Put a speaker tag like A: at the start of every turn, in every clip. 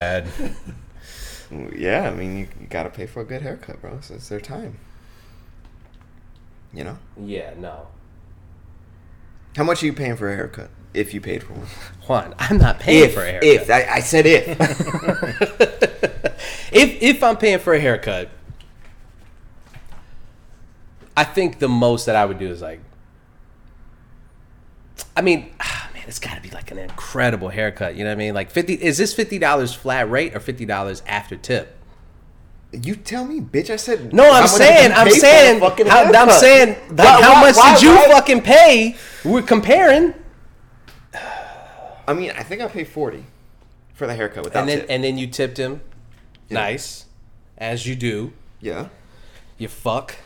A: bad.
B: Yeah, I mean, you you gotta pay for a good haircut, bro. So it's their time. You know?
C: Yeah, no.
B: How much are you paying for a haircut? If you paid for one.
C: Juan, I'm not paying
B: if,
C: for a haircut.
B: if. I, I said if.
C: if if I'm paying for a haircut, I think the most that I would do is like, I mean, ah, man, it's got to be like an incredible haircut. You know what I mean? Like fifty. Is this fifty dollars flat rate or fifty dollars after tip?
B: you tell me, bitch. I said
C: No,
B: how
C: I'm
B: much did
C: saying,
B: you
C: I'm
B: pay for a
C: saying,
B: fucking
C: how, I'm
B: haircut?
C: saying, like,
B: Why-
C: how
B: why-
C: much
B: why-
C: did you
B: why-
C: fucking pay? We're comparing,
B: I mean, I think I paid forty for the haircut without
C: and then
B: tip.
C: and then you tipped him, nice, as you do.
B: yeah.
C: You fuck.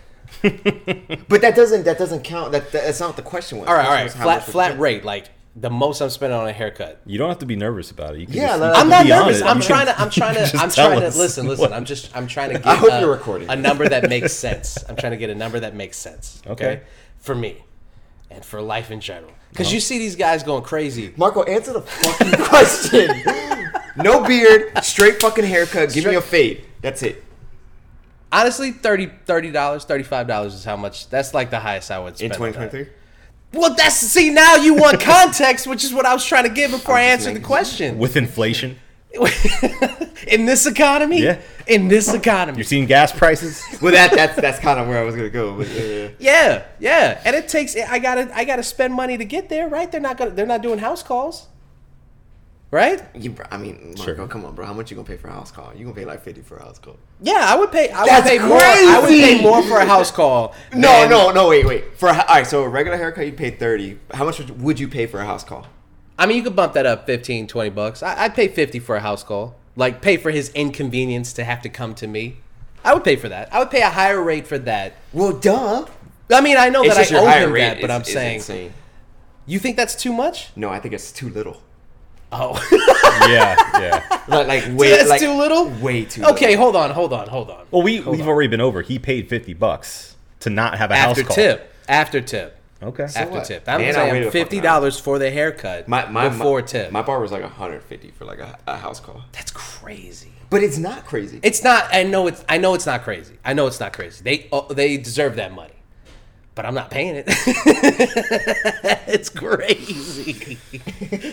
B: But that doesn't that doesn't count. That, that- that's not what the question. Was.
C: All right,
B: The
C: all
B: question
C: right.
B: was how
C: Flat
B: much was
C: flat
B: it.
C: rate, like the most I'm spending on a haircut.
A: You don't have to be nervous about it. You can
B: Yeah,
A: just, you
B: like-
A: can
C: I'm not
A: be
C: nervous.
A: honest.
C: I'm
A: You
C: trying
A: can-
C: to. I'm trying
A: just
C: to. I'm
A: tell
C: trying
A: us
C: to. Listen, listen.
A: what-
C: I'm just. I'm trying to get.
B: hope
C: a-
B: you're recording.
C: A number that makes sense. I'm trying to get a number that makes sense. Okay.
A: Okay. Uh-huh.
C: For me, and for life in general, because you see these guys going crazy.
B: Marco, answer the fucking question. no beard, straight fucking haircut. Give me a fade. That's it.
C: Honestly, 30 dollars, thirty five dollars is how much. That's like the highest I would
B: In
C: spend. on that.
B: 2023.
C: Well, that's see now you want context, which is what I was trying to give before I
B: just
C: answered the
B: making-
C: question.
A: with inflation.
C: in this economy,
A: Yeah.
C: In this economy,
A: You're seeing gas prices.
B: Well, that that's that's kind of where I was gonna go. But yeah, yeah.
C: Yeah, yeah, and it takes. I gotta, I gotta spend money to get there, right? They're not gonna, they're not doing house calls, right?
B: You, bro, I mean, Marco,
A: Sure.
B: come on, bro. How much you gonna pay for a house call? You gonna pay like fifty for a house call?
C: Yeah, I would pay. I
B: That's
C: would pay more. I would pay
B: crazy!
C: more for a house call.
B: No,
C: than-
B: no, no. Wait, wait. For a, all right, so a regular haircut, you pay thirty. How much would- would you pay for a house call?
C: I mean, you could bump that up 15, 20 bucks. I, I'd pay fifty for a house call. Like pay for his inconvenience to have to come to me. I would pay for that. I would pay a higher rate for that.
B: Well, duh.
C: I mean, I know
B: It's
C: that
B: just
C: I
B: your
C: owe
B: higher
C: him
B: rate.
C: that, but
B: is-
C: I'm
B: is
C: saying,
B: insane.
C: you think that's too much?
B: no. I think it's too little.
C: Oh.
A: yeah, yeah.
B: Like, like way
C: That's
B: like,
C: too little?
B: Way too.
C: Okay,
B: little.
C: hold on, hold on, hold on.
A: Well, we
C: Hold
A: we've
C: on.
A: already been over. He paid fifty bucks to not have a
C: after
A: house call.
C: tip, after tip,
A: Okay.
C: after
B: what?
C: tip. I'm
B: Man, I waited
C: saying
B: a fucking
C: fifty dollars for the haircut
B: My my
C: before
B: my,
C: tip.
B: My bar was like hundred fifty for like a, a house call.
C: That's crazy.
B: But it's not crazy.
C: It's not. I know it's. I know it's not crazy. I know it's not crazy. They oh, they deserve that money, but I'm not paying it. it's crazy.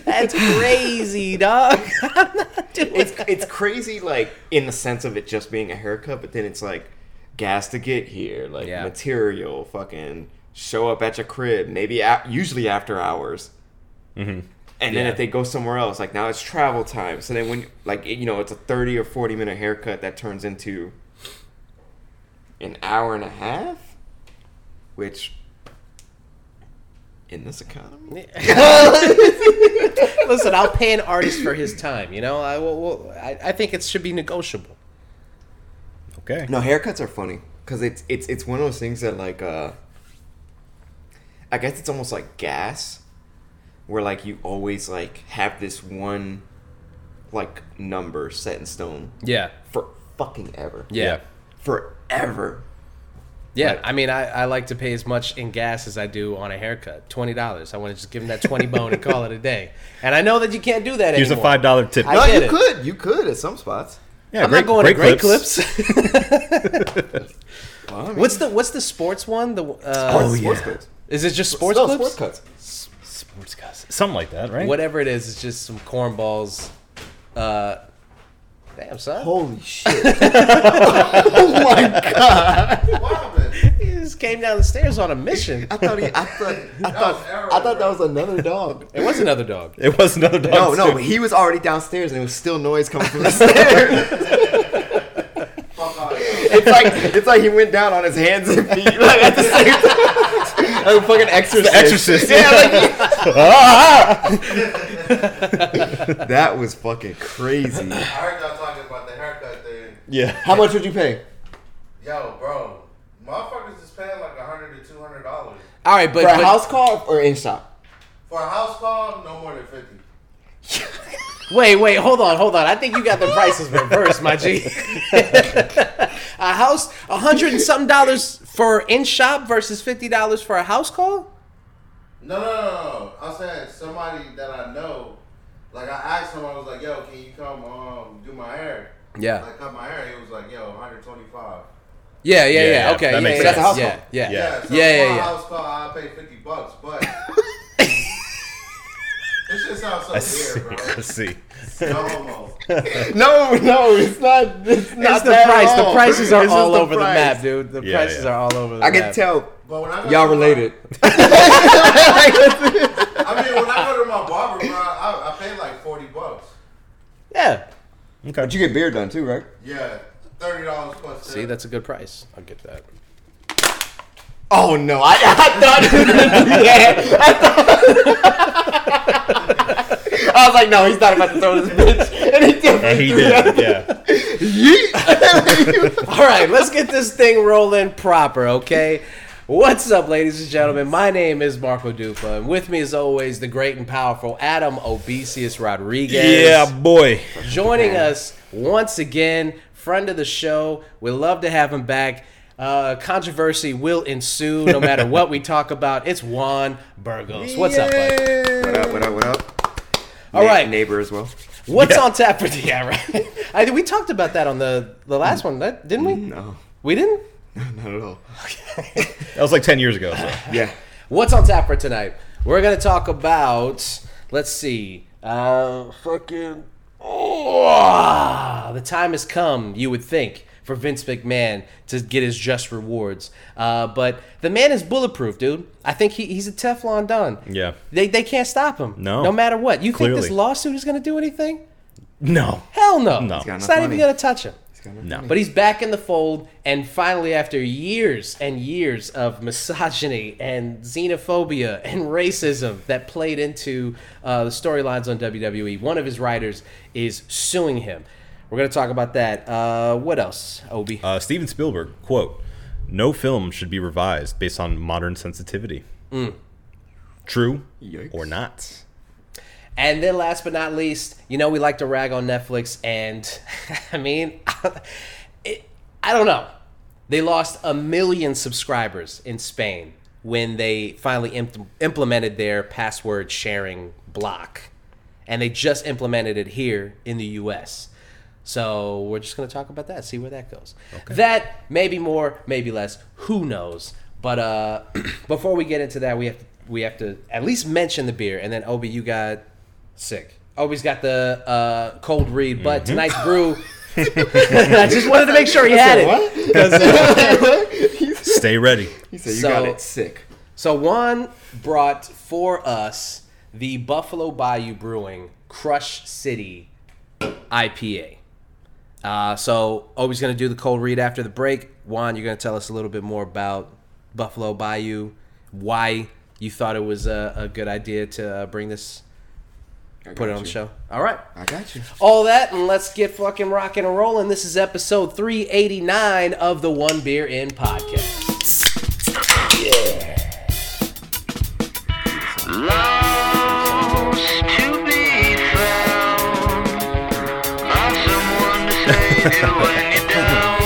C: That's crazy, dog. I'm not doing
B: it's
C: that.
B: it's crazy like in the sense of it just being a haircut, but then it's like gas to get here, like
C: Yeah.
B: material, fucking show up at your crib, maybe a usually after hours. And then
C: Mm-hmm. Yeah.
B: if they go somewhere else, like now it's travel time. So then when like you know it's a thirty or forty minute haircut that turns into an hour and a half, which in this economy,
C: Listen, I'll pay an artist for his time. You know, I will, will, I, I think it should be negotiable.
A: Okay.
B: No, haircuts are funny because it's it's it's one of those things that like uh, I guess it's almost like gas, where like you always like have this one, like number set in stone
C: Yeah.
B: for fucking ever.
C: Yeah.
B: forever.
C: Yeah, I mean, I, I like to pay as much in gas as I do on a haircut. Twenty dollars. I want to just give him that twenty bone and call it a day. And I know that you can't do that
A: Here's a
C: anymore.
A: five dollar tip.
C: I-
B: no,
C: get
B: you
C: it.
B: could, you could at some spots.
A: yeah,
C: I'm not going to great clips.
B: Well, I mean,
C: what's the What's the sports one? The uh,
B: oh, sports cuts?
C: Is it just sports
B: no,
C: clips?
B: sports cuts.
A: Sports guys. Something like that, right?
C: Whatever it is, it's just some cornballs. Uh, damn son,
B: Holy shit! oh my god!
C: he just came down the stairs on a mission.
B: I thought he, I thought, I thought,
D: Arrow,
B: I thought that was another dog.
C: It was another dog.
A: It was another dog.
B: No, no, but he was already downstairs and it was still noise coming from the stairs.
D: Fuck off.
B: it's like it's like he went down on his hands and feet like at the same time. Like a fucking exorcist.
A: Exorcist.
B: Yeah, like that was fucking crazy.
D: I heard y'all talking about the haircut thing.
A: yeah.
B: How much would you pay?
D: Yo, bro, motherfuckers is paying like a hundred to two hundred dollars
C: All right, but,
B: For a
C: but-
B: house call or in shop?
D: for a house call. No more than fifty.
C: Wait, wait, hold on, hold on. I think you got the prices reversed, my G. a house, a hundred and something dollars for in shop versus fifty dollars for a house call.
D: No, no, no, no. no. I'm saying somebody that I know, Like I asked him, I was like, "Yo, can you come um do my hair?"
C: Yeah.
D: Like cut my hair. He was like, "Yo, 125."
C: Yeah, yeah,
A: Yeah,
C: yeah.
A: yeah,
C: Okay.
A: that
C: yeah,
A: makes
C: yeah,
B: sense.
C: yeah, yeah.
A: Yeah.
D: Yeah, so
C: Yeah, yeah,
D: my
C: yeah.
D: house call, I pay 50 bucks, but this shit sounds so
A: Let's see.
D: weird, bro.
A: Let's see.
D: No homo.
B: No, no, it's not. It's not
C: It's the
B: that at
C: price. The
B: all.
C: prices are
B: It's just
C: all over the
B: price.
C: map, dude. The
A: Yeah,
C: prices
A: yeah.
C: are all over the
B: I
C: map.
B: can tell
D: But when I go
B: y'all
D: to my-
B: related.
D: I mean, when I go to my barber, bro, I, I pay like 40 bucks.
C: Yeah.
A: Okay.
B: you get beard done too, right?
D: Yeah, thirty dollars plus.
C: See,
D: tip.
C: that's a good price. I'll get that.
B: Oh no, I, I thought he was gonna do that. I, thought- I was like, no, he's not about to throw this bitch. And he did.
A: And he did. Yeah.
B: Yeet.
C: All right, let's get this thing rolling proper, okay? What's up, ladies and gentlemen? My name is Marco Dupa, and with me, as always, the great and powerful Adam Obesius Rodriguez.
A: Yeah, boy.
C: joining us once again, friend of the show. We love to have him back. Uh, controversy will ensue no matter what we talk about. It's Juan Burgos. What's up, bud?
B: what up? What up? What up?
C: All right.
B: neighbor as well.
C: What's
A: Yeah.
C: on tap for the yeah, right? I, we talked about that on the the last one, that- didn't we?
B: No,
C: We didn't.
B: not at all.
A: That was like 10 years ago. So.
B: Yeah.
C: What's on tap for tonight? We're gonna talk about. Let's see. Uh, fucking. Oh, the time has come. You would think for Vince McMahon to get his just rewards, uh, but the man is bulletproof, dude. I think he, he's a Teflon Don.
A: Yeah.
C: They, they can't stop him.
A: No.
C: No matter what. You think this
A: Clearly.
C: lawsuit is gonna do anything?
A: No.
C: Hell no. Mm-hmm.
A: No. He's got
C: It's
B: enough
C: not even
B: money.
C: gonna touch him.
A: No.
C: But he's back in the fold, and finally, after years and years of misogyny and xenophobia and racism that played into uh, the storylines on WWE, one of his writers is suing him. We're going to talk about that. Uh, what else, Obi?
A: Uh, Steven Spielberg, quote, no film should be revised based on modern sensitivity. True
B: Mm. Yikes.
A: or not.
C: And then, last but not least, you know, we like to rag on Netflix, and I mean, it, I don't know. They lost a million subscribers in Spain when they finally imp- implemented their password sharing block. And they just implemented it here in the US. So we're just going to talk about that, see where that goes. That, maybe more, maybe less, who knows. But uh, before we get into that, we have, to, we have to at least mention the beer. And then, Obi, you got sick. Obi's got the uh, cold read, but tonight's brew. I just wanted to make sure he had it.
B: What?
A: Stay ready.
B: he said you
C: So-
B: got it sick.
C: So Juan brought for us the Buffalo Bayou Brewing Crush City IPA. Uh, so Obi's going to do the cold read after the break. Juan, you're going to tell us a little bit more about Buffalo Bayou, why you thought it was a, a good idea to uh, bring this,
B: I
C: put it
B: got
C: on the
B: you.
C: show. All right.
B: I got you.
C: All that, and let's get fucking rocking and rolling. This is episode 389 of the One Beer In podcast.
E: Lost to be found. Not someone to save you when you're down.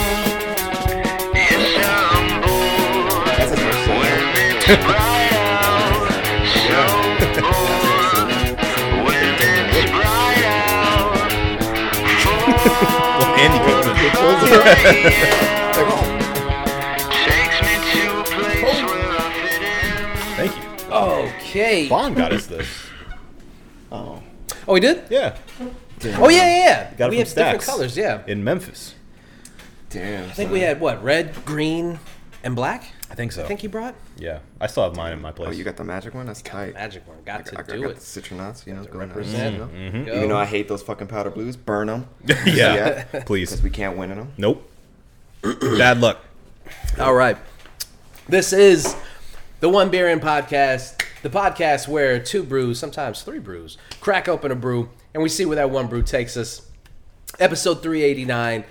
E: You sound bored
B: That's a nice song.
E: when it's bright out. So bored when it's bright out.
A: Andy Cookman.
E: Four takes me to a
B: Oh.
E: place where I fit in.
A: Thank you.
C: Okay.
A: Bond got us this.
B: Oh.
C: Oh, we did?
A: Yeah.
C: Oh yeah, yeah, yeah.
A: Got it
C: we
A: from
C: have different
A: Stax.
C: colors. Yeah, I
A: In Memphis.
B: Damn. I
C: think we had what red, green, and black.
A: I think so.
C: I think you brought
A: Yeah. I still have mine in my place.
B: Oh, you got the magic one? That's tight.
C: magic one.
B: I,
C: Got
B: I- I
C: to
B: got
C: do
B: the
C: it.
B: citronauts, you know, going out,
C: represent.
B: you know?
A: Mm-hmm.
C: Go.
B: Even though I hate those fucking powder blues, burn them.
A: yeah.
B: Yeah.
A: Please.
B: Because we can't win in them.
A: Nope. Bad luck.
C: All right. This is the One Beer In podcast, the podcast where two brews, sometimes three brews, crack open a brew and we see where that one brew takes us. Episode 389.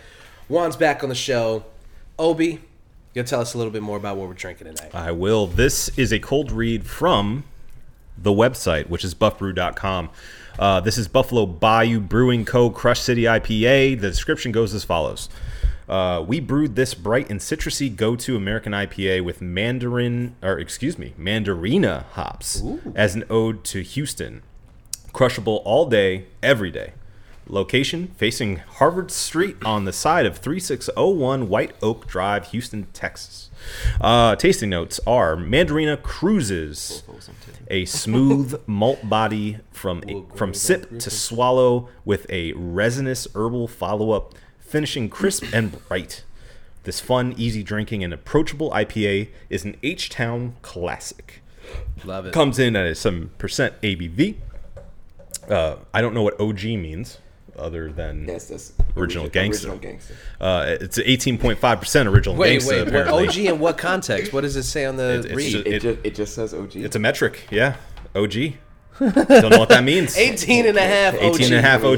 C: Juan's back on the show. Obi, you'll tell us a little bit more about what we're drinking tonight.
A: I will. This is a cold read from the website, which is buffbrew.com. Uh, this is Buffalo Bayou Brewing Co. Crush City IPA. The description goes as follows uh, We brewed this bright and citrusy go to American IPA with Mandarin, or excuse me, Mandarina hops as an ode to Houston. crushable all day, every day. Location facing Harvard Street on the side of 3601 White Oak Drive, Houston, Texas. Uh, tasting notes are Mandarina Cruises, a smooth malt body from a, from sip to swallow with a resinous herbal follow up, finishing crisp and bright. This fun, easy drinking, and approachable IPA is an H Town classic
C: Love it.
A: comes in at a seven percent ABV. Uh, I don't know what OG means, other than
B: Yes, that's
A: Original gangster.
B: Original gangster.
A: uh, it's eighteen point five percent original
C: Wait,
A: gangsta,
C: wait. What
A: apparently.
C: OG in what context? What does it say on the
A: It- it's
C: read?
A: just-
B: It,
A: It-
B: just it just says OG.
A: It's a metric, yeah. OG. don't know what that means.
C: 18 and a half.
A: 18 and a
C: OG.
A: half OG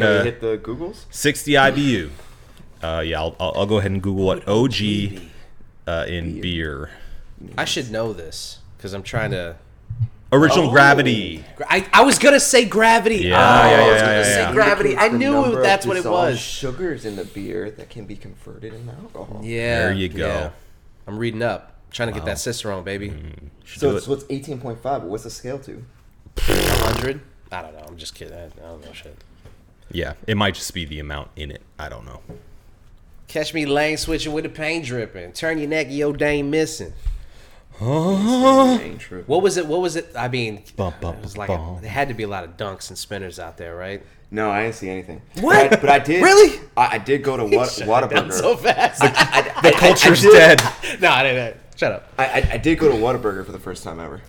B: Can we
A: uh,
B: hit the Googles.
A: 60 IBU. Uh, yeah, I'll, I'll, I'll go ahead and Google what OG uh, in beer.
C: I should know this because I'm trying
A: Mm-hmm.
C: to.
B: Oh.
A: Original gravity.
C: Gra- I, I was gonna say gravity.
A: Yeah,
C: Ah,
A: yeah,
C: I was
A: yeah,
C: gonna
A: yeah,
C: say
A: yeah.
C: gravity. I
B: The number
C: knew
B: of
C: that's what it
B: dissolved
C: was.
B: Sugars in the beer that can be converted into alcohol.
C: Yeah.
A: There you go.
C: yeah. I'm reading up, trying to get that Cicerone, baby.
A: Mm.
B: So, so it's eighteen point five. What's the scale to?
C: 100. I don't know. I'm just kidding. I I don't know shit.
A: Yeah, it might just be the amount in it. I don't know.
C: Catch me lane switching with the pain dripping. Turn your neck, yo dang missing.
B: Ain't true.
C: What was it? What was it? I mean,
A: Bum, bum,
C: it was like
A: bum.
C: a, there had to be a lot of dunks and spinners out there, right?
B: No, I didn't see anything.
C: What?
B: But I, but I did.
C: Really?
B: I, I did go to Wa- Whataburger.
C: so fast.
A: The culture's dead.
C: no, I didn't. Shut up.
B: I, I, I did go to Whataburger for the first time ever.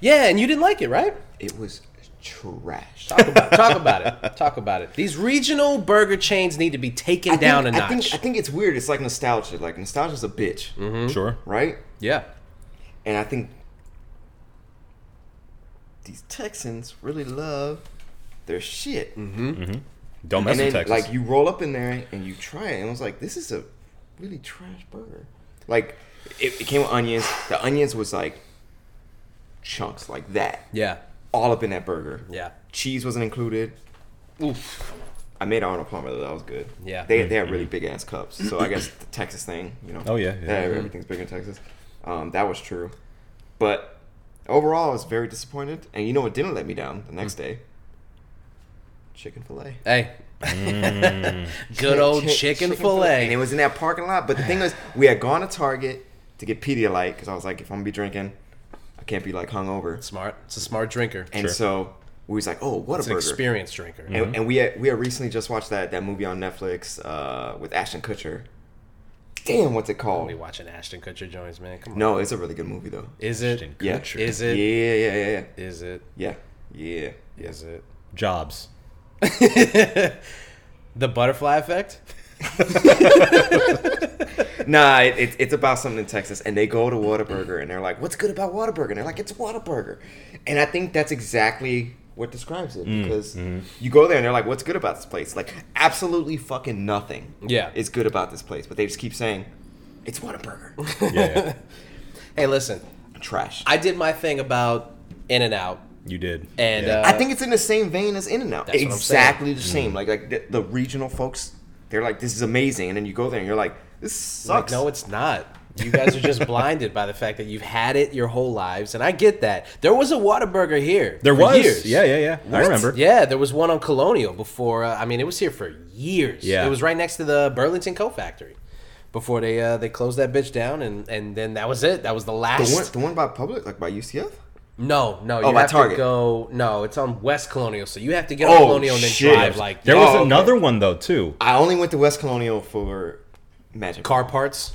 C: Yeah, and you didn't like it, right?
B: It was trash.
C: Talk about, talk about it. Talk about it. These regional burger chains need to be taken down
B: think,
C: a notch. Mm-hmm.
B: I think I think it's weird. It's like nostalgia. Like nostalgia's a bitch,
A: Sure.
B: right?
C: yeah.
B: And I think these Texans really love their shit.
C: Mm-hmm.
A: Don't mess
B: And
A: with
B: then
A: Texas.
B: like you roll up in there and you try it, and I was like, this is a really trash burger. Like it, it came with onions. The onions was like chunks like that,
C: Yeah.
B: all up in that burger.
C: Yeah.
B: Cheese wasn't included.
C: Oof.
B: I made Arnold Palmer though. That was good.
C: Yeah. Mm-hmm.
B: They, they had really big ass cups. So I guess the Texas thing, you know.
A: Oh, yeah, yeah.
B: Yeah, everything's big in Texas. Um, that was true. But overall, I was very disappointed. And you know what didn't let me down the
C: Hmm.
B: next day? Chicken fillet.
C: Hey.
B: Mm.
C: Good old
B: Chi-
C: chicken
B: And it
C: fillet.
B: was in that parking lot. But the thing was, we had gone to Target to get Pedialyte because I was like, if I'm gonna be drinking, I can't be like hungover.
C: Smart. It's a smart drinker.
B: And so we was like, oh, what
C: It's
B: a
C: an
B: burger.
C: experienced drinker.
B: And, and we had, we had recently just watched that that movie on Netflix uh, with Ashton Kutcher. Damn, what's it
C: We
B: called?
C: watching Ashton Kutcher joins, man. Come on.
B: No, it's a really good movie though.
C: Is it?
A: Ashton
B: Yeah.
A: Kutcher.
C: Is
B: Yeah,
C: it?
B: yeah, yeah, yeah,
C: Is it?
B: yeah, yeah, yeah.
C: Is it?
A: Jobs.
C: The butterfly effect?
B: Nah, it, it's it's about something in Texas, and they go to Whataburger, and they're like, "What's good about Whataburger?" And they're like, "It's Whataburger," and I think that's exactly what describes it
C: Mm,
B: because
C: mm-hmm.
B: you go there and they're like, "What's good about this place?" Like, absolutely fucking nothing.
C: Yeah.
B: is good about this place, but they just keep saying, "It's Whataburger."
A: Yeah, yeah.
C: Hey, listen.
B: Trash. I,
C: I did my thing about In and Out.
A: you did.
C: And,
A: yeah.
C: uh,
B: think it's in the same vein as In and Out.
C: That's what I'm
B: Exactly the same. Like like the, the regional folks, they're like, "This is amazing," and then you go there and you're like, "This
C: Like,
B: sucks."
C: no, it's not. You guys are just blinded by the fact that you've had it your whole lives, and I get that. There was a Whataburger here.
A: there
C: for
A: was.
C: years.
A: Yeah, yeah, yeah. I remember.
C: Yeah, there was one on Colonial before. Uh, I mean, it was here for years.
A: Yeah.
C: it was right next to the Burlington Co factory before they uh, they closed that bitch down, and and then that was it. That was the last.
B: the one the one by public, like by UCF.
C: No, no, you
B: by
C: have to
B: Target.
C: go. No, it's on West Colonial, so you have to get on
B: Oh,
C: Colonial and then
B: shit.
C: drive like
A: There
C: yeah.
A: was
B: Oh, okay.
A: another one though too.
B: I only went to West Colonial for Magic
C: car parts.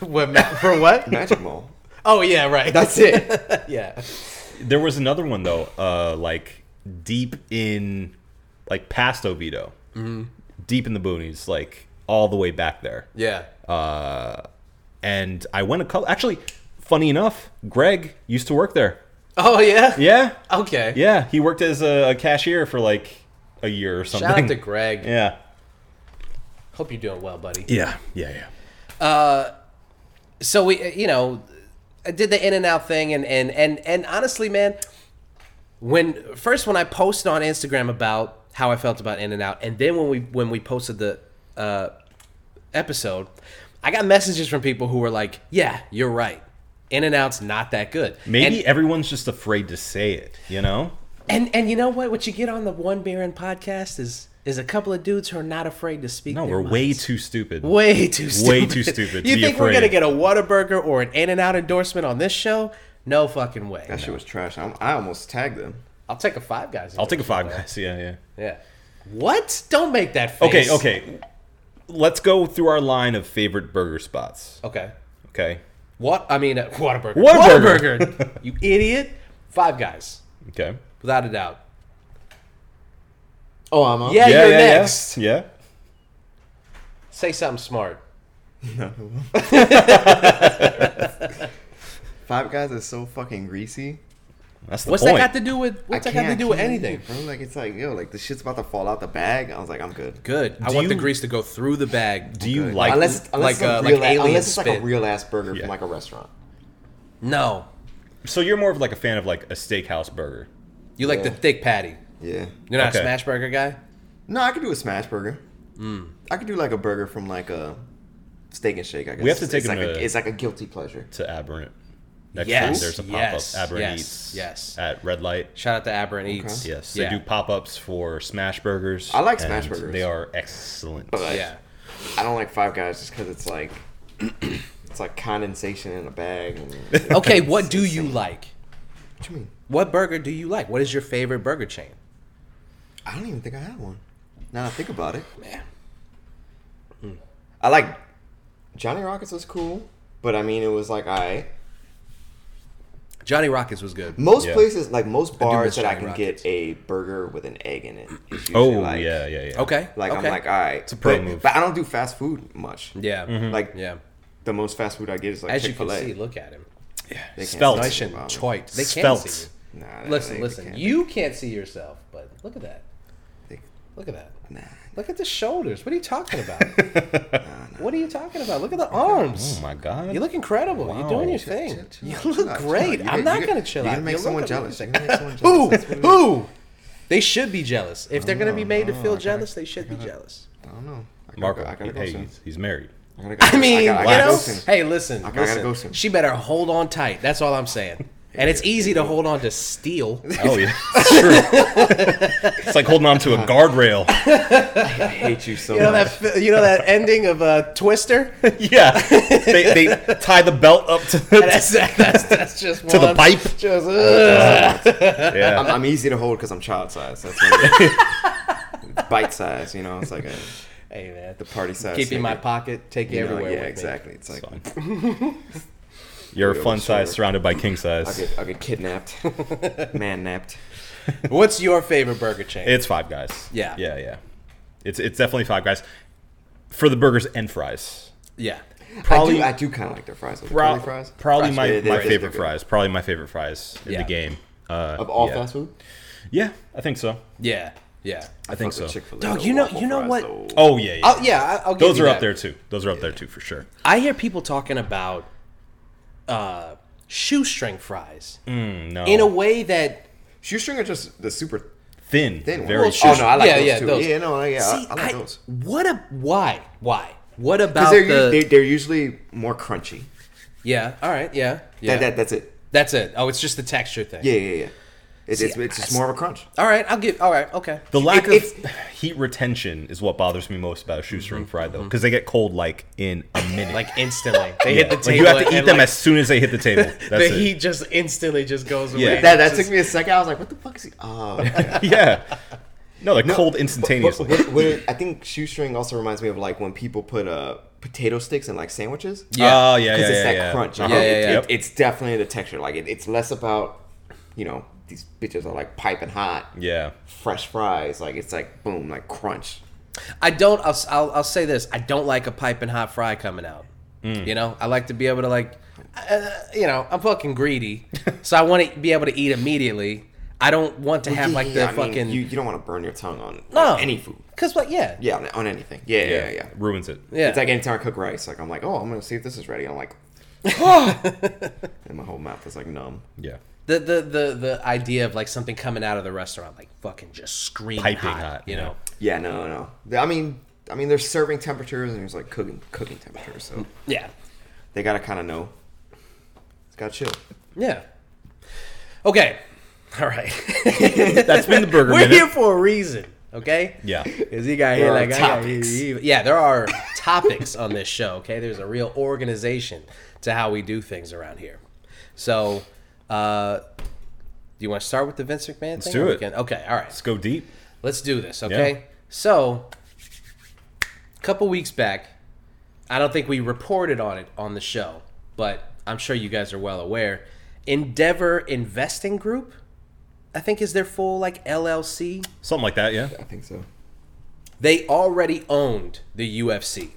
C: what ma- for what?
B: Magic Mall.
C: Oh yeah, right.
B: That's it.
C: yeah.
A: There was another one though, uh, like deep in, like past Oviedo,
C: Mm-hmm.
A: deep in the boonies, like all the way back there.
C: Yeah.
A: Uh, and I went a couple. Actually, funny enough, Greg used to work there.
C: oh yeah.
A: Yeah,
C: Okay.
A: yeah. He worked as a, a cashier for like a year or something.
C: Shout out to Greg.
A: Yeah,
C: Hope you're doing well, buddy.
A: yeah, yeah, yeah.
C: So we, uh, you know, I did the in and out thing, and and and and honestly, man, when first when I posted on Instagram about how I felt about in and out, and then when we when we posted the uh, episode, I got messages from people who were like, "Yeah, you're right. In and out's not that good."
A: Maybe
C: And-
A: everyone's just afraid to say it. You know.
C: And and you know what? What you get on the One Baron podcast is is a couple of dudes who are not afraid to speak.
A: No,
C: their
A: we're way
C: minds.
A: too stupid.
C: way too stupid.
A: Way too stupid to
C: you
A: be
C: think we're gonna
A: afraid.
C: get a Whataburger or an In and Out endorsement on this show? No fucking way.
B: That shit was trash. I'm, I almost tagged them.
C: I'll take a Five Guys.
A: I'll take a five
C: endorsement,
A: guys. Yeah, yeah.
C: though. Yeah. What? Don't make that
A: Okay,
C: face.
A: okay. Let's go through our line of favorite burger spots.
C: Okay.
A: Okay.
C: What? I mean, uh, Whataburger.
A: Whataburger.
C: Whataburger, you idiot. Five Guys,
A: Okay.
C: without a doubt.
B: Oh, I'm up.
C: Yeah,
A: yeah,
C: you're
A: yeah, yeah.
C: next.
A: Yeah.
C: Say something smart.
B: Five Guys is so fucking greasy.
A: That's the
C: What's
A: point.
C: that got to do with? What's that got to
B: can't-
C: do with
B: I can't
C: anything?
B: eat it, bro. Like it's like yo, like the shit's about to fall out the bag. I was like, I'm good.
C: Good. I
A: Do
C: want the
A: you-
C: grease to go through the bag.
A: do you
B: Good.
A: like
B: unless, it's- unless
C: like, uh,
B: it's a
C: like
B: real ass,
C: alien
B: unless it's like
C: spit.
B: a real ass burger
A: Yeah.
B: from like a restaurant.
C: No.
A: So you're more of like a fan of like a steakhouse burger.
C: You like the
B: Yeah.
C: thick patty.
B: Yeah.
C: You're not
A: Okay.
C: a smash burger guy.
B: No, I could do a smash burger. I could do like a burger from like a steak and shake. I guess
A: We have to
B: It's-
A: take
B: it's
A: him
B: like a,
A: to-
B: it's like a guilty pleasure.
A: to Aberrant. Next time
C: Yes,
A: there's a pop
C: yes,
A: up, Aberrant
C: yes,
A: Eats
C: yes.
A: at Red Light.
C: Shout out to Aberrant Eats.
A: Yes, they
C: yeah.
A: do pop ups for smash burgers.
B: I like smash
A: and
B: burgers.
A: They are excellent.
B: But
C: Yeah.
B: I don't like Five Guys just because it's like it's like condensation in a bag. And,
C: Okay, what do you like?
B: what you mean?
C: What burger do you like? What is your favorite burger chain?
B: I don't even think I had one. Now that I think about it,
C: Man.
B: I like Johnny Rockets was cool, but I mean it was like I
C: Johnny Rockets was good.
B: most
A: Yeah.
B: places like most
C: miss
B: bars that I
C: Johnny
B: can
C: Rockets.
B: get a burger with an egg in it. is usually,
A: oh
B: like-
A: yeah, yeah, yeah.
C: Okay.
B: Like
C: okay.
B: I'm like all right, it's
A: a pro
B: but,
A: move.
B: But I don't do fast food much.
C: Yeah.
A: Mm-hmm.
B: Like
C: Yeah.
B: the most fast food I get is like
C: As
B: Chick Fil
C: you can see,
B: A.
C: look at him.
A: Spelt.
C: Nice and choit. They can't
A: Spelt.
C: see
B: Nah,
C: you.
B: they-
C: Listen,
B: they
C: listen.
B: can't.
C: You can't see yourself, but look at that.
B: They-
C: Look at that.
B: Nah.
C: Look at the shoulders. What are you talking about? What are you talking about? Look at the arms.
A: Oh my god.
C: You look incredible. You're doing your
B: Chill-
C: thing.
B: chill- chill
C: you look
B: out, chill out, chill out.
C: great.
B: You're
C: I'm
B: gonna-
C: not
B: you're
C: gonna chill
B: You're
C: out.
B: gonna make
C: You look amazing.
B: someone jealous. You're gonna make someone
C: Who?
B: jealous. That's what it is.
C: Who? Oh, They should be jealous. If they're gonna be made to feel jealous, they should be jealous.
B: I don't know. I gotta
A: Marco.
B: go- I gotta go
A: hey,
B: soon.
A: he's, he's married.
B: I gotta go-
C: I mean,
B: gotta-
C: you
B: gotta go
C: know.
B: soon.
C: Hey, listen.
B: I gotta
C: listen.
B: go soon.
C: She better hold on tight. That's all I'm saying. And it's easy to hold on to steel.
A: Oh yeah. It's true. it's like holding on to a guardrail.
B: I hate you so
C: You know
B: much.
C: that fi- you know that ending of uh, Twister.
A: yeah. They, they tie the belt up to
C: That's that's, that's just
A: to the
C: one.
A: pipe.
C: Just, ugh.
A: Yeah.
B: I'm, I'm easy to hold because I'm child size. That's what it is. It's bite size. You know, it's like a
C: hey man,
B: the party size.
C: keep you in my
B: pocket.
C: pocket. Take you, everywhere.
B: Yeah,
C: with me.
B: exactly. It's like
A: It's fine. You're a
B: Real
A: fun size
B: short.
A: surrounded by king
B: I
A: size.
B: get I get kidnapped, man napped.
C: What's your favorite burger chain?
A: It's Five Guys.
C: Yeah.
A: Yeah, yeah. It's it's definitely Five Guys for the burgers and fries.
C: yeah.
B: Probably I
A: Probably
B: do, kind of like their fries. Like the
A: Pro-
B: curly fries.
A: Probably
B: Fries,
A: my,
B: yeah, they're
A: my
B: good,
A: favorite
B: they're good.
A: fries. Probably my favorite fries in
C: Yeah.
A: the game. Uh,
B: of all
A: yeah.
B: fast food.
A: Yeah, I think so.
C: Yeah. Yeah.
A: I think so.
C: Dog, you know- you know what-
A: Oh yeah, yeah.
C: I'll, yeah, I- I'll give
A: Those
C: you
A: are
C: that.
A: up there too. Those are up there too for sure.
C: I hear people talking about uh, shoestring fries
A: Mm, No,
C: in a way that
B: shoestring are just the super
A: thin,
B: thin
A: very
B: ones.
A: short.
B: Oh no, I like
C: Yeah,
B: those
C: yeah,
B: too.
C: those.
B: Yeah, no, yeah, I-
C: see,
B: I like those.
C: what a why why what
B: Because
C: about
B: they're,
C: the
B: us- they- they're usually more crunchy.
C: yeah all right yeah yeah
B: That, that, that's it.
C: that's it oh it's just the texture thing
B: Yeah, yeah, yeah. It's, it's,
C: See,
B: it's just
C: I-
B: more of a crunch.
C: all right I'll give all right okay
A: The lack
B: It-
A: of heat retention is what bothers me most about a shoestring fry, though, because they get cold like in a minute.
C: Mm-hmm, like instantly they
A: Yeah,
C: hit the
A: like,
C: table
A: you have to eat
C: and,
A: them
C: like,
A: as soon as they hit the table. That's
C: the
A: it.
C: heat just instantly just goes away
A: Yeah.
B: That, that
C: It's
B: took me a second. I was like, what the fuck is he? Oh, okay.
A: Yeah. No, they're cold
B: What-
A: instantaneously.
B: what- what it- I think shoestring also reminds me of like when people put uh, potato sticks in like sandwiches.
C: Yeah.
A: Oh yeah, yeah,
B: Because it's
A: yeah,
B: that
A: yeah.
B: crunch.
A: Uh-huh.
C: Yeah, yeah, yeah.
B: It, it's definitely the texture. Like it, it's less about, you know, these bitches are like piping hot,
A: Yeah.
B: fresh fries. Like it's like boom, like crunch.
C: I don't. I'll, I'll, I'll say this. I don't like a piping hot fry coming out.
B: Mm.
C: You know, I like to be able to like, uh, you know, I'm fucking greedy, so I want to be able to eat immediately. I don't want to have like the
B: Yeah, I mean,
C: fucking
B: you, you don't want to burn your tongue on like,
C: no
B: any food.
C: Cause like yeah
B: Yeah, on, on anything. Yeah, yeah, yeah. yeah.
A: Ruins it.
C: yeah.
B: It's like anytime I cook rice, like I'm like, oh, I'm gonna see if this is ready. I'm like, and my whole mouth is like numb.
A: Yeah.
C: the, the the the idea of like something coming out of the restaurant like fucking just screaming
A: Piping
C: hot,
A: hot,
C: you
A: yeah.
C: know.
B: Yeah, no, no. Th- I mean, I mean, there's serving temperatures and there's like cooking cooking temperatures, so
C: Yeah.
B: they gotta kind of know. It's gotta chill.
C: Yeah. Okay. All right.
A: That's been the burger
C: We're
A: minute.
C: here for a reason, okay?
A: Yeah.
C: Because he got here
B: are
C: like I got
B: topics.
C: here. Yeah, there are topics on this show. Okay, there's a real organization to how we do things around here. So, uh, do you want to start with the Vince McMahon? Let's
A: do it.
C: Okay, all right.
A: Let's go deep.
C: Let's do this. Okay.
A: Yeah.
C: So, a couple weeks back, I don't think we reported on it on the show, but I'm sure you guys are well aware. Endeavor Investing Group, I think, is their full like LLC
A: Something like that, yeah.
B: I think so.
C: they already owned the UFC.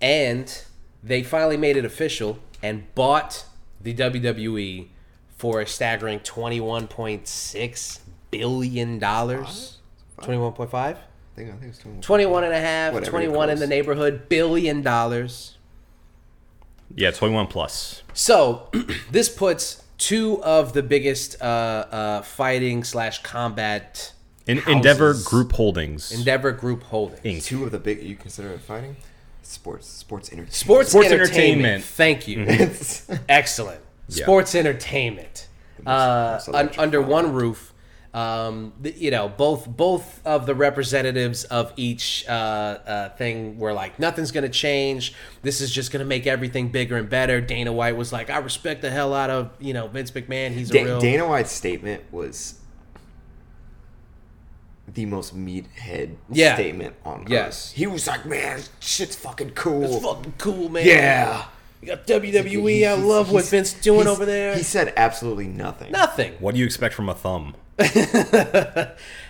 C: And they finally made it official and bought the WWE for a staggering $21.6 billion. 21.5?
B: I think I think it's 21.
C: 21 and a half,
B: Whatever it
C: 21 in
B: costs.
C: the neighborhood billion dollars.
A: Yeah, 21 plus.
C: So this puts two of the biggest uh, uh, fighting slash combat
A: In, Endeavor
C: Houses.
A: Group Holdings.
C: Endeavor Group Holdings.
A: Inc.
B: Two of the big you consider it fighting? Sports, sports entertainment.
C: Sports,
A: Sports
C: entertainment.
A: entertainment. Mm-hmm.
C: Thank you. Excellent.
A: Yeah.
C: Sports entertainment. Uh,
B: most
C: un-
B: electrified.
C: under one roof. Um, th- you know, both both of the representatives of each uh, uh, thing were like, nothing's gonna change. This is just gonna make everything bigger and better. Dana White was like, I respect the hell out of you know Vince McMahon. He's a
B: Da-
C: real
B: Dana White's statement was the most meathead
C: Yeah.
B: statement on
C: Yes.
B: earth. He was like, man, shit's fucking cool.
C: It's fucking cool, man.
B: Yeah.
C: You got WWE. I
B: He's-
C: love what
B: he's-
C: Vince doing
B: he's-
C: over there.
B: He said absolutely nothing.
C: Nothing.
A: What do you expect from a thumb?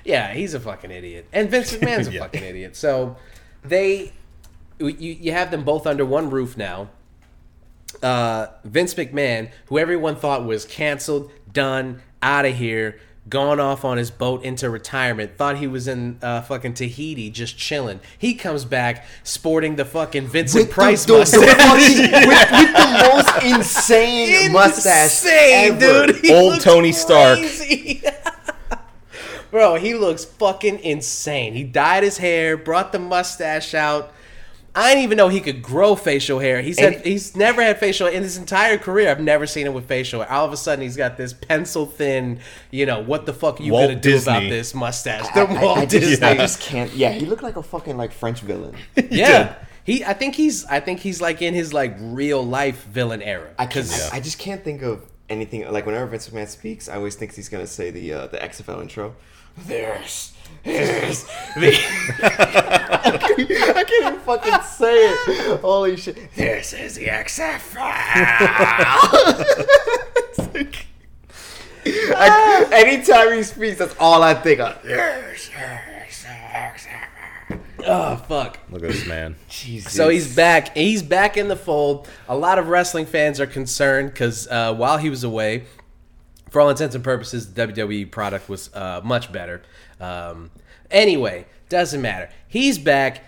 C: Yeah, he's a fucking idiot, and Vince McMahon's a
A: Yeah.
C: fucking idiot. So they, you, you have them both under one roof now. Uh, Vince McMahon, who everyone thought was canceled, done, out of here, gone off on his boat into retirement, thought he was in uh, fucking Tahiti just chilling. He comes back sporting the fucking Vincent
B: With the-
C: Price
B: the- the
C: mustache.
B: fucking- with, with the most insane, mustache
C: Insane,
B: ever.
C: dude. He
A: Old
C: looks
A: Tony Stark.
C: crazy. Bro, he looks fucking insane. He dyed his hair, brought the mustache out. I didn't even know he could grow facial hair. He said
B: And-
C: he's never had facial in his entire career. I've never seen him with facial hair. All of a sudden, he's got this pencil thin, you know, what the fuck are you
A: Walt
C: gonna do about
A: Disney.
C: this mustache?
B: I,
C: The
B: I-
C: Walt
B: I just,
C: Disney.
B: I just can't. Yeah, he looked like a fucking like French villain.
C: yeah, he. I think he's. I think he's like in his like real life villain era.
B: I can
A: Yeah.
B: I just can't think of anything like whenever Vince McMahon speaks, I always think he's gonna say the uh, the XFL intro. There's, there's, the- I can't even fucking say it. Holy shit! This is the XFL. It's like- I- anytime he speaks, that's all I think of. There's, there's the XFL.
C: Oh fuck.
A: Look at this man.
B: Jesus.
C: So he's back. He's back in the fold. A lot of wrestling fans are concerned because uh, while he was away, for all intents and purposes, the WWE product was uh, much better. Um, anyway, doesn't matter. He's back.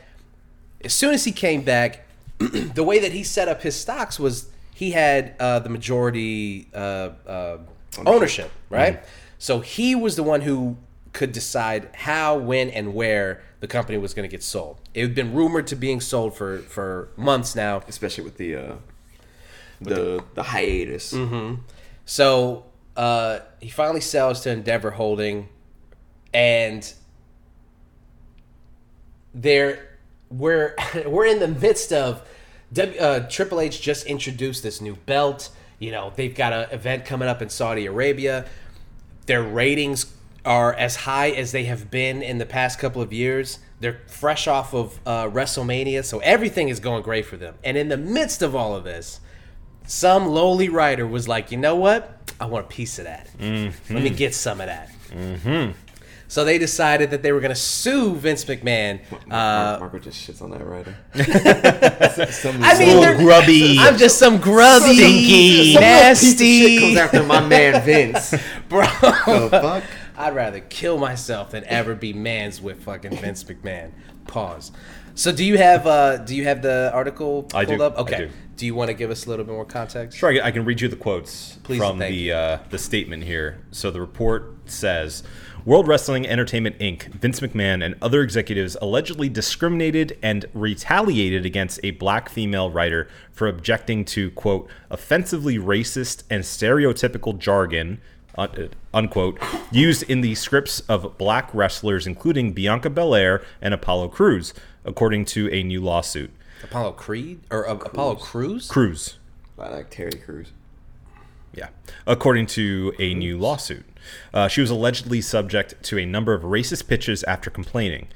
C: As soon as he came back, the way that he set up his stocks was he had uh, the majority uh, uh, ownership. right? So he was the one who could decide how, when, and where the company was going to get sold. It had been rumored to being sold for for months now.
B: especially with the uh, the Mm-hmm. the hiatus.
C: So uh, he finally sells to Endeavor Holding, and there we're we're in the midst of w, uh, Triple H just introduced this new belt. You know they've got an event coming up in Saudi Arabia. Their ratings are as high as they have been in the past couple of years. They're fresh off of uh, WrestleMania, so everything is going great for them. And in the midst of all of this, some lowly writer was like, you know what? I want a piece of that. Let
B: Mm-hmm.
C: me get some of that. So they decided that they were going to sue Vince McMahon. Uh,
B: Mar- Marco just shits on that writer.
C: I mean, they're-
A: Oh, grubby.
C: I'm just some grubby,
A: Stinky.
B: Some little piece of shit comes
C: nasty,
B: after my man Vince.
C: bro.
B: the fuck?
C: I'd rather kill myself than ever be mans with fucking Vince McMahon. Pause. So do you have uh do you have the article pulled
A: I do.
C: up?
A: I
C: Okay.
A: do.
C: you want to give us a little bit more context?
A: Sure, I I can read you the quotes
C: Please and
A: from
C: thank
A: the
C: you.
A: uh, the statement here. So the report says, World Wrestling Entertainment Inc. Vince McMahon and other executives allegedly discriminated and retaliated against a black female writer for objecting to quote offensively racist and stereotypical jargon. uh, unquote, used in the scripts of black wrestlers, including Bianca Belair and Apollo Cruz, according to a new lawsuit.
C: Apollo Creed or uh, Apollo Cruz?
A: Cruz,
B: I like Terry Crews.
A: Yeah, according to a new lawsuit. Uh, she was allegedly subject to a number of racist pitches after complaining.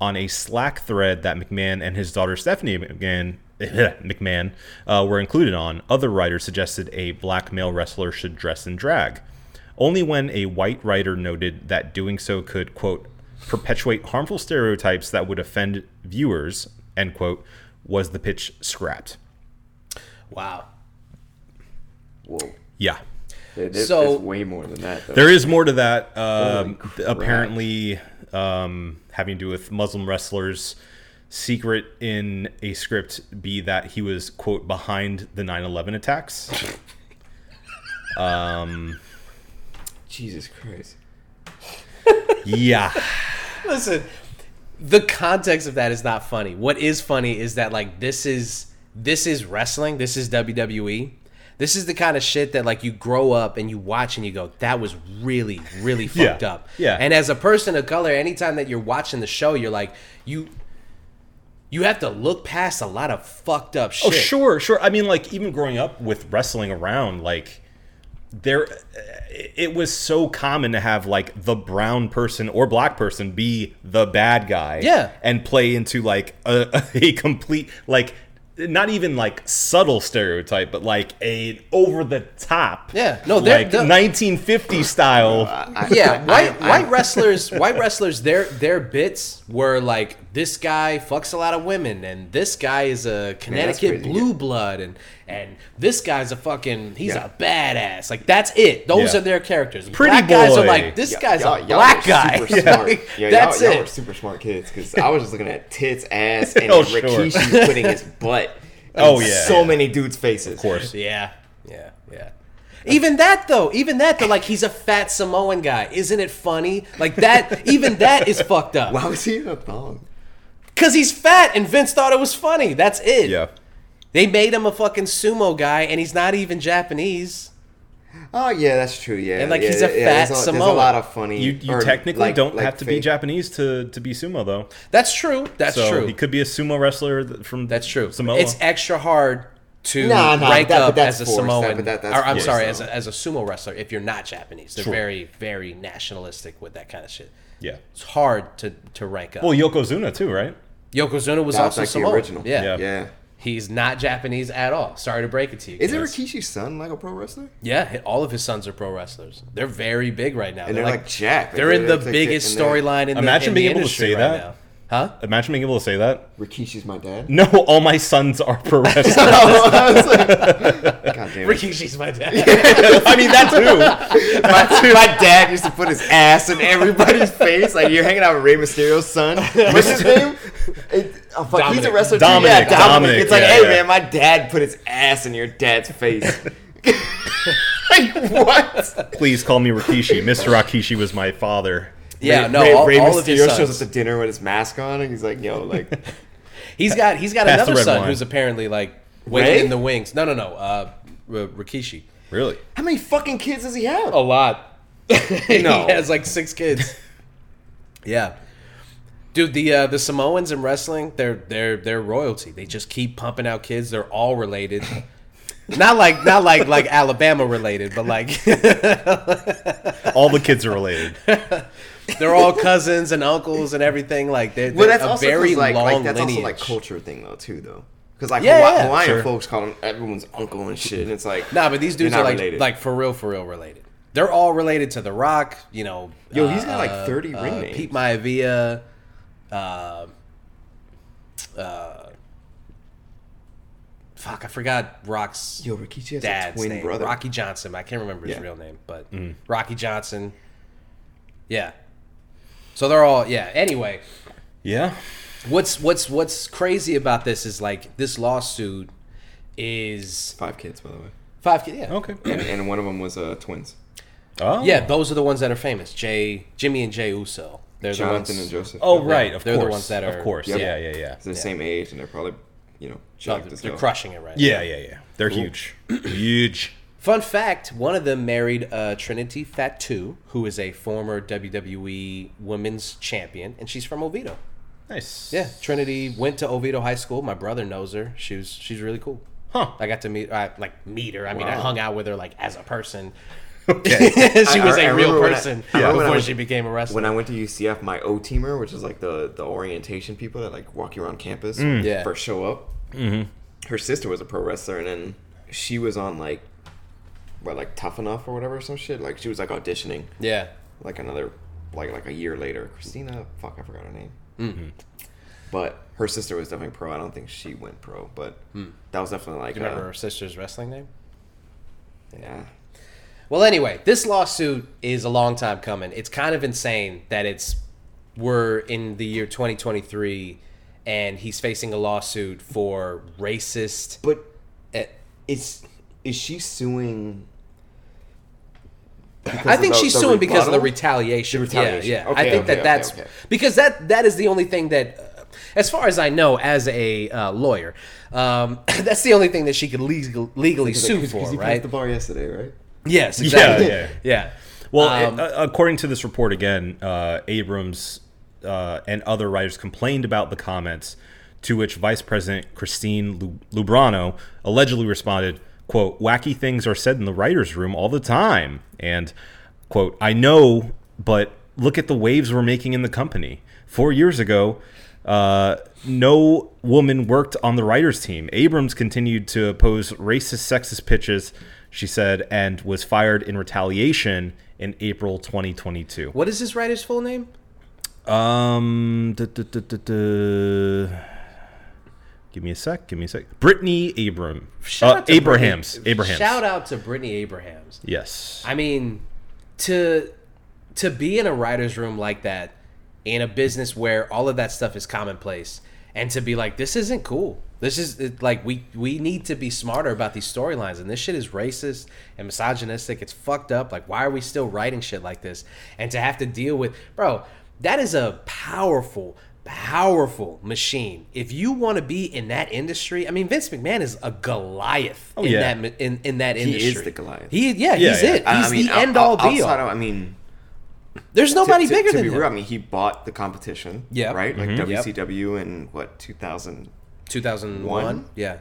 A: On a Slack thread that McMahon and his daughter Stephanie McMahon, McMahon uh, were included on, other writers suggested a black male wrestler should dress in drag. Only when a white writer noted that doing so could, quote, perpetuate harmful stereotypes that would offend viewers, end quote, was the pitch scrapped.
C: Wow.
B: Whoa.
A: Yeah.
B: There, there,
C: So-
B: there's way more than that. Though.
A: There is more to that. Um,
B: Holy
A: th- apparently, um, having to do with Muslim wrestlers. Secret in a script be that he was quote behind the 9/11 attacks.
B: Jesus Christ.
A: yeah,
C: Listen, the context of that is not funny. What is funny is that like this is this is wrestling. This is WWE. This is the kind of shit that like you grow up and you watch and you go, that was really, really
A: Yeah.
C: fucked up.
A: Yeah.
C: And as a person of color, anytime that you're watching the show, you're like, you you have to look past a lot of fucked up shit.
A: Oh, sure, sure. I mean, like even growing up with wrestling around, like there, it was so common to have like the brown person or black person be the bad guy,
C: Yeah.
A: and play into like a, a complete like not even like subtle stereotype, but like a over the top,
C: Yeah. No, they're- Uh,
A: like
C: they're-
A: 1950 style.
C: yeah,
B: I-
C: white white wrestlers, white wrestlers, their their bits were like this guy fucks a lot of women, and this guy is a Connecticut
B: crazy,
C: blue blood, and and this guy's a fucking he's
B: Yeah.
C: a badass. Like that's it. Those
A: Yeah.
C: are their characters.
A: Pretty
C: black guys are
A: boy.
C: like this
B: Y-
C: guy's
B: y'all-
C: a
B: y'all
C: black
B: were
C: guy.
B: Super smart.
C: Like,
B: Yeah,
C: that's
B: y'all, Y'all were
C: it.
B: super smart kids because I was just looking at tits, ass, and
A: Oh, sure.
B: Rikishi putting his butt. in
A: Oh, yeah.
B: so many dudes' faces.
A: Of course,
C: Yeah, yeah, yeah. Even that though, even that though, like he's a fat Samoan guy. Isn't it funny? Like that. even that is fucked up.
B: Why was he in a thong?
C: Cause he's fat, and Vince thought it was funny. That's it.
A: yeah.
C: They made him a fucking sumo guy, and he's not even Japanese.
B: Oh yeah, that's true. Yeah,
C: And, like,
B: yeah,
C: he's a
B: yeah,
C: fat
B: there's a, There's a
C: Samoan.
B: lot of funny.
A: You, you
B: or,
A: technically
B: like-
A: don't
B: like
A: have to be
B: fake-
A: Japanese to, to be sumo though.
C: That's true. That's
A: so
C: true.
A: he could be a sumo wrestler th- from
C: that's true.
A: Samoa.
C: It's extra hard to
B: Nah, nah,
C: rank
B: that- but
C: up
B: that's
C: as a
B: forced. That-
C: Samoan.
B: but that- that's
C: or, I'm
B: forced,
C: sorry,
B: though.
C: as a, as a sumo wrestler, if you're not Japanese, they're
A: Sure.
C: very, very nationalistic with that kind of shit.
A: yeah.
C: It's hard to, to rank up.
A: Well, Yokozuna too, right?
C: Yokozuna was
B: That was
C: also
B: like
C: Samoan.
B: the original.
C: Yeah.
A: Yeah.
B: yeah.
C: he's not Japanese at all. Sorry to break it to you.
B: Is it
C: kids.
B: Rikishi's son like a pro wrestler?
C: Yeah, h- all of his sons are pro wrestlers. They're very big right now.
B: And they're like jacked.
C: They're
B: Like,
C: in
B: they're
C: the
B: like-
C: biggest
B: and they're-
C: storyline in the
A: Imagine
C: in
A: being
C: the
A: able to
C: industry
A: say
C: right
A: that.
C: now. huh?
A: Imagine being able to say that.
B: Rikishi's my dad.
A: No, all my sons are pro wrestlers.
B: I was like, God damn it.
C: Rikishi's my dad.
A: I mean, that too.
B: My, my dad used to put his ass in everybody's face. Like you're hanging out with Rey Mysterio's son. What's his name? It, oh, fuck, he's a
C: Dominic.
B: wrestler
A: Dominic,
B: too. Yeah, Dominic.
A: Dominic,
B: It's like,
A: yeah,
B: hey
A: yeah.
B: man, my dad put his ass in your dad's face. like what?
A: Please call me Rikishi. Mr. Rakishi was my father.
C: yeah,
B: Rey-
C: no,
B: Rey,
C: all,
B: Rey
C: all of his
B: Mysterio shows up
C: sons.
B: to dinner with his mask on, and he's like, yo, like,
C: He's got he's got
A: Pass the
C: another
A: red
C: son
A: wine.
C: who's apparently like waiting
B: Ray?
C: in the wings. No, no, no. Uh, R- Rikishi.
A: Really?
B: how many fucking kids does he have?
C: A lot.
B: No.
C: he has like six kids. yeah. Dude, the uh, the Samoans in wrestling, they're they're they're royalty. They just keep pumping out kids. They're all related. not like not like like Alabama related, but like
A: All the kids are related.
C: they're all cousins and uncles and everything. Like they're,
B: Well,
C: they're
B: that's
C: a
B: also 'cause,
C: very
B: like,
C: long
B: like that's
C: lineage.
B: also like culture thing though too though, because like
C: Yeah,
B: Hawaii-
C: yeah,
B: Hawaiian
A: sure.
B: folks call them everyone's uncle and shit, and it's like
C: Nah, but these
B: you're
C: dudes are
B: not
C: like
B: related.
C: like for real, for real related. They're all related to The Rock, you know.
B: Yo, he's got, like, 30
C: uh,
B: ring names.
C: Pete Maivia, uh, uh, fuck, I forgot Rock's
B: yo Rikishi has a
C: dad's
B: twin
C: name.
B: brother.
C: Rocky Johnson. I can't remember his
B: Yeah. Mm.
C: real name, but Rocky Johnson. Yeah. So they're all yeah. Anyway,
A: Yeah.
C: what's what's what's crazy about this is like this lawsuit is
B: Five kids by the way,
C: five. Yeah.
A: Okay.
B: and, and one of them was uh, twins,
A: Oh.
C: Yeah, those are the ones that are famous. Jay, Jimmy, and Jay Uso. They're
B: Jonathan
C: the ones,
B: and Joseph.
A: Oh, right. Of
C: They're the
A: course.
C: ones that are-
A: Of course.
B: Yep.
A: Yeah, yeah, yeah.
B: They're the same age, and they're probably you know
C: no,
B: jacked
C: they're,
B: as
C: they're
B: hell.
C: crushing it right.
A: Yeah, yeah, yeah. They're huge. huge.
C: Fun fact: One of them married uh, Trinity Fatu, who is a former WWE Women's Champion, and she's from Oviedo.
A: Nice.
C: Yeah, Trinity went to Oviedo High School. My brother knows her. She was she's really cool.
A: Huh.
C: I got to meet I, like meet her. I mean, I
B: Wow.
C: hung out with her like as a person.
A: Okay.
C: she
B: I-
C: was
B: I-
C: a
B: I
C: real
B: remember when I-
C: person
B: I remember when I
C: before
B: was-
C: she became a wrestler.
B: When I went to UCF, my O teamer, which is like the the orientation people that like walk you around campus,
C: Yeah.
B: first show up. Her sister was a pro wrestler, and then she was on like, what like Tough Enough or whatever, some shit. Like she was like auditioning,
C: yeah,
B: like another, like like a year later. Christina, fuck, I forgot her name.
C: Mm.
B: But her sister was definitely pro. I don't think she went pro, but
C: Hmm.
B: that was definitely like
C: you remember
B: a,
C: her sister's wrestling name?
B: yeah.
C: Well, anyway, this lawsuit is a long time coming. It's kind of insane that it's we're in the year 2023 and he's facing a lawsuit for racist.
B: But eh, is is she suing?
C: I think she's suing because of the retaliation.
B: The retaliation.
C: Yeah, yeah. I
B: Okay,
C: think
B: okay,
C: that
B: okay,
C: that's
B: okay.
C: because that that is the only thing that, uh, as far as I know, as a uh, lawyer, um, that's the only thing that she could legal, legally sue for, right?
B: the bar yesterday, right?
C: Yes, exactly.
A: yeah.
C: Yeah,
A: Well,
C: Um,
A: a- a- according to this report again, uh, Abrams uh, and other writers complained about the comments, to which Vice President Christine Lu- Lubrano allegedly responded, "quote Wacky things are said in the writers' room all the time," and "quote I know, but look at the waves we're making in the company. Four years ago." Uh, no woman worked on the writers' team. Abrams continued to oppose racist, sexist pitches, she said, and was fired in retaliation in April 2022.
C: What is this writer's full name?
A: Um, duh, duh, duh, duh, duh. give me a sec. Give me a sec. Brittany Abram,
C: Shout
A: uh,
C: out to
A: Abrahams,
C: Brittany-
A: Abrahams.
C: Shout out to Brittany Abrahams.
A: Yes.
C: I mean, to to be in a writer's room like that, in a business where all of that stuff is commonplace, and to be like, this isn't cool. This is it- like we we need to be smarter about these storylines, and this shit is racist and misogynistic. It's fucked up. Like, why are we still writing shit like this? And to have to deal with, bro, that is a powerful. Powerful machine. If you want to be in that industry, I mean, Vince McMahon is a Goliath in
A: yeah.
C: that in, in that
B: Oh, He is
C: industry.
B: the Goliath.
C: He, yeah,
A: Yeah,
C: he's
A: yeah.
C: it. He's
B: I mean,
C: the end all be all.
B: outside Of, I mean,
C: There's
B: to-
C: nobody
B: to-
C: bigger
B: to
C: than
B: be
C: him.
B: real, I mean, he bought the competition.
C: Yep. Mm-hmm.
B: Right,
C: Yep.
B: like WCW in what 2000.
C: 2001.
B: One?
C: Yeah.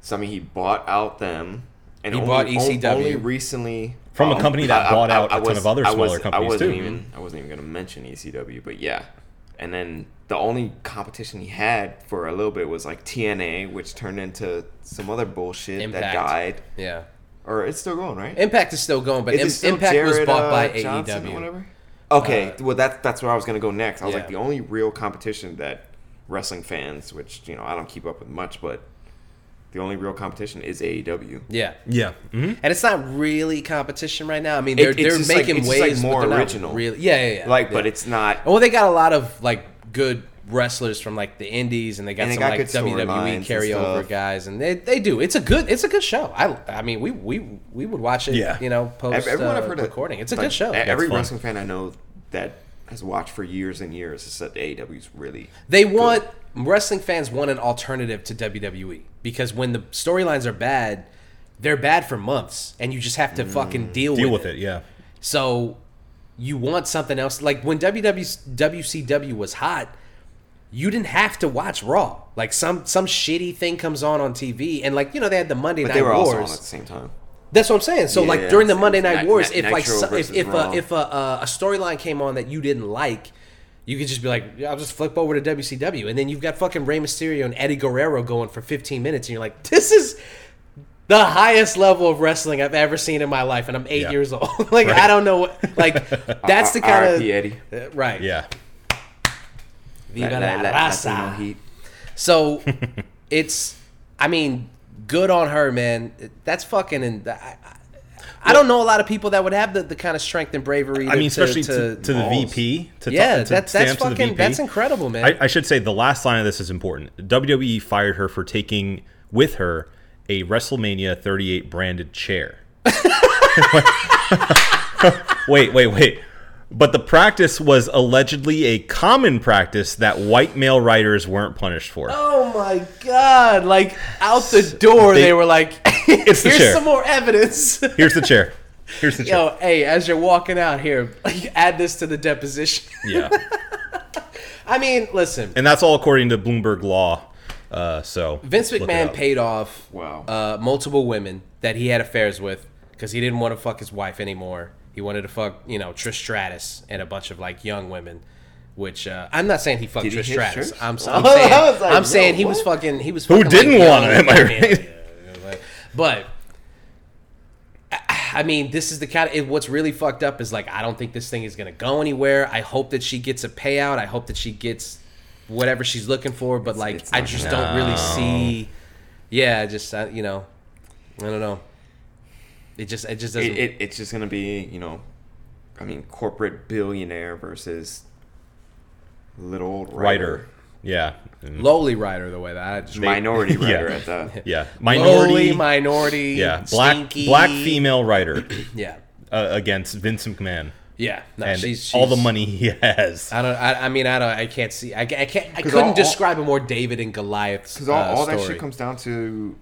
B: So I mean, he bought out them. And
C: He
B: only,
C: bought E
B: on-
C: ECW.
B: Only recently um,
A: From a company that bought out a ton of other smaller
B: wasn't-
A: companies,
B: I wasn't
A: too.
B: even I wasn't even going to mention ECW, but yeah. And then the only competition he had for a little bit was like TNA, which turned into some other bullshit that
C: Impact.
B: died,
C: Yeah.
B: or it's still going, right?
C: Impact is still going, but
B: Is it
C: Im-
B: still
C: Impact was
B: Jared,
C: bought
B: uh,
C: by E
B: Johnson or
C: AEW.
B: whatever? Okay,
C: Uh,
B: well that's that's where I was gonna go next. I was like
C: yeah.
B: the only real competition that wrestling fans, which you know I don't keep up with much, but the only real competition is E AEW.
C: Yeah. Mm-hmm.
A: yeah. hmm
C: And it's not really competition right now. I mean,
B: It-
C: they're,
B: it's
C: they're
B: just like-
C: making
B: it's just
C: waves
B: like more
C: but they're
B: original.
C: Not really. Yeah, yeah, yeah.
B: Like,
C: yeah.
B: but it's not.
C: Well, they got a lot of like good wrestlers from like the indies, and they got
B: And they
C: some
B: got
C: like
B: good storylines
C: WWE
B: and
C: carryover
B: stuff.
C: guys, and they, they do. It's a good it's a good show. I I mean we we we would watch it.
A: Yeah.
C: You know, post uh, recording. It's a
B: like,
C: good show.
B: e- Every
A: fun.
B: wrestling fan I know that has watched for years and years has said AEW's really.
C: They want wrestling fans want an alternative to WWE because when the storylines are bad, they're bad for months, and you just have to
B: Mm.
C: fucking deal,
A: Deal with it. Yeah.
C: So you want something else? Like when WW, WCW was hot, you didn't have to watch Raw. Like some some shitty thing comes on on TV, and like you know they had the Monday
B: But
C: Night
B: they were
C: Wars.
B: also on at the same time.
C: That's what I'm saying. So
B: Yeah,
C: like
B: yeah,
C: during the
B: it's-
C: Monday
B: it's
C: Night
B: Ni-
C: Wars,
B: Ni-
C: if like
B: Nitro
C: so, if
B: versus
C: if
B: Raw.
C: a, if a, a, a storyline came on that you didn't like, you could just be like, "Yeah, I'll just flip over to WCW, and then you've got fucking Rey Mysterio and Eddie Guerrero going for 15 minutes, and you're like, this is the highest level of wrestling I've ever seen in my life, and I'm eight
A: Yeah.
C: years old. like
A: Right.
C: I don't know, what, like that's the
B: R-
C: kind
B: RIP
C: of
B: Eddie.
C: right.
A: Yeah.
C: Viva
B: That-
C: la,
B: that- that
C: raza.
B: Latino heat.
C: So it's, I mean, good on her, man. That's fucking. And I, I, I don't know a lot of people that would have the, the kind of strength and bravery.
A: I
C: to-
A: mean, especially to, to, the
B: balls.
A: VP. To
C: yeah,
A: to
C: that's
A: stand
C: that's
A: up to the
C: fucking
A: VP.
C: that's incredible, man.
A: I, I should say the last line of this is important. WWE fired her for taking with her a WrestleMania 38 branded chair. wait, wait, wait. But the practice was allegedly a common practice that white male writers weren't punished for.
C: oh my god! Like out the door,
A: They-
C: they, were like,
A: It's the
C: Here's
A: chair.
C: some more evidence.
A: Here's the chair. Here's the chair.
C: Yo, hey, as you're walking out here, add this to the deposition.
A: Yeah.
C: I mean, listen,
A: And that's all according to Bloomberg law. Uh, so
C: Vince
A: look it
C: McMahon
A: up.
C: paid off
B: Wow.
C: uh, multiple women that he had affairs with because he didn't want to fuck his wife anymore. He wanted to fuck, you know, Trish Stratus and a bunch of like young women. Which uh, I'm not saying he fucked
B: Did he
C: Trish
B: hit
C: Stratus.
B: Trish?
C: I'm, s- I'm
B: I
C: saying,
B: was like,
C: I'm saying
B: yo,
C: he was
B: what?
C: fucking he was
A: Who
C: fucking, like,
A: didn't
C: young
A: want him, am I
C: women.
A: right?
C: Yeah, like- But I mean, this is the kind of it, what's really fucked up is like I don't think this thing is gonna go anywhere. I hope that she gets a payout. I hope that she gets whatever she's looking for. But like,
B: it's
C: I
B: not
C: just
B: gonna-
C: don't really
A: Oh.
C: see. Yeah, I just I, you know, I don't know. It just it just doesn't.
B: it, it, it's just gonna be you know, I mean, corporate billionaire versus little old
A: writer.
B: writer,
A: Yeah. Mm.
C: lowly rider the way that I just
B: minority
A: Yeah.
B: writer at that.
A: Yeah.
C: lowly
A: Minority.
C: minority.
A: yeah. Black
C: stinky.
A: black female writer
C: Yeah,
A: uh, against Vince McMahon
C: yeah.
B: Ah,
C: No,
A: and
C: she's, she's
A: all the money he has.
B: Uh,
C: I don't. I, I mean, I don't. I can't see. I, ca- I can't. I
B: 'Cause
C: couldn't
B: all- all-
C: describe a more David and Goliath.
B: Because all,
C: uh,
B: all that
C: story.
B: shit comes down to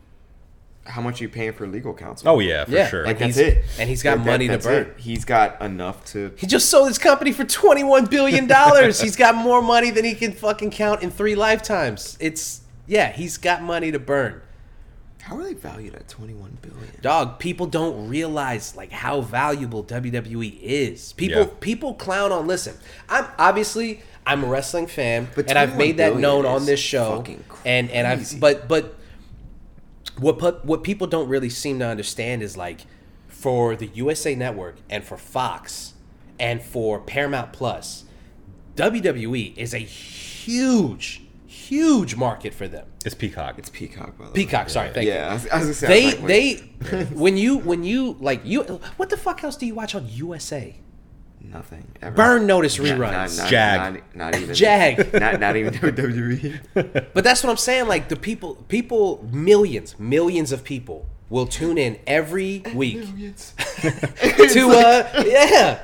B: how much you paying for legal counsel.
A: Oh yeah, for sure.
B: like
C: And
B: that's
C: he's-
B: it.
C: and he's got
B: That-
C: money to
B: that's
C: burn.
B: it. He's got enough to.
C: He just sold his company for twenty-one billion dollars. he's got more money than he can fucking count in three lifetimes. It's yeah, he's got money to burn.
B: How are they valued at twenty one billion?
C: Dog, people don't realize like how valuable WWE is. People
A: Yeah.
C: people clown on listen. I'm obviously I'm a wrestling fan
B: But
C: and I've
B: 21
C: made that
B: billion
C: known
B: is
C: on this show.
B: fucking
C: And and I've
B: crazy.
C: but but what put, what people don't really seem to understand is like for the USA network and for Fox and for Paramount Plus, WWE is a huge huge market for them.
A: It's Peacock.
B: It's Peacock, by the way.
C: Peacock, sorry, thank you
B: Yeah, I was, I was gonna say. I
C: they
B: was like,
C: they
B: wait,
C: when you when you like you what the fuck else do you watch on USA?
B: nothing ever.
C: Burn Notice
B: Not- not-
C: reruns.
B: not-
A: Jag.
B: Not, not even
C: Jag.
B: Not not even E. WWE.
C: But that's what I'm saying. Like the people, people, millions, millions of people will tune in every week to uh, yeah,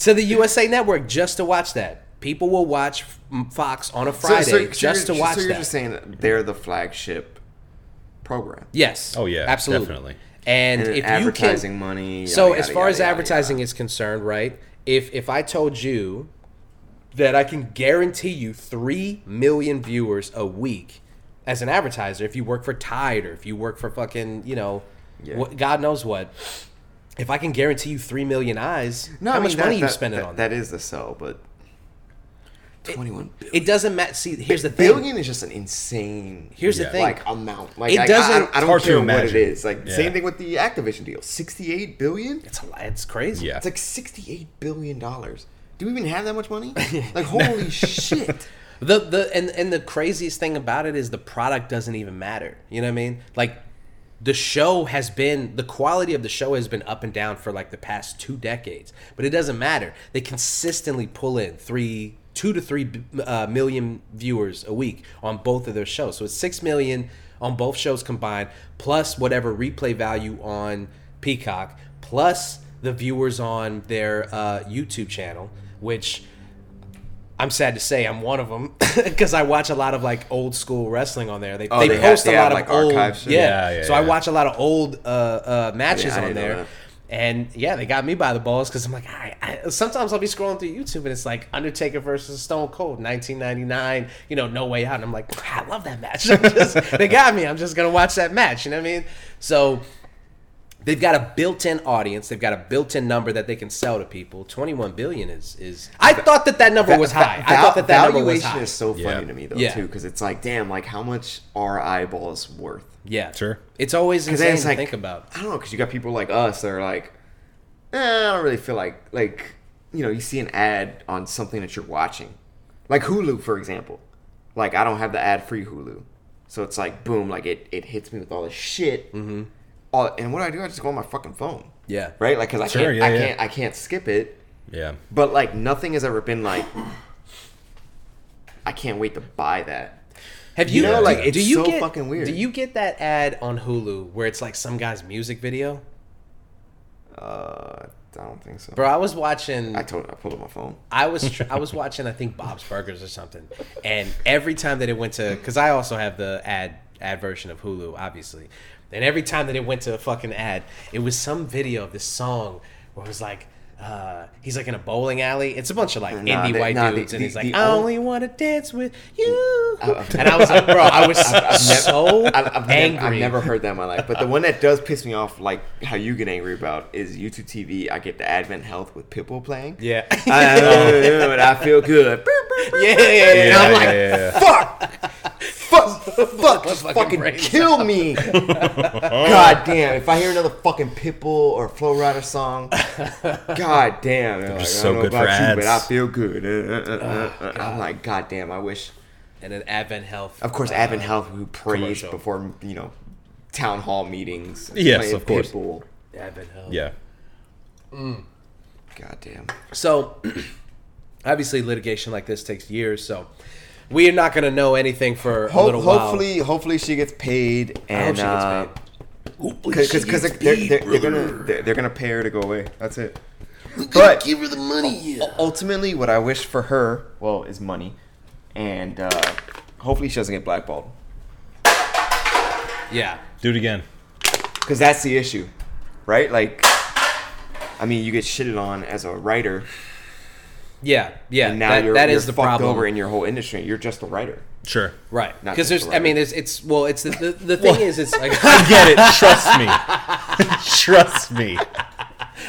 C: to the USA Network just to watch that. People will watch F- Fox on a Friday just
B: you're-
C: to watch
B: So you're
C: that.
B: just saying that they're the flagship program.
C: yes.
A: Oh, yeah,
C: Absolutely.
A: definitely.
C: And,
B: And then
C: if
B: advertising
C: you can,
B: money.
C: So
B: yada,
C: as
B: yada,
C: far as
B: yada, yada,
C: advertising
B: yada.
C: is concerned, right? If if I told you that I can guarantee you three million viewers a week as an advertiser, if you work for Tide or if you work for fucking you know,
B: Yeah.
C: what, God knows what, if I can guarantee you three million eyes, how much
B: that-
C: money you
B: that-
C: spending
B: that-
C: on that?
B: That is the sell, but twenty-one billion.
C: It doesn't matter. See, here's the thing.
B: billion is just an insane.
C: Here's the
A: Yeah.
C: thing.
B: like amount. Like
C: It
B: I,
C: doesn't-
B: I, I,
C: It's
B: don't
A: hard to
B: care what it
A: imagine.
B: is. Like
A: Yeah.
B: same thing with the Activision deal. Sixty-eight billion.
C: it's a lot. It's crazy.
A: Yeah.
B: It's like sixty-eight billion dollars. Do we even have that much money? Like holy shit.
C: The the and and the craziest thing about it is the product doesn't even matter. You know what I mean? Like the show has been the quality of the show has been up and down for like the past two decades, but it doesn't matter. They consistently pull in three, two to three uh, million viewers a week on both of their shows. So it's six million on both shows combined, plus whatever replay value on Peacock, plus the viewers on their uh, YouTube channel, which I'm sad to say I'm one of them because I watch a lot of like old school wrestling on there. They,
B: Oh,
C: they,
B: they have-
C: post
B: they
C: a
B: have,
C: lot
B: like,
C: of old, yeah.
B: archive shit?
A: Yeah, yeah,
C: So I
A: yeah.
C: watch a lot of old uh, uh, matches
B: I
C: on
B: didn't know
C: there,
B: that.
C: and yeah, they got me by the balls because I'm like, I, I, sometimes I'll be scrolling through YouTube and it's like Undertaker versus Stone Cold 1999, you know, No Way Out, and I'm like, I love that match. I'm just- they got me. I'm just gonna watch that match. You know what I mean? So they've got a built-in audience. They've got a built-in number that they can sell to people. Twenty-one billion is is. I thought that that number was high. I thought that that number was
B: valuation
C: high.
B: is so funny
A: Yeah.
B: to me though
C: Yeah.
B: too because it's like damn, like how much are eyeballs worth?
C: yeah,
A: Sure.
C: It's always
B: Because then
C: insane
B: it's like
C: to think about.
B: I don't know because you got people like us that are like, eh, I don't really feel like like you know you see an ad on something that you're watching, like Hulu for example. Like I don't have the ad free Hulu, so it's like boom, like it it hits me with all this shit. Mm-hmm. All and what do I do? I just go on my fucking phone,
C: Yeah,
B: right? Like because I
A: Sure,
B: can't
A: yeah,
B: I
A: yeah.
B: can't I can't skip it.
A: yeah.
B: But like nothing has ever been like, I can't wait to buy that.
C: Have you,
B: You know,
C: do-
B: like,
C: do,
B: it's
C: you
B: so
C: get,
B: fucking weird.
C: Do you get that ad on Hulu where it's like some guy's music video?
B: Uh, I don't think so.
C: Bro, I was watching.
B: I told I pulled up my phone.
C: I was tr- I was watching I think Bob's Burgers or something, and every time that it went to because I also have the ad ad version of Hulu, obviously. And every time that it went to a fucking ad, it was some video of this song where it was like, uh, he's like in a bowling alley. It's a bunch of like
B: Nah,
C: indie
B: the-
C: white
B: nah, the-
C: dudes, and
B: the-
C: he's like,
B: the
C: "I
B: on-
C: only want to dance with you."
B: I- I-
C: and I was like, "Bro, I was
B: nev-
C: so
B: I've, I've,
C: angry."
B: Never, I've never heard that in my life. But the one that does piss me off, like how you get angry about, is YouTube TV. I get the Advent Health with Pitbull playing.
C: Yeah,
B: I, know, and I feel good.
C: yeah, yeah, yeah.
A: Yeah,
B: I'm
A: yeah,
B: like,
A: yeah, yeah.
B: Fuck! Fuck! Fuck! Just
C: Fucking
B: fucking
C: brains
B: kill me! God damn! If I hear another fucking Pitbull or Flow Rider song, God damn! Like,
A: just
B: I
A: so
B: don't know
A: good for
B: about you, but I
A: ads. Oh,
B: feel good. Uh, uh, uh, uh, uh. I'm like, God damn! I wish.
C: And then Advent Health. Uh,
B: Of course,
A: Uh,
B: Advent Health who prays
C: commercial.
B: before you know town hall meetings.
A: Yes,
B: playing
A: of course.
B: Pitbull.
C: Advent Health.
A: Yeah.
B: God damn!
C: So, obviously, litigation like this takes years. So, we are not going to know anything for a
B: Ho-
C: little while.
B: hopefully, hopefully she gets paid.
C: I
B: And,
C: hope she gets
B: uh,
C: paid.
B: because because they're, they're, they're, gonna they're, they're gonna pay her to go away. That's it. But give her the money. Ultimately, what I wish for her, well, is money, and uh, hopefully she doesn't get blackballed
C: Yeah.
A: Do it again.
B: because that's the issue, right? Like, I mean, you get shitted on as a writer,
C: Yeah. Yeah.
B: and now
C: that,
B: you're,
C: that
B: you're
C: is the
B: fucked
C: problem.
B: over in your whole industry. You're just a writer.
A: Sure.
C: right.
B: Not
C: Because
B: just
C: there's,
B: the
C: I
B: writer.
C: mean, there's, it's, well, it's the, the, the thing is, it's like,
A: I get it. Trust me. Trust me.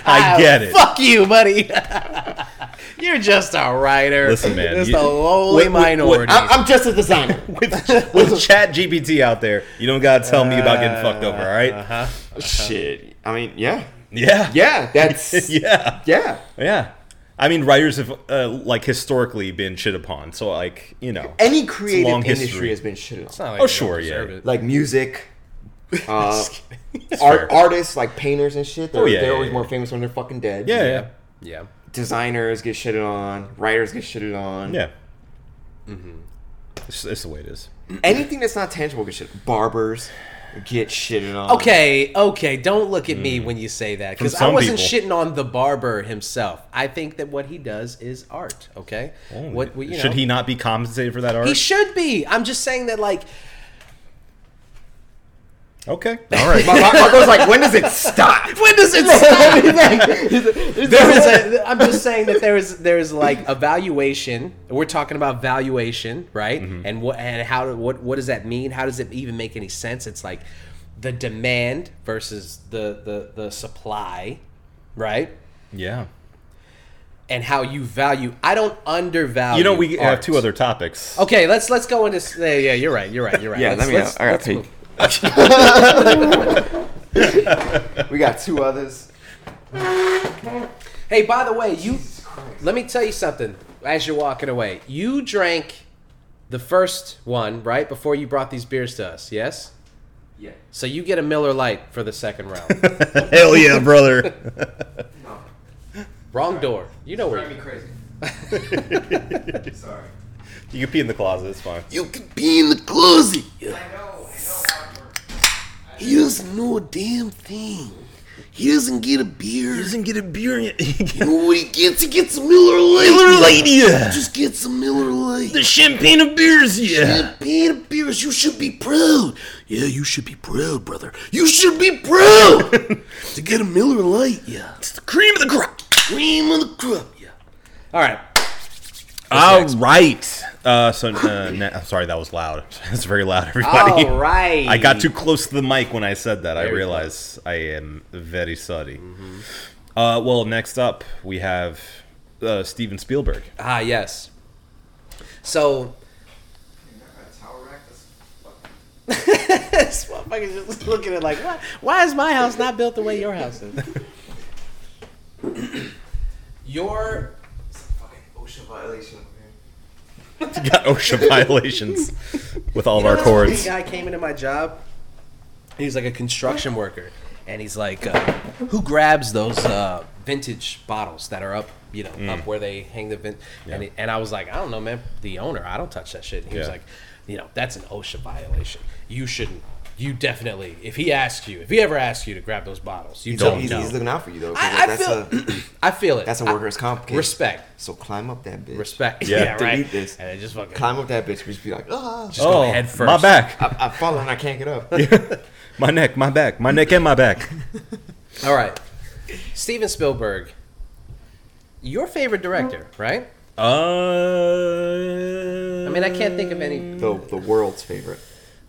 A: I get it.
C: fuck you, buddy. You're just a writer.
A: Listen, man,
C: Just
A: you-
C: a lowly
A: Wait, wait, wait,
C: minority.
B: I'm, I'm just a designer.
A: With Chat GPT out there, you don't gotta tell me about getting fucked over. All right?
B: Uh-huh. Shit. I mean, yeah,
A: Yeah.
B: yeah. That's yeah.
A: Yeah. Yeah. I mean, writers have uh, like historically been shit upon, so like you know.
B: Any creative
A: long
B: industry
A: history.
B: has been shitted on.
C: Not like
A: Oh,
C: you
A: sure,
C: don't deserve
A: yeah.
C: it.
B: like music, uh,
A: fair.
B: art, artists like painters and shit. They're,
A: Oh, yeah,
B: they're
A: yeah,
B: always
A: yeah.
B: more famous when they're fucking dead.
A: Yeah. Yeah.
C: Yeah.
B: Designers get shitted on. Writers get shitted on.
A: Yeah. It's, it's the way it is.
B: Anything that's not tangible gets shitted. Barbers get shitted on.
C: Okay, okay. Don't look at me when you say that because
A: From
C: I
A: some
C: wasn't
A: people.
C: shitting on the barber himself. I think that what he does is art. Okay, what we- you
A: Should
C: know,
A: he not be compensated for that art?
C: He should be. I'm just saying that, like,
A: okay. All right.
B: Mar- Mar- Marco's like, when does it stop?
C: when does it stop? there is a, I'm just saying that there is there is like a valuation. We're talking about valuation, right? And what and how do- what what does that mean? How does it even make any sense? It's like the demand versus the the the supply, right?
A: yeah.
C: and how you value. I don't undervalue.
A: You know, we have
C: art.
A: two other topics.
C: Okay, let's let's go into. s- Yeah, yeah, you're right. You're right. You're right.
B: Yeah,
C: let's,
B: let me know.
C: let's-
B: I got
C: let's
B: peek.
C: move.
B: we got two others.
C: Hey, by the way, you. Let me tell you something. As you're walking away, you drank the first one right before you brought these beers to us. Yes.
B: Yeah.
C: So you get a Miller Light for the second round.
A: Hell yeah, brother.
C: Wrong door. You know where. You,
B: crazy. Sorry.
A: you can pee in the closet. It's fine.
F: You could be in the closet. He doesn't know a damn thing. He doesn't get a beer. He doesn't get a beer. you know what he gets? He gets a Miller Lite. Miller Lite, yeah. Just get some Miller Lite. The champagne of beers, yeah. Champagne of beers. You should be proud. Yeah, you should be proud, brother. You should be proud to get a Miller Lite, yeah. It's the cream of the crop. Cream of the crop, yeah.
C: all right.
A: All right. Uh, so, uh, na- I'm sorry, that was loud. That's very loud, everybody.
C: All right.
A: I got too close to the mic when I said that. I
C: Very
A: realize I am very sorry. Uh, well, next up, we have uh, Steven Spielberg.
C: Ah yes. So this motherfucker's just looking at it like, why, why is my house not built the way your house is? your
B: OSHA violation.
A: Got OSHA violations with all of
C: You know
A: our
C: this
A: chords.
C: Guy came into my job. He was like a construction worker, and he's like, uh, "Who grabs those uh, vintage bottles that are up, you
B: Mm.
C: know, up where they hang the vin?" And, he- and I was like, "I don't know, man. The owner. I don't touch that shit." And he was
A: Yeah.
C: like, you know, that's an OSHA violation. You shouldn't. You definitely, if he asks you, if he ever asks you to grab those bottles, you
B: He's,
C: don't.
B: he's,
C: know.
B: he's looking out for you though. 'cause
C: I, I
B: that's
C: feel,
B: a
C: I feel it.
B: that's a
C: I-
B: workers' comp case.
C: Respect,
B: So climb up that bitch.
C: respect.
A: Yeah.
C: Yeah,
B: Delete
C: right.
B: this.
C: And I just fucking
B: Climb up that bitch. We just be like, ah,
C: just go head first.
A: Oh, my back,
B: I, I'm falling. I can't get up.
A: my neck, my back, my neck and my back.
C: All right, Steven Spielberg, your favorite director, right?
A: Uh,
C: I mean, I can't think of
A: Mm.
C: any.
B: the the world's favorite.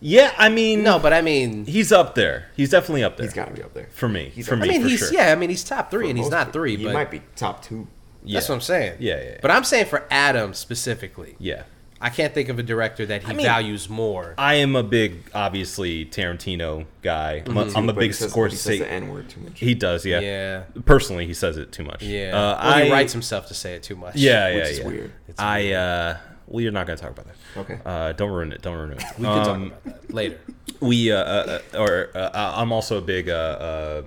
A: Yeah, I mean,
C: No, but I mean,
A: he's up there. He's definitely up there
B: He's got to be up there.
A: for me.
B: He's
A: for
B: up
A: me,
C: I mean,
A: for
C: he's
A: sure.
C: yeah. I mean, he's top three, and he's
B: Most
C: not
B: people.
C: three,
B: He
C: but
B: might be top two.
C: that's what I'm saying.
A: Yeah, yeah, yeah.
C: But I'm saying for Adam specifically,
A: Yeah,
C: I can't think of a director that he
A: mean-
C: values more.
A: I am a big, obviously Tarantino guy. I'm a,
C: Mm-hmm.
A: I'm a
B: But
A: big
B: he says, but he says
A: Scorsese.
B: the N word too much.
A: He does, yeah.
C: Yeah.
A: Personally, he says it too much.
C: Yeah,
A: Uh,
C: Well,
A: I
C: he writes himself to say it too much.
A: Yeah, yeah,
B: which is
A: yeah.
B: weird.
A: I uh, well, you're not gonna talk about that.
B: Okay.
A: Uh, don't ruin it. Don't ruin it.
C: we can talk about that later.
A: we uh, uh, uh, or uh, I'm also a big uh, uh,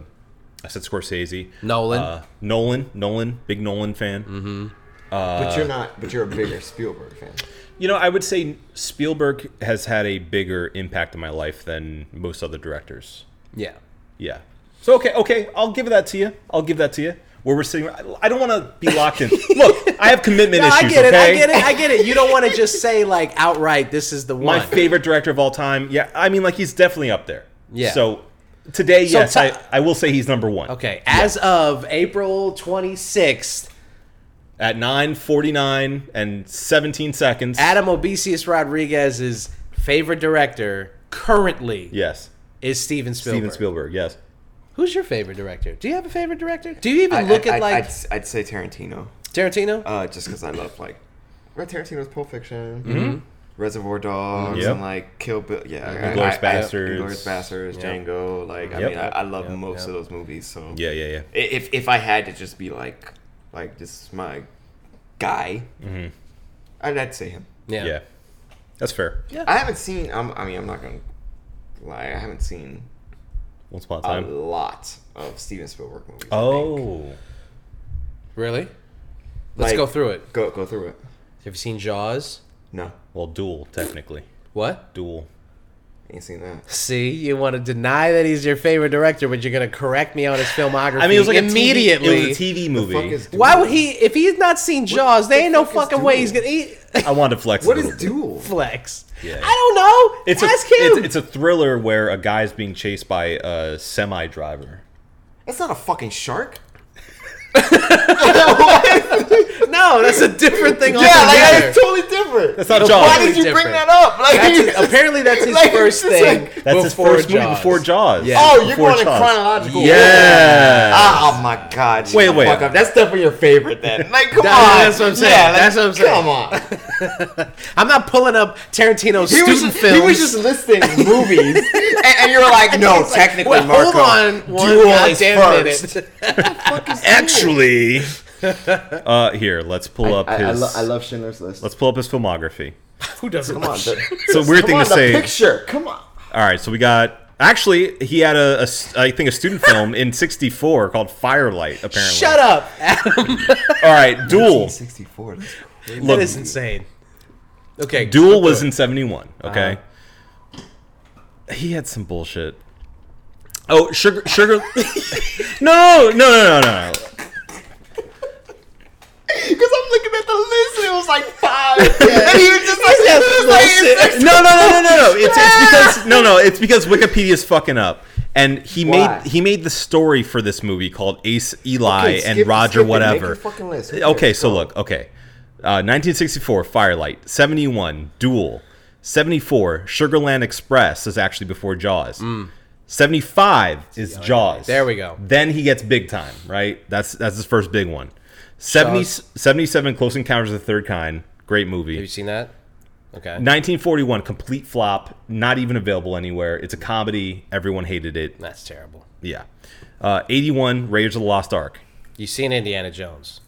A: I said Scorsese,
C: Nolan.
A: uh, Nolan, Nolan, big Nolan fan.
B: but you're not. But you're a bigger Spielberg fan.
A: You know, I would say Spielberg has had a bigger impact in my life than most other directors.
C: yeah,
A: Yeah. So okay, okay, I'll give that to you. I'll give that to you. Where we're sitting, I I don't want to be locked in. Look, I have commitment
C: No,
A: issues.
C: I get
A: okay?
C: it. I get it. I get it. You don't want to just say like outright, "This is the
A: my
C: one."
A: favorite director of all time. Yeah, I mean, like he's definitely up there.
C: Yeah.
A: So today,
C: So
A: yes,
C: ti-
A: I I will say he's number one.
C: okay, as of April twenty sixth,
A: At nine forty nine and seventeen seconds.
C: Adam Obesius Rodriguez's favorite director currently
A: yes,
C: is Steven Spielberg.
A: Steven Spielberg. Yes.
C: Who's your favorite director? Do you have a favorite director? Do you even
B: I,
C: look
B: I,
C: at like
B: I'd, s- I'd say Tarantino,
C: Tarantino?
B: uh, just because I love like well, Tarantino's Pulp Fiction, Reservoir Dogs,
A: Mm-hmm. Yep.
B: and like Kill Bill. Yeah, I-
A: Inglourious
B: I- I-
A: Bastards.
B: Inglourious Bastards, Django. Like I
A: Yep.
B: mean, I, I love
C: Yep,
B: most
C: yep.
B: of those movies. So
A: Yeah, yeah, yeah.
B: I- if if I had to just be like, like this is my guy,
A: Mm-hmm.
B: I'd, I'd say him.
A: Yeah. That's fair. Yeah.
B: I haven't seen. I'm, I mean, I'm not gonna lie. I haven't seen
A: Once upon a
B: a
A: time.
B: lot of Steven Spielberg movies. I think.
A: Oh.
C: Really? Let's
B: Like-
C: go through it.
B: go go through it.
C: Have you seen Jaws?
B: No,
A: Well, duel technically.
C: What?
A: Duel.
B: ain't seen that.
C: See, you want to deny that he's your favorite director, but you're going to correct me on his filmography.
A: I mean, it was like
C: immediately.
A: A TV, it was a TV movie.
B: Fuck is
C: Why
B: Duel?
C: would he? If he's not seen Jaws, there
B: the
C: ain't no
B: fuck is
C: fucking way he's
B: Duel?
C: gonna eat
A: I wanted to flex.
B: What
A: a
B: is
A: little bit.
B: Duel?
C: flex.
A: Yeah.
C: I don't know.
A: It's a,
C: Ask him.
A: It's, it's a thriller where a guy's being chased by a semi driver.
B: That's not a fucking shark.
C: no, that's a different thing
B: Yeah, like
C: altogether.
B: it's totally different.
A: That's not Jaws.
B: Why did
C: Totally
B: you bring
C: different.
B: that up? Like,
C: That's- apparently, that's his
B: like, it's
C: first
B: just
C: thing.
B: like-
A: That's his
C: before
A: first movie
C: Jaws.
A: before Jaws.
C: Yeah.
B: oh, you're
A: Before
B: going in
A: Jaws.
B: chronological.
A: Yeah.
B: Oh my god. shut
A: Wait,
B: the
A: wait.
B: fuck up. That's definitely your favorite then. Like, come
C: That-
B: on.
C: that's what I'm saying.
B: Ah, Yeah, like,
C: That's what I'm saying.
B: Come on.
C: I'm not pulling up Tarantino's
B: He was
C: student
B: just,
C: films.
B: he was just listing movies, and, and you were like, no, technically,
C: Well,
B: Marco,
C: hold on, one
B: Duel is
C: goddamn
B: first.
C: minute.
A: Actually, uh, here let's pull up
B: I, I,
A: his.
B: lo- I love Schindler's List.
A: let's pull up his filmography.
C: Who doesn't?
B: come on, the,
A: So weird
B: come
A: thing
B: on,
A: to
B: the
A: say.
B: picture. Come on.
A: All right, so we got. Actually, he had a, a s- I think a student film in '64 called Firelight. Apparently,
C: Shut up.
A: All right, Duel.
B: 1964. That's crazy.
A: Look,
C: That is insane. Okay,
A: Duel was in '71. Okay, he had some bullshit. Oh, sugar, sugar. no, no, no, no, no.
B: Because I'm looking at the list and it was like five. And he was just like, it was like it's-
A: No, no, no, no, no, no. It's, it's because no, no. It's because Wikipedia's fucking up, and he
B: Why?
A: made he made the story for this movie called Ace Eli
B: Okay,
A: and
B: skip-
A: Roger
B: skip it. Make
A: whatever. Uh,
B: your fucking list. Who
A: Okay,
B: cares?
A: so look. Okay, uh, 1964 Firelight, 71 Duel, 74 Sugarland Express is actually before Jaws.
B: Mm.
A: 75 is Jaws.
C: There we go.
A: Then he gets big time, right? That's that's his first big one. 70,
C: Jaws.
A: 77 Close Encounters of the Third Kind, great movie.
C: Have you seen that? Okay.
A: 1941, complete flop, not even available anywhere. It's a comedy. Everyone hated it.
C: That's terrible.
A: Yeah. Uh, 81, Raiders of the Lost Ark.
C: You seen Indiana Jones?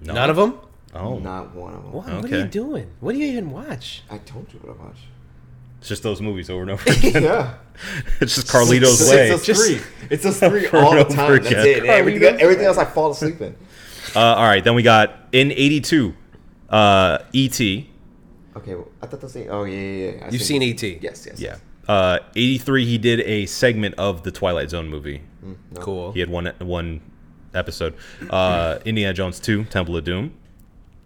C: None of them.
A: Oh,
B: Not one of them.
C: What? What are
A: Okay.
C: you doing? What do you even watch?
B: I told you what I watched.
A: it's just those movies over and over again.
B: Yeah.
A: it's just Carlito's
B: It's
A: way.
B: us
C: Just-
B: three. It's us three
A: Over
B: all the
A: and over
B: time. That's
A: again.
B: it. And Everything, everything else I fall asleep in.
A: E Uh, all right, then we got in 82, uh, E.T.,
B: Okay, well, I thought the same. Oh yeah, yeah. yeah. I
C: You've
B: seen
C: seen E.T.
B: Yes, yes.
A: E Yeah. Uh, 83, he did a segment of the Twilight Zone movie.
C: Cool.
A: He had one one episode. Uh, Indiana Jones 2, Temple of Doom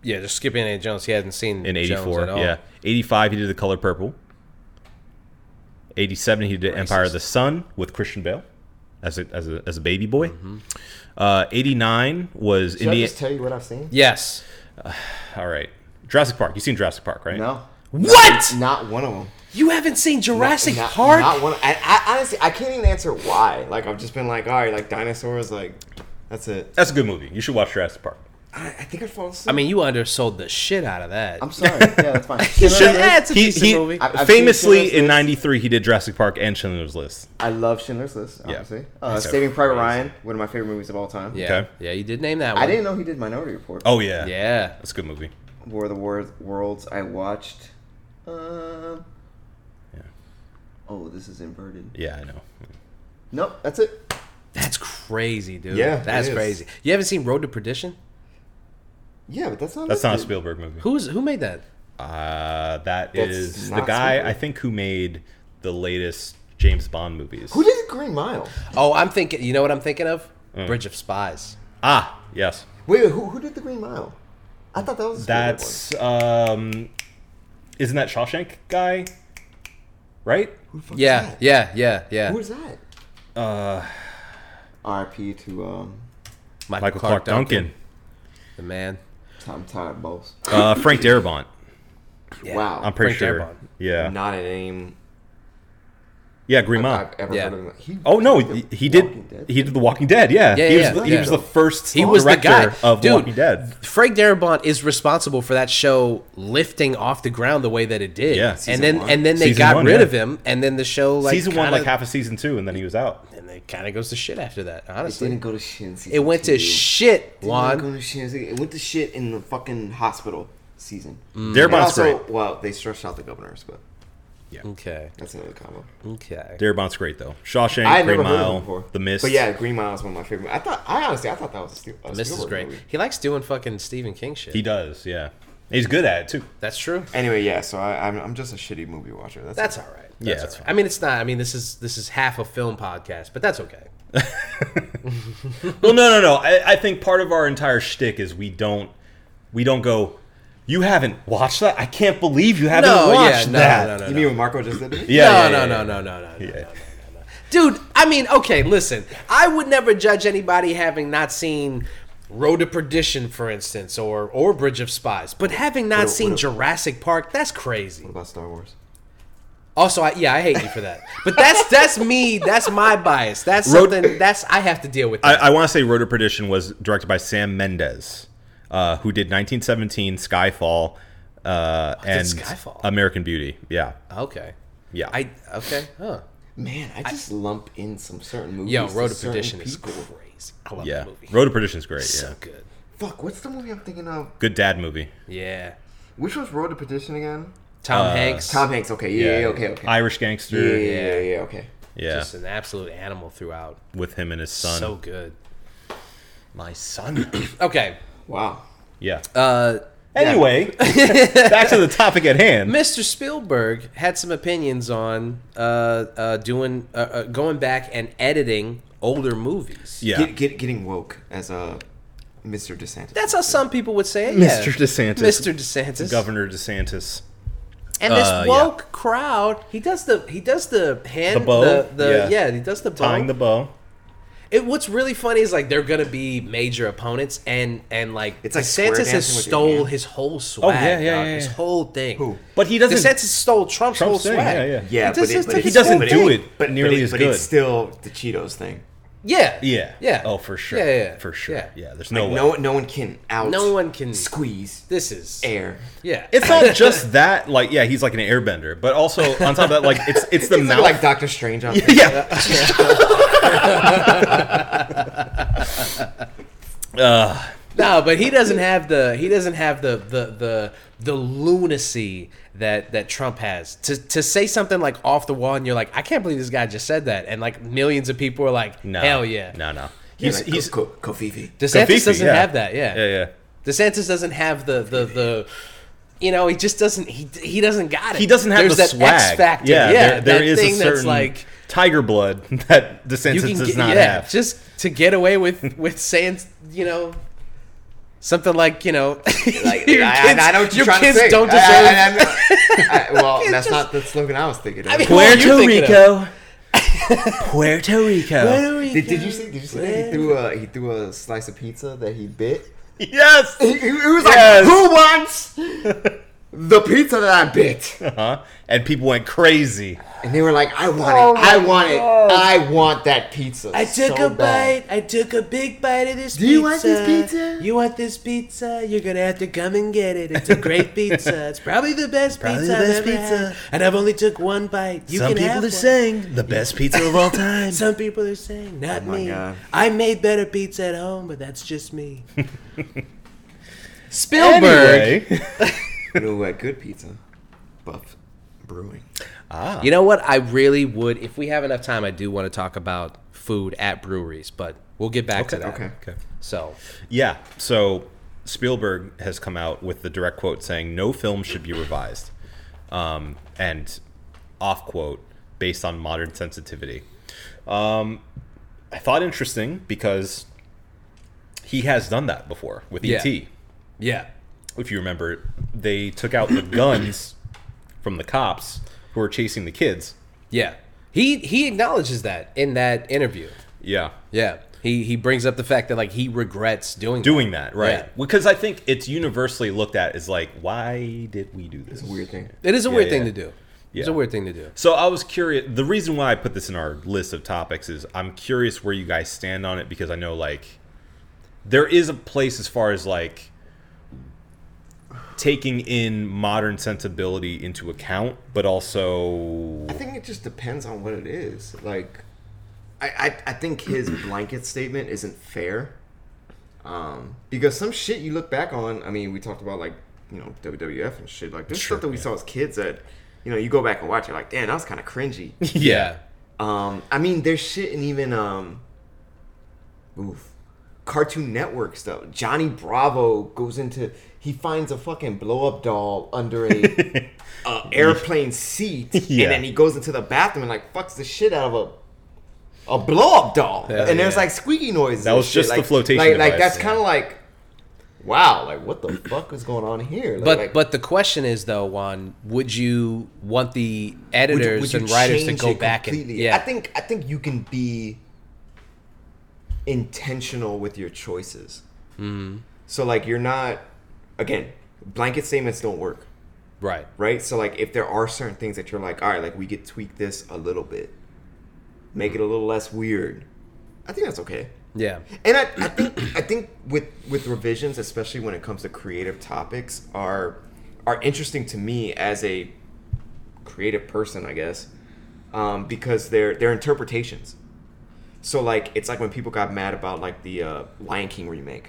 C: Yeah, just skipping Indiana Jones. He hasn't seen
A: in
C: Jones
A: 84.
C: at all.
A: Yeah. 85, he did The Color Purple. 87, he did Empire of the Sun with Christian Bale as a, as a, as a baby boy. Uh, 89 was
B: Should I
A: Indiana.
B: just tell you what I've seen?
C: Yes.
A: All right. Jurassic Park. You've seen Jurassic Park, right?
B: No,
C: What?
B: not one of them.
C: You haven't seen Jurassic
B: not,
C: Park?
B: Not one. I, I honestly, I can't even answer why. Like I've just been like, all right, like dinosaurs, like that's it.
A: That's a good movie. You should watch Jurassic Park.
B: I, I think I fall asleep.
C: I mean, you undersold the shit out of that.
B: I'm sorry. Yeah, that's fine.
C: Yeah, it's a
A: He-
C: decent
A: he-
C: movie.
B: I- I've seen
A: famously,
B: Schindler's
A: in
B: List.
A: '93, he did Jurassic Park and Schindler's List.
B: I love Schindler's List.
A: Yeah.
B: Obviously, uh,
A: That's
B: Saving Private
A: crazy.
B: Ryan, one of my favorite movies of all time.
C: yeah,
A: Okay.
C: yeah, you did name that one.
B: I didn't know he did Minority Report.
A: Oh yeah,
C: Yeah,
A: that's a good movie.
B: War of the War- Worlds. I watched. Um.
A: Yeah.
B: Oh, this is inverted.
A: Yeah, I know.
B: Nope, that's it.
C: that's crazy, dude.
B: Yeah,
C: that's
B: it is.
C: crazy. You haven't seen Road to Perdition?
B: Yeah, but that's not.
A: That's not a
B: listed.
A: Spielberg movie.
C: Who's who made that?
A: Uh, that
B: That's
A: is
B: not
A: the guy
B: Spielberg.
A: I think who made the latest James Bond movies.
B: Who did Green Mile?
C: Oh, I'm thinking. You know what I'm thinking of?
A: Mm.
C: Bridge of Spies.
A: ah, yes,
B: Wait, wait, who who did the Green Mile? I thought that was a Spielberg
A: that's um, isn't that Shawshank guy? Right?
B: one. Who the fuck's
C: Yeah,
B: that?
C: yeah, yeah, yeah.
B: Who is that?
A: Uh,
B: R.I.P. to um,
A: Michael Clark, Duncan,
C: the man.
B: Tom Todd Bowles.
A: Uh, Frank Darabont.
C: Yeah.
B: Wow,
A: I'm pretty
C: Frank
A: sure.
C: Darabont.
A: Yeah,
B: not a name
A: yeah, Green Mile.
B: I've ever
C: Yeah.
B: heard of. He,
A: Oh no,
B: did
A: he he
B: Walking
A: did.
B: Dead.
A: He did The Walking Dead. Yeah,
C: Yeah,
A: he,
C: yeah,
A: was the, he
C: yeah.
A: was the first.
C: He was the
A: director
C: guy
A: of The
C: Dude,
A: Walking Dead.
C: Frank Darabont is responsible for that show lifting off the ground the way that it did.
A: Yeah.
C: and
A: Season
C: then
B: one.
C: and then they
A: Season
C: got
A: one,
C: rid
A: yeah.
C: of him, and then the show like
A: season one,
C: kinda-
A: like half of season two, and then he was out.
C: and it kind of goes to shit after that.
B: It
C: Honestly,
B: didn't go to shit. in season
C: it went to
B: two.
C: shit,
B: It didn't go
C: Juan.
B: to shit in season- It went to shit in the fucking hospital season. Hmm.
A: Darabont's
B: And also,
A: Mm. great.
B: well, they stretched out the governors, but
C: Okay,
B: that's another combo.
C: okay.
A: Darabont's great though. Shawshank,
B: I had
A: Green
B: never heard of him
A: Mile,
B: before.
A: The Mist.
B: But yeah, Green Mile is one of my favorite. I thought, I honestly, I thought that was a Steel. a
C: This is
B: Spielberg
C: great.
B: movie.
C: He likes doing fucking Stephen King shit.
A: he does. Yeah, he's good at it too.
C: That's true.
B: Anyway, yeah. So I, I'm, I'm just a shitty movie watcher. That's,
C: That's all right. That's
A: Yeah,
C: all
A: that's
C: right.
A: fine.
C: I mean, it's not. I mean, this is this is half a film podcast, but that's okay.
A: Well, no, no, no. I, I think part of our entire shtick is we don't we don't go. You haven't watched that? I can't believe you haven't
C: No, yeah,
A: watched
C: no,
A: that.
C: no, no,
B: You
C: no.
B: mean when Marco just did it?
A: Yeah, yeah,
C: no,
A: yeah,
C: no,
A: yeah.
C: no, no, no, no, no,
A: Yeah.
C: no, no, no. Dude, I mean, okay, listen. I would never judge anybody having not seen Road to Perdition, for instance, or or Bridge of Spies, but having not
B: What a-
C: seen
B: what a-
C: Jurassic Park, that's crazy.
B: What about Star Wars?
C: Also, I, yeah, I hate you for that. But that's that's me. That's my bias. That's
A: Road-
C: something that's I have to deal with.
A: I,
C: That.
A: I want to say Road to Perdition was directed by Sam Mendes, uh, who did 1917, Skyfall, uh, and
C: Oh, Skyfall?
A: American Beauty. Yeah,
C: okay.
A: yeah.
C: I okay. Huh.
B: Man, I just lump in some certain movies.
C: Yo, Road to
B: certain
C: Perdition is
B: people.
C: crazy. I love
A: yeah.
C: that movie.
A: Road to Perdition's great.
C: so
A: Yeah,
C: good.
B: Fuck, what's the movie I'm thinking of?
A: good dad movie.
C: Yeah.
B: Which was Road to Perdition again?
A: Uh,
C: Tom Hanks.
B: Tom Hanks. Okay, yeah, yeah, okay, okay.
A: Irish gangster.
B: yeah, yeah, yeah, yeah, okay.
A: Yeah,
C: Just an absolute animal throughout.
A: with him and his son.
C: So good.
A: my son.
C: Okay.
B: Wow.
A: yeah.
C: Uh,
A: anyway, back to the topic at hand.
C: Mr. Spielberg had some opinions on uh, uh, doing uh, uh, going back and editing older movies.
A: yeah,
B: Get, get, getting woke as a Mr. DeSantis.
C: That's how some people would say it.
A: Mr.
C: yeah.
A: DeSantis.
C: Mr. DeSantis.
A: Governor DeSantis.
C: And this
A: Uh, yeah.
C: woke crowd, he does the he does the hand
A: The bow?
C: the, the-
A: Yeah.
C: yeah. he does the bow.
A: Tying the bow.
C: It, what's really funny is like they're gonna be major opponents, and and like
B: It's like square
C: DeSantis has
B: dancing with your
C: stole
B: hand.
C: his whole swag,
A: Oh, yeah, yeah,
C: dog,
A: yeah,
C: his
A: yeah.
C: whole thing.
B: Who?
A: But he doesn't-
C: DeSantis stole Trump's,
A: Trump's
C: whole
A: thing,
C: swag.
A: yeah, yeah.
B: Yeah,
C: DeSantis took
B: but, it, but
A: he
C: his
B: it's-
A: doesn't
C: whole
B: but
A: do
C: thing.
A: it nearly
B: but
A: as
B: but
A: good.
B: it's still the Cheetos thing.
C: Yeah,
A: Yeah.
C: yeah.
A: Oh, for sure.
C: Yeah, yeah, yeah.
A: For sure. Yeah.
C: Yeah.
A: there's no way.
B: No, no one can out.
C: No one can-
B: squeeze
C: This is
B: air.
C: Yeah,
A: It's not just that. Like, yeah, he's like an airbender, but also on top of that, like, it's it's the
B: He's
A: mouth.
B: looking like Doctor Strange on there.
A: yeah. uh,
C: no, but he doesn't have the he doesn't have the the the the lunacy that that Trump has to to say something like off the wall, and you're like, I can't believe this guy just said that, and like millions of people are like,
A: no.
C: hell yeah.
A: No, no.
B: He's,
A: He's
B: like,
A: he's
B: Co- Co- Kofifi.
C: DeSantis
A: Kofifi,
C: doesn't
A: yeah.
C: have that.
A: yeah, yeah.
C: DeSantis doesn't have the the the you know, he just doesn't. He he doesn't got it.
A: He doesn't have
C: There's
A: the
C: that
A: swag.
C: X factor.
A: Yeah,
C: Yeah,
A: there, there
C: that
A: is
C: thing
A: a
C: that's
A: certain
C: like
A: tiger blood that DeSantis does not have.
C: just to get away with with saying you know something like you know
B: Like,
C: your
B: I,
C: kids,
B: I, I know what you're
C: your
B: trying
C: kids
B: to say.
C: don't deserve.
B: I, I- I- I- well,
C: It's
B: that's
C: just-
B: not the slogan I was thinking. Of.
C: I mean, who
A: Puerto
C: are you thinking of?
A: Rico. Puerto Rico.
B: did, did you see? Did you see? That he threw a he threw a slice of pizza that he bit.
A: Yes.
B: He, he was
A: Yes.
B: like, "Who wants the pizza that I bit?"
A: Uh-huh. And people went crazy.
B: And they were like, "I want it! I want it! I want that pizza!"
C: I took
B: so
C: a
B: bad."
C: bite. I took a big bite of this.
B: Do
C: pizza.
B: you want this pizza?
C: You want this pizza? You're gonna have to come and get it. It's a great pizza. It's probably the best
A: Probably
C: pizza.
A: the best
C: I've ever
A: pizza.
C: had. And I've only took one bite. You
A: Some
C: can
A: people
C: have
A: are
C: one.
A: saying the best pizza of all time.
C: Some people are saying, not
B: Oh my
C: me.
B: God.
C: I made better pizza at home, but that's just me. Spielberg.
B: You know what? Good pizza, Buff Brewing.
A: ah.
C: You know what? I really would, if we have enough time, I do want to talk about food at breweries, but we'll get back to that.
B: okay.
A: Okay.
C: So,
A: Yeah. So Spielberg has come out with the direct quote saying, "No film should be revised," um, and off quote based on modern sensitivity. Um, I thought interesting because he has done that before with
C: Yeah.
A: ET.
C: yeah.
A: If you remember, they took out the guns from the cops who were chasing the kids.
C: Yeah. He he acknowledges that in that interview.
A: Yeah.
C: Yeah. He he brings up the fact that like he regrets doing
A: Doing that, right?
C: Yeah.
A: Because I think it's universally looked at as like, why did we do this?
B: Weird thing.
C: It is a
A: Yeah,
C: weird
A: yeah.
C: thing to do. It's a
A: Yeah.
C: weird thing to do.
A: So I was curious. The reason why I put this in our list of topics is I'm curious where you guys stand on it because I know like there is a place as far as like taking in modern sensibility into account, but also
B: I think it just depends on what it is. Like, I, I, I think his blanket statement isn't fair. Um, because some shit you look back on, I mean, we talked about like, you know, WWF and shit. Like, there's
A: Sure,
B: stuff that we
A: yeah.
B: saw as kids that, you know, you go back and watch, you're like, damn, that was kind of cringy.
A: yeah.
B: um, I mean, there's shit in even, um, oof, Cartoon Network stuff. Johnny Bravo goes into, he finds a fucking blow up doll under a a airplane seat,
A: Yeah.
B: and then he goes into the bathroom and like fucks the shit out of a a blow up doll,
C: Yeah.
B: and there's
C: Yeah.
B: like squeaky noises.
A: That
B: and
A: was
B: shit.
A: just the
B: like,
A: flotation
B: Like, like
A: device,
B: that's
A: yeah.
B: kind of like, wow, like what the fuck is going on here? Like,
C: But
B: like,
C: but the question is though, Juan, would you want the
B: would you-
C: editors
B: would you
C: and writers to
B: change
C: go
B: it
C: back and
B: completely?
C: yeah?
B: I think I think you can be intentional with your choices.
C: Mm-hmm.
B: So like you're not again blanket statements don't work.
C: right.
B: right? So like if there are certain things that you're like, all right, like we could tweak this a little bit, make it a little less weird. I think that's okay.
C: Yeah.
B: And I, I think I think with with revisions, especially when it comes to creative topics, are are interesting to me as a creative person, I guess, um, because they're they're interpretations. So like it's like when people got mad about like the uh, Lion King remake.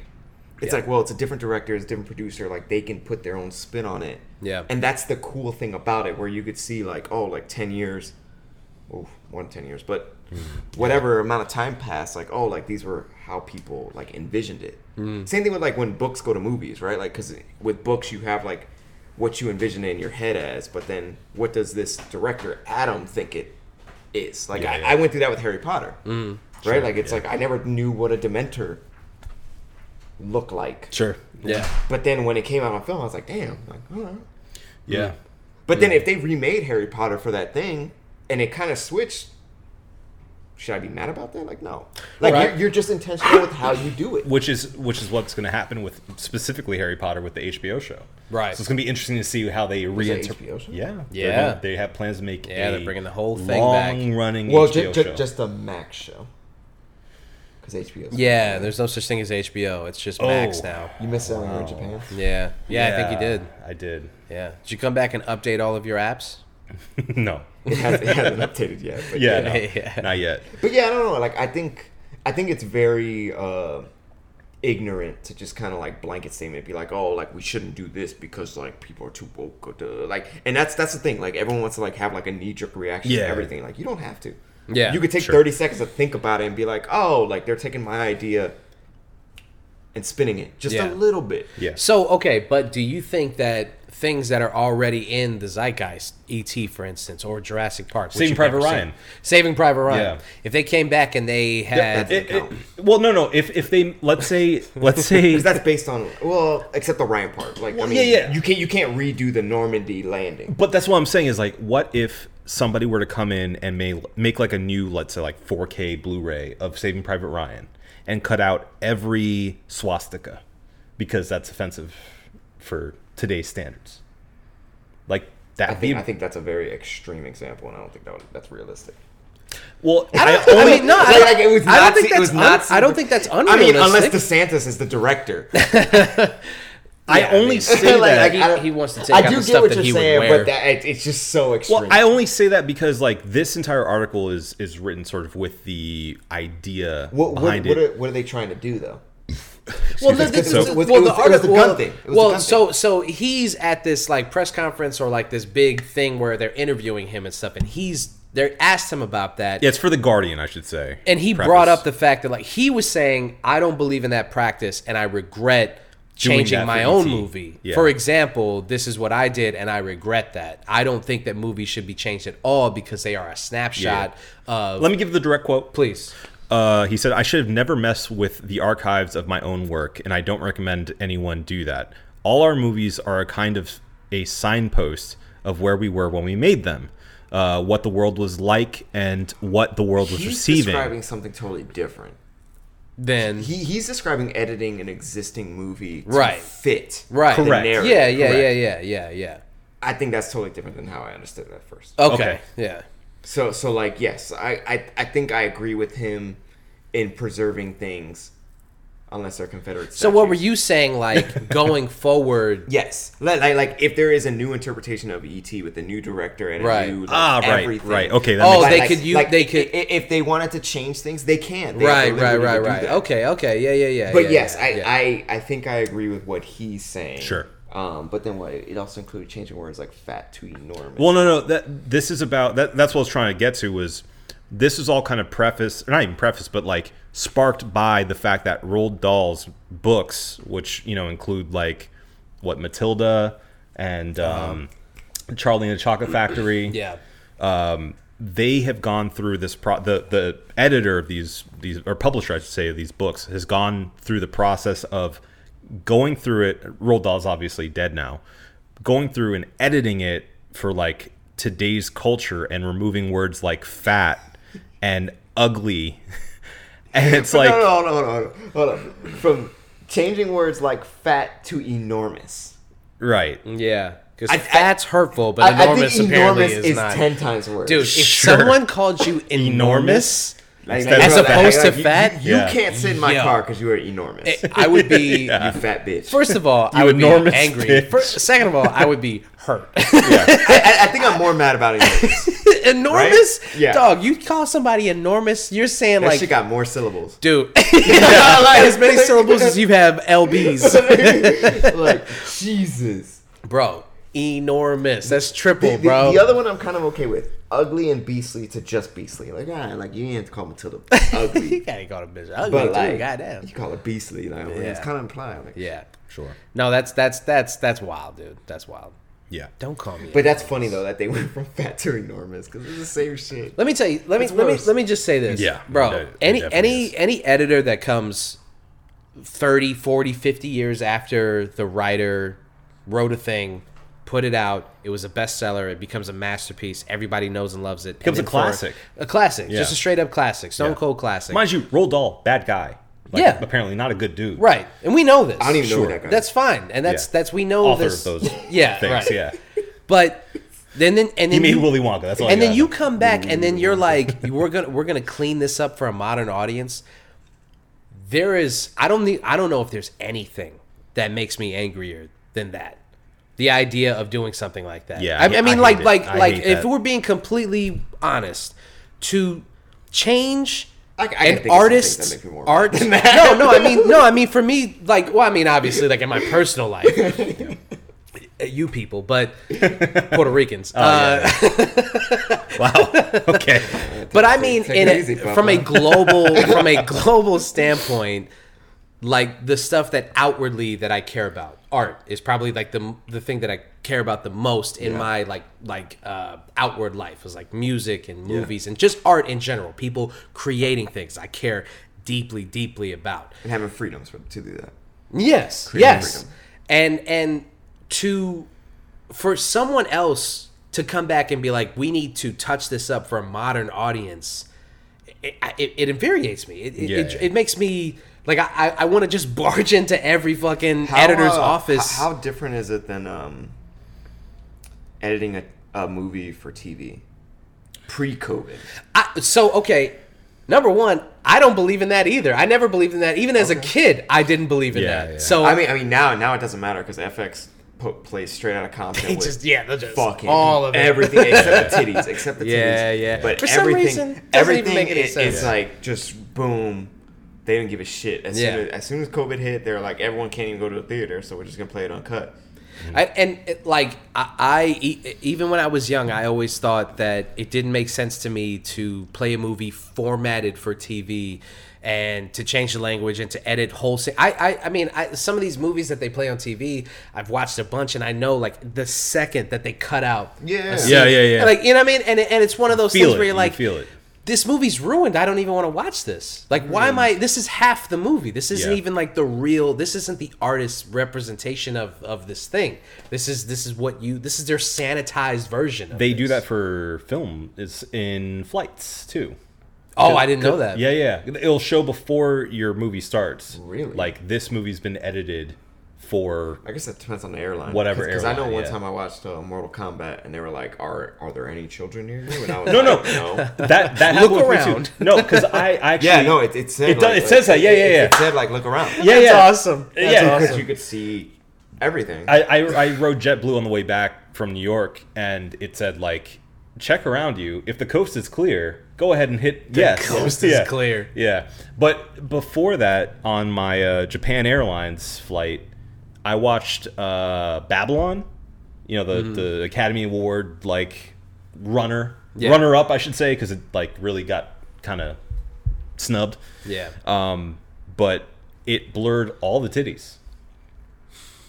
B: It's
C: Yeah.
B: like well, it's a different director, it's a different producer. Like they can put their own spin on it.
C: Yeah.
B: And that's the cool thing about it, where you could see like oh, like ten years, oh, more than ten years, but whatever amount of time passed, like oh, like these were how people like envisioned it.
A: Mm.
B: Same thing with like when books go to movies, right? Like because with books you have like what you envision it in your head as, but then what does this director Adam think it is? Like
A: Yeah,
B: I,
A: yeah. Mm.
B: I went through that with Harry Potter, right? like it's like I never knew what a Dementor looked like,
A: Sure.
C: Yeah.
B: but then when it came out on film, I was like, damn, like all right.
A: Yeah.
B: But then if they remade Harry Potter for that thing and it kind of switched, should I be mad about that? Like, no. Like,
C: Right.
B: you're, you're just intentional with how you do it.
A: Which is which is what's going to happen with specifically Harry Potter with the HBO show.
C: Right.
A: So it's going to be interesting to see how they
B: that
A: reinterpret.
B: HBO show?
A: Yeah. They're
C: Yeah.
A: gonna- they have plans to make.
C: Yeah,
A: a
C: they're bringing the whole thing back.
A: long running
B: Well,
A: HBO
B: ju- ju-
A: show.
B: just a Max show. Because HBO.
C: Yeah, there's no such thing as HBO. It's just Max
A: Oh.
C: now.
B: You missed out when you were in Japan.
C: Yeah. yeah. I think you did.
A: I did.
C: Yeah. Did you come back and update all of your apps?
A: no.
B: It, has, it hasn't updated yet. But
A: Yeah, no,
C: Yeah.
A: not yet.
B: But yeah, I don't know. Like, I think, I think it's very uh, ignorant to just kind of like blanket statement, be like, oh, like we shouldn't do this because like people are too woke. Or duh. like, and that's that's the thing. Like, everyone wants to like have like a knee jerk reaction
A: Yeah.
B: to everything. Like, you don't have to.
C: Yeah,
B: you could take
A: sure.
B: thirty seconds to think about it and be like, oh, like they're taking my idea and spinning it just
C: Yeah.
B: a little bit.
A: Yeah.
C: So okay, but do you think that things that are already in the zeitgeist, E.T. for instance, or Jurassic Park, which
A: Saving
C: you've
A: Private
C: never seen-
A: Ryan.
C: Saving Private Ryan,
A: Yeah.
C: if they came back and they had,
A: It- it- well, no, no. If if they let's say let's say
B: 'Cause That's based on well, except the Ryan part. Like
A: Well,
B: I mean,
A: yeah, yeah.
B: you can't you can't redo the Normandy landing.
A: But that's what I'm saying is like, what if somebody were to come in and make make like a new, let's say, like 4K Blu-ray of Saving Private Ryan and cut out every swastika because that's offensive for today's standards. Like
B: I
A: that.
B: think,
A: Be,
B: I think that's a very extreme example, and I don't think that would, that's realistic.
A: well,
C: I
A: I,
C: don't think,
A: only,
C: I mean, no,
B: Like,
C: I,
B: like, it was
C: I don't
B: Nazi-
C: think
B: it
C: that's
B: was
C: un-
B: Nazi-
C: I don't think that's
B: I
C: unrealistic.
B: mean, unless DeSantis is the director.
A: I only say
B: Like,
A: that.
B: like,
C: He-
B: I don't-
C: he wants to take out the stuff that he would wear.
B: but that, it, it's just so extreme.
A: Well, I only say that because like this entire article is is written sort of with the idea
B: what, what,
A: behind
B: what,
A: it.
B: are, what are they trying to do though?
C: well,
A: Excuse
C: the-
A: me.
C: the-
A: So-
C: the-
B: It was-
C: well,
B: it
C: the
B: was- it was the
C: article.
B: gun
C: well,
B: thing. It was the
C: well,
B: gun
C: so so he's at this like press conference or like this big thing where they're interviewing him and stuff, and he's they asked him about that.
A: yeah, it's for the Guardian, I should say.
C: and he
A: Preface.
C: brought up the fact that like he was saying i don't believe in that practice and i regret
A: Doing
C: changing
A: that
C: my
A: for
C: own
A: ET.
C: movie
A: Yeah.
C: for example this is what i did and i regret that i don't think that movies should be changed at all because they are a snapshot of
A: Let me give the direct quote.
C: please
A: Uh, he said, I should have never messed with the archives of my own work, and I don't recommend anyone do that. All our movies are a kind of a signpost of where we were when we made them, uh, what the world was like, and what the world was
B: He's
A: receiving.
B: describing something totally different.
C: then
B: He, he's describing editing an existing movie to
C: Right.
B: fit
C: right
B: the
A: Correct.
B: narrative.
C: yeah yeah
A: Correct.
C: yeah yeah yeah yeah
B: I think that's totally different than how I understood it at first.
C: okay,
A: Okay.
C: yeah
B: So so like yes, I, I I think I agree with him in preserving things unless they're Confederate.
C: so what
B: statues.
C: were you saying like going forward
B: Yes, like, like like if there is a new interpretation of ET with a new director and
C: Right.
B: a new like,
A: Ah, right,
B: everything,
A: right. Okay, that
C: Oh,
A: makes
C: they could use- they
B: i-
C: could-
B: i- if they wanted to change things, they can. They have
C: right
B: the
C: right
B: liberty to
C: right
B: do
C: right
B: that.
C: okay okay yeah yeah yeah
B: But
C: yeah,
B: yes,
C: yeah,
B: I,
C: yeah.
B: I I think I agree with what he's saying.
A: Sure.
B: Um, but then what it also included changing words like fat to enormous.
A: Well, no, no. That this is about that. That's what I was trying to get to. Was this is all kind of preface, or not even preface, but like sparked by the fact that Roald Dahl's books, which you know include like what Matilda and um, Charlie and the Chocolate Factory,
C: yeah
A: um, they have gone through this pro the the editor of these these or publisher I should say of these books has gone through the process of going through it Roald Dahl's obviously dead now going through and editing it for like today's culture and removing words like fat and ugly and it's like
B: no, no, no, no, no, no, hold on. From changing words like fat to enormous.
A: right
C: Yeah, because
B: I-
C: fat's hurtful, but
B: I- I think
C: enormous apparently
B: enormous
C: is,
B: is
C: not.
B: ten times worse.
C: Dude, if
A: Sure.
C: someone called you enormous,
B: Like,
A: Instead
B: like, like,
A: of-
B: like,
C: As opposed
B: like,
C: to
B: you-
C: fat?
B: you, you
A: Yeah.
B: can't sit in my
C: Yo.
B: car because you are enormous.
C: I would be.
B: You fat bitch.
C: First of all, I
A: You
C: would be
A: enormous
C: angry.
A: bitch.
C: Fir second of all, I would be hurt.
B: I, I- I think I'm more mad about enormous.
C: enormous,
B: Right? Yeah.
C: dog. You call somebody enormous, you're saying
B: That
C: like,
B: shit got more syllables.
C: dude, as many syllables as you have lbs,
B: like Jesus.
C: bro. Enormous. That's triple,
B: The,
C: bro.
B: the other one I'm kind of okay with. Ugly and beastly to just beastly. Like, ah, like you ain't call Matilda
C: you
B: ugly.
C: gotta call a bitch ugly,
B: but
C: too,
B: like,
C: goddamn.
B: you call it beastly. Like, It's
C: Yeah.
B: kind of implied. Like,
C: Yeah.
A: sure
C: No, that's that's that's that's wild, dude. That's wild.
A: yeah
C: Don't call me.
B: But that's funny though that they went from fat to enormous because it's the same shit.
C: Let me tell you. Let me
B: It's
C: let me
B: worse.
C: let me just say this.
A: Yeah,
C: bro.
A: it- it
C: any
A: definitely
C: any
A: is.
C: any editor that comes 30, 40, 50 years after the writer wrote a thing, put it out, it was a bestseller, it becomes a masterpiece, everybody knows and loves it.
A: Becomes
C: and then
A: a
C: for-
A: classic.
C: A classic, just
A: Yeah.
C: a straight up classic, stone
A: Yeah.
C: cold classic.
A: mind you Roald Dahl bad guy like,
C: Yeah.
A: apparently not a good dude
C: right. And we know this.
B: I don't even know
A: Sure.
B: who that guy.
C: That's
B: is.
C: fine. And that's
A: Yeah.
C: that's we know
A: author
C: this.
A: of those
C: Yeah,
A: things
C: right.
A: yeah
C: But then then and
A: he
C: then
A: made
C: you-
A: Willy Wonka that's all I
C: and then
A: got.
C: you come back and then you're like we're gonna we're gonna clean this up for a modern audience there is i don't need i don't know if there's anything that makes me angrier than that the idea of doing something like that
A: Yeah,
C: i, I
A: I
C: mean
A: hate
C: like
A: it.
C: like
A: I
C: like
A: hate
C: if
A: that.
C: we're being completely honest to change
B: I- I can think of
C: an
B: some
C: artist
B: things that make me more
C: art
B: mad than
C: no no i mean no i mean for me like well i mean obviously like in my personal life uh, you people but puerto ricans
A: Oh,
C: uh,
A: wow okay
C: but I mean,
B: take
C: in
B: it
C: a,
B: easy,
C: from a
B: Papa.
C: global from a global standpoint, like the stuff that outwardly that I care about. Art is probably like the the thing that I care about the most in my like like uh, outward life is like music and movies and just art in general. People creating things I care deeply deeply about.
B: and having freedoms for, to do that.
C: Yes,
B: Creative
C: yes,
B: freedom.
C: and and to for someone else to come back and be like, we need to touch this up for a modern audience. It, it, it infuriates me. It, it,
A: Yeah,
C: it,
A: yeah.
C: it makes me like I, I, I want to just barge into every fucking editor's
B: uh,
C: office.
B: How, how different is it than um, editing a, a movie for TV pre-COVID?
C: I, so okay, number one, I don't believe in that either. I never believed in that. Even as a kid, I didn't believe in
A: Yeah,
C: that.
A: yeah.
C: So
B: I mean, I mean now now it doesn't matter because FX po- plays straight out of Compton.
C: it
B: with
C: just yeah, they'll just
B: fucking
C: all of it.
B: everything except the titties, except the titties.
C: Yeah, yeah.
B: But
C: For some
B: everything,
C: reason, doesn't
B: everything
C: even make any
B: is,
C: sense.
B: is like just boom. They didn't give a shit. As,
C: Yeah.
B: soon as, as soon as COVID hit, they're like, everyone can't even go to the theater, so we're just gonna play it uncut.
C: I, and it, like I, I e- even when I was young, I always thought that it didn't make sense to me to play a movie formatted for TV and to change the language and to edit whole. se- I, I I mean, I, some of these movies that they play on TV, I've watched a bunch, and I know like the second that they cut out,
B: Yeah.
C: a
A: Yeah, yeah, yeah.
C: like you know what I mean. And it- and it's one of those
A: Feel
C: things
A: it.
C: where
A: You
C: you're like,
A: feel it.
C: this movie's ruined. I don't even want to watch this. Like, why am I? This is half the movie. This isn't
A: Hmm. Yeah.
C: even like the real. This isn't the artist's representation of of this thing. This is this is what you. This is their sanitized version. Of
A: They
C: this.
A: do that for film. It's in flights too.
C: Oh, I didn't know that.
A: Yeah, yeah. It'll show before your movie starts.
B: Really?
A: Like this movie's been edited for.
B: I guess that depends on the airline.
A: Whatever
B: Because I know
A: airline,
B: one
A: yeah.
B: time I watched uh, Mortal Kombat and they were like, "Are are there any children near you?" And I was
A: No, no.
B: like, no.
A: That that
C: Look
A: happened with me, too.
C: around.
A: No, because I, I actually
B: Yeah, no. It, it said
A: It does- it says that, yeah, yeah,
B: it-
A: yeah.
B: It, said like look around.
A: yeah
C: That's
A: yeah
C: awesome. That's
A: Yeah.
B: because
C: awesome.
B: you could see everything.
A: I, I I rode JetBlue on the way back from New York, and it said like, check around you. If the coast is clear, go ahead and hit yes.
C: coast is
A: Yeah.
C: clear.
A: Yeah, but before that, on my uh, Japan Airlines flight, I watched uh, Babylon. You know the
C: Mm-hmm.
A: the Academy Award like runner
C: Yeah.
A: runner up, I should say, because it like really got kind of snubbed.
C: Yeah.
A: Um, but it blurred all the titties.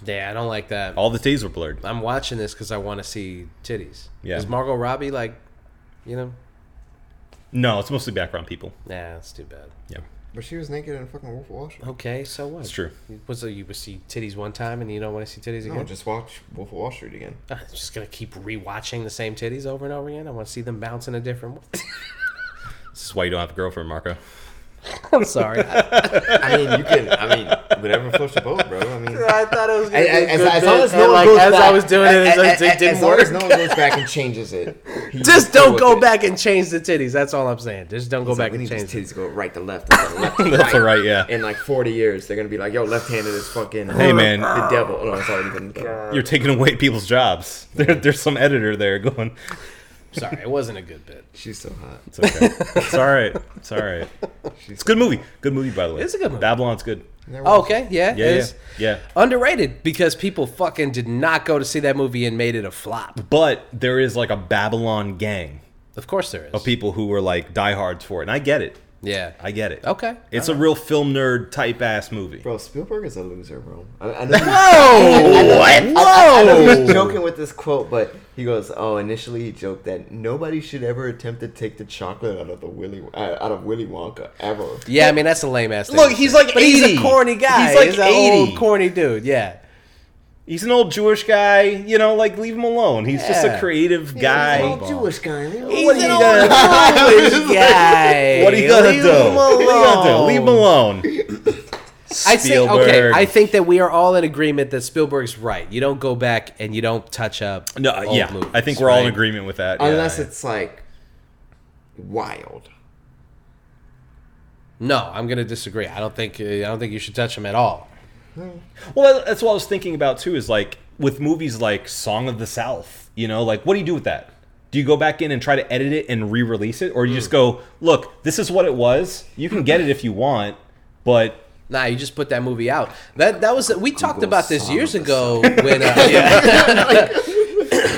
C: Yeah, I don't like that.
A: All the titties were blurred.
C: I'm watching this because I want to see titties.
A: Yeah.
C: Is Margot Robbie like, you know?
A: No, it's mostly background people.
C: Nah, that's too bad.
A: Yeah,
B: but she was naked in fucking Wolf of Wall Street.
C: Okay, so what?
A: it's true.
C: Was it you would see titties one time and you don't want to see titties again?
B: No, just watch Wolf of Wall Street again.
C: I'm just gonna keep rewatching the same titties over and over again. I want to see them bounce in a different way.
A: This is why you don't have a girlfriend, Marco.
C: I'm sorry. I,
B: I mean, you can. I mean, whatever floats your boat, bro. I mean,
C: thought it was
B: as, as- as long as no
C: and
B: one
C: like,
B: goes
C: as
B: back,
C: I was doing it, it,
B: as-
C: it,
B: as-
C: didn't
B: as long
C: work.
B: As no one goes back and changes it. he's
C: just
B: cool
C: don't
B: with
C: go
B: it.
C: back and change the titties. That's all I'm saying. Just don't go
B: It's like,
C: back
B: we
C: and
B: need these
C: change. it.
B: titties to go right to left, and then left to
A: That's all right, yeah.
B: In like 40 years, they're gonna be like, "Yo, left-handed is fucking."
A: Hey, man.
B: the devil. Oh, no, it's already been. Done.
A: You're taking away people's jobs. There, there's some editor there going,
C: Sorry, it wasn't a good bit.
B: She's so hot.
A: it's okay. it's all right. It's all right. It's a good movie. Good movie, by the way.
C: It's a good movie.
A: Babylon's good.
C: Oh, okay, yeah,
A: Yeah,
C: it
A: yeah,
C: is.
A: yeah.
C: Underrated because people fucking did not go to see that movie and made it a flop.
A: But there is like a Babylon gang
C: Of course there is.
B: Oh,
A: of people who are like diehards for it. And I get it.
C: yeah.
A: I get it.
C: Okay.
A: It's a real film nerd type ass movie.
B: Bro, Spielberg is a loser, bro. I, I know he's-
C: Oh, what?
B: I know he's joking with this quote, but he goes, "Oh, initially he joked that nobody should ever attempt to take the chocolate out of the Willy uh, out of Willy Wonka ever."
C: Yeah, I mean that's a lame ass.
A: Look, he's like
C: but he's
A: 80.
C: a corny guy.
A: He's like
C: an
A: 80.
C: old corny dude. Yeah.
A: He's an old Jewish guy. You know, like leave him alone. He's just a
C: Yeah.
A: creative guy.
B: Jewish guy.
C: What are you gonna do? guy?
A: What are you gonna
C: Leave
A: do?
C: him
A: What are you gonna do?
C: alone.
A: Leave him alone.
C: I think, okay,
A: Spielberg.
C: I think that we are all in agreement that Spielberg's right. You don't go back and you don't touch up.
A: No, uh,
C: old
A: yeah,
C: movies,
A: I think we're all in
C: right?
A: agreement with that.
B: Unless
A: yeah.
B: it's like wild.
C: No, I'm gonna disagree. I don't think uh, I don't think you should touch him at all.
A: well, that- that's what I was thinking about too. Is like with movies like Song of the South, you know, like what do you do with that? Do you go back in and try to edit it and re-release it, or you just go, look, this is what it was. You can get it if you want, but
C: Nah, you just put that movie out. That that was we talked
B: Google
C: about this
B: Song
C: years
B: of
C: ago when uh,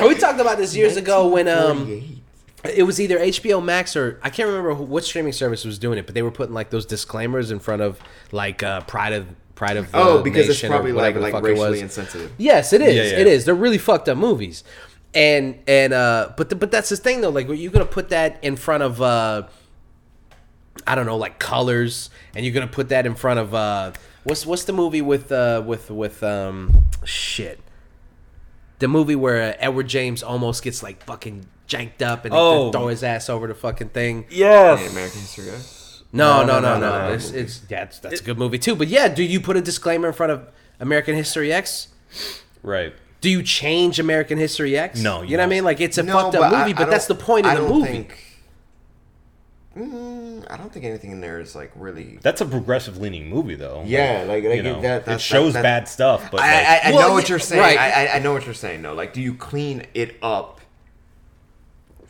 C: we talked about this years ago when um
B: 48.
C: it was either HBO Max or I can't remember who, what streaming service was doing it, but they were putting like those disclaimers in front of like uh, Pride of Pride of
B: Oh,
C: uh,
B: because it's
C: Nation or
B: probably like
C: whatever the
B: like
C: fuck it was.
B: racially insensitive.
C: Yes, it is.
A: Yeah, yeah.
C: It is. They're really fucked up movies, and and uh, but the, but that's the thing though. Like, were you gonna put that in front of uh, I don't know, like Colors, and you're gonna put that in front of uh, what's what's the movie with uh with with um shit, the movie where uh, Edward James almost gets like fucking janked up and
A: Oh.
C: they throw his ass over the fucking thing.
A: Yes.
B: Yeah, American History Guy.
C: No, no, no,
A: No,
C: no.
A: no, no, no.
C: It's, it's yeah, it's, that's a good movie too. But yeah, do you put a disclaimer in front of American History X?
A: Right.
C: Do you change American History X?
A: No, you
C: you know what I
A: don't.
C: mean. Like it's a fucked up
B: I-
C: movie,
B: I
C: but that's the
B: don't-
C: point of
B: I
C: the
B: don't
C: movie.
B: Think, mm, I don't think anything in there is like really.
A: That's a progressive leaning movie, though.
B: Yeah, like- like,
A: you know,
B: that- that-
A: it shows
B: that-
A: bad stuff, but
B: I,
A: like,
B: I, I
C: Well,
B: know what you're
C: yeah,
B: saying.
C: right.
B: I, I, I know what you're saying. though. like, do you clean it up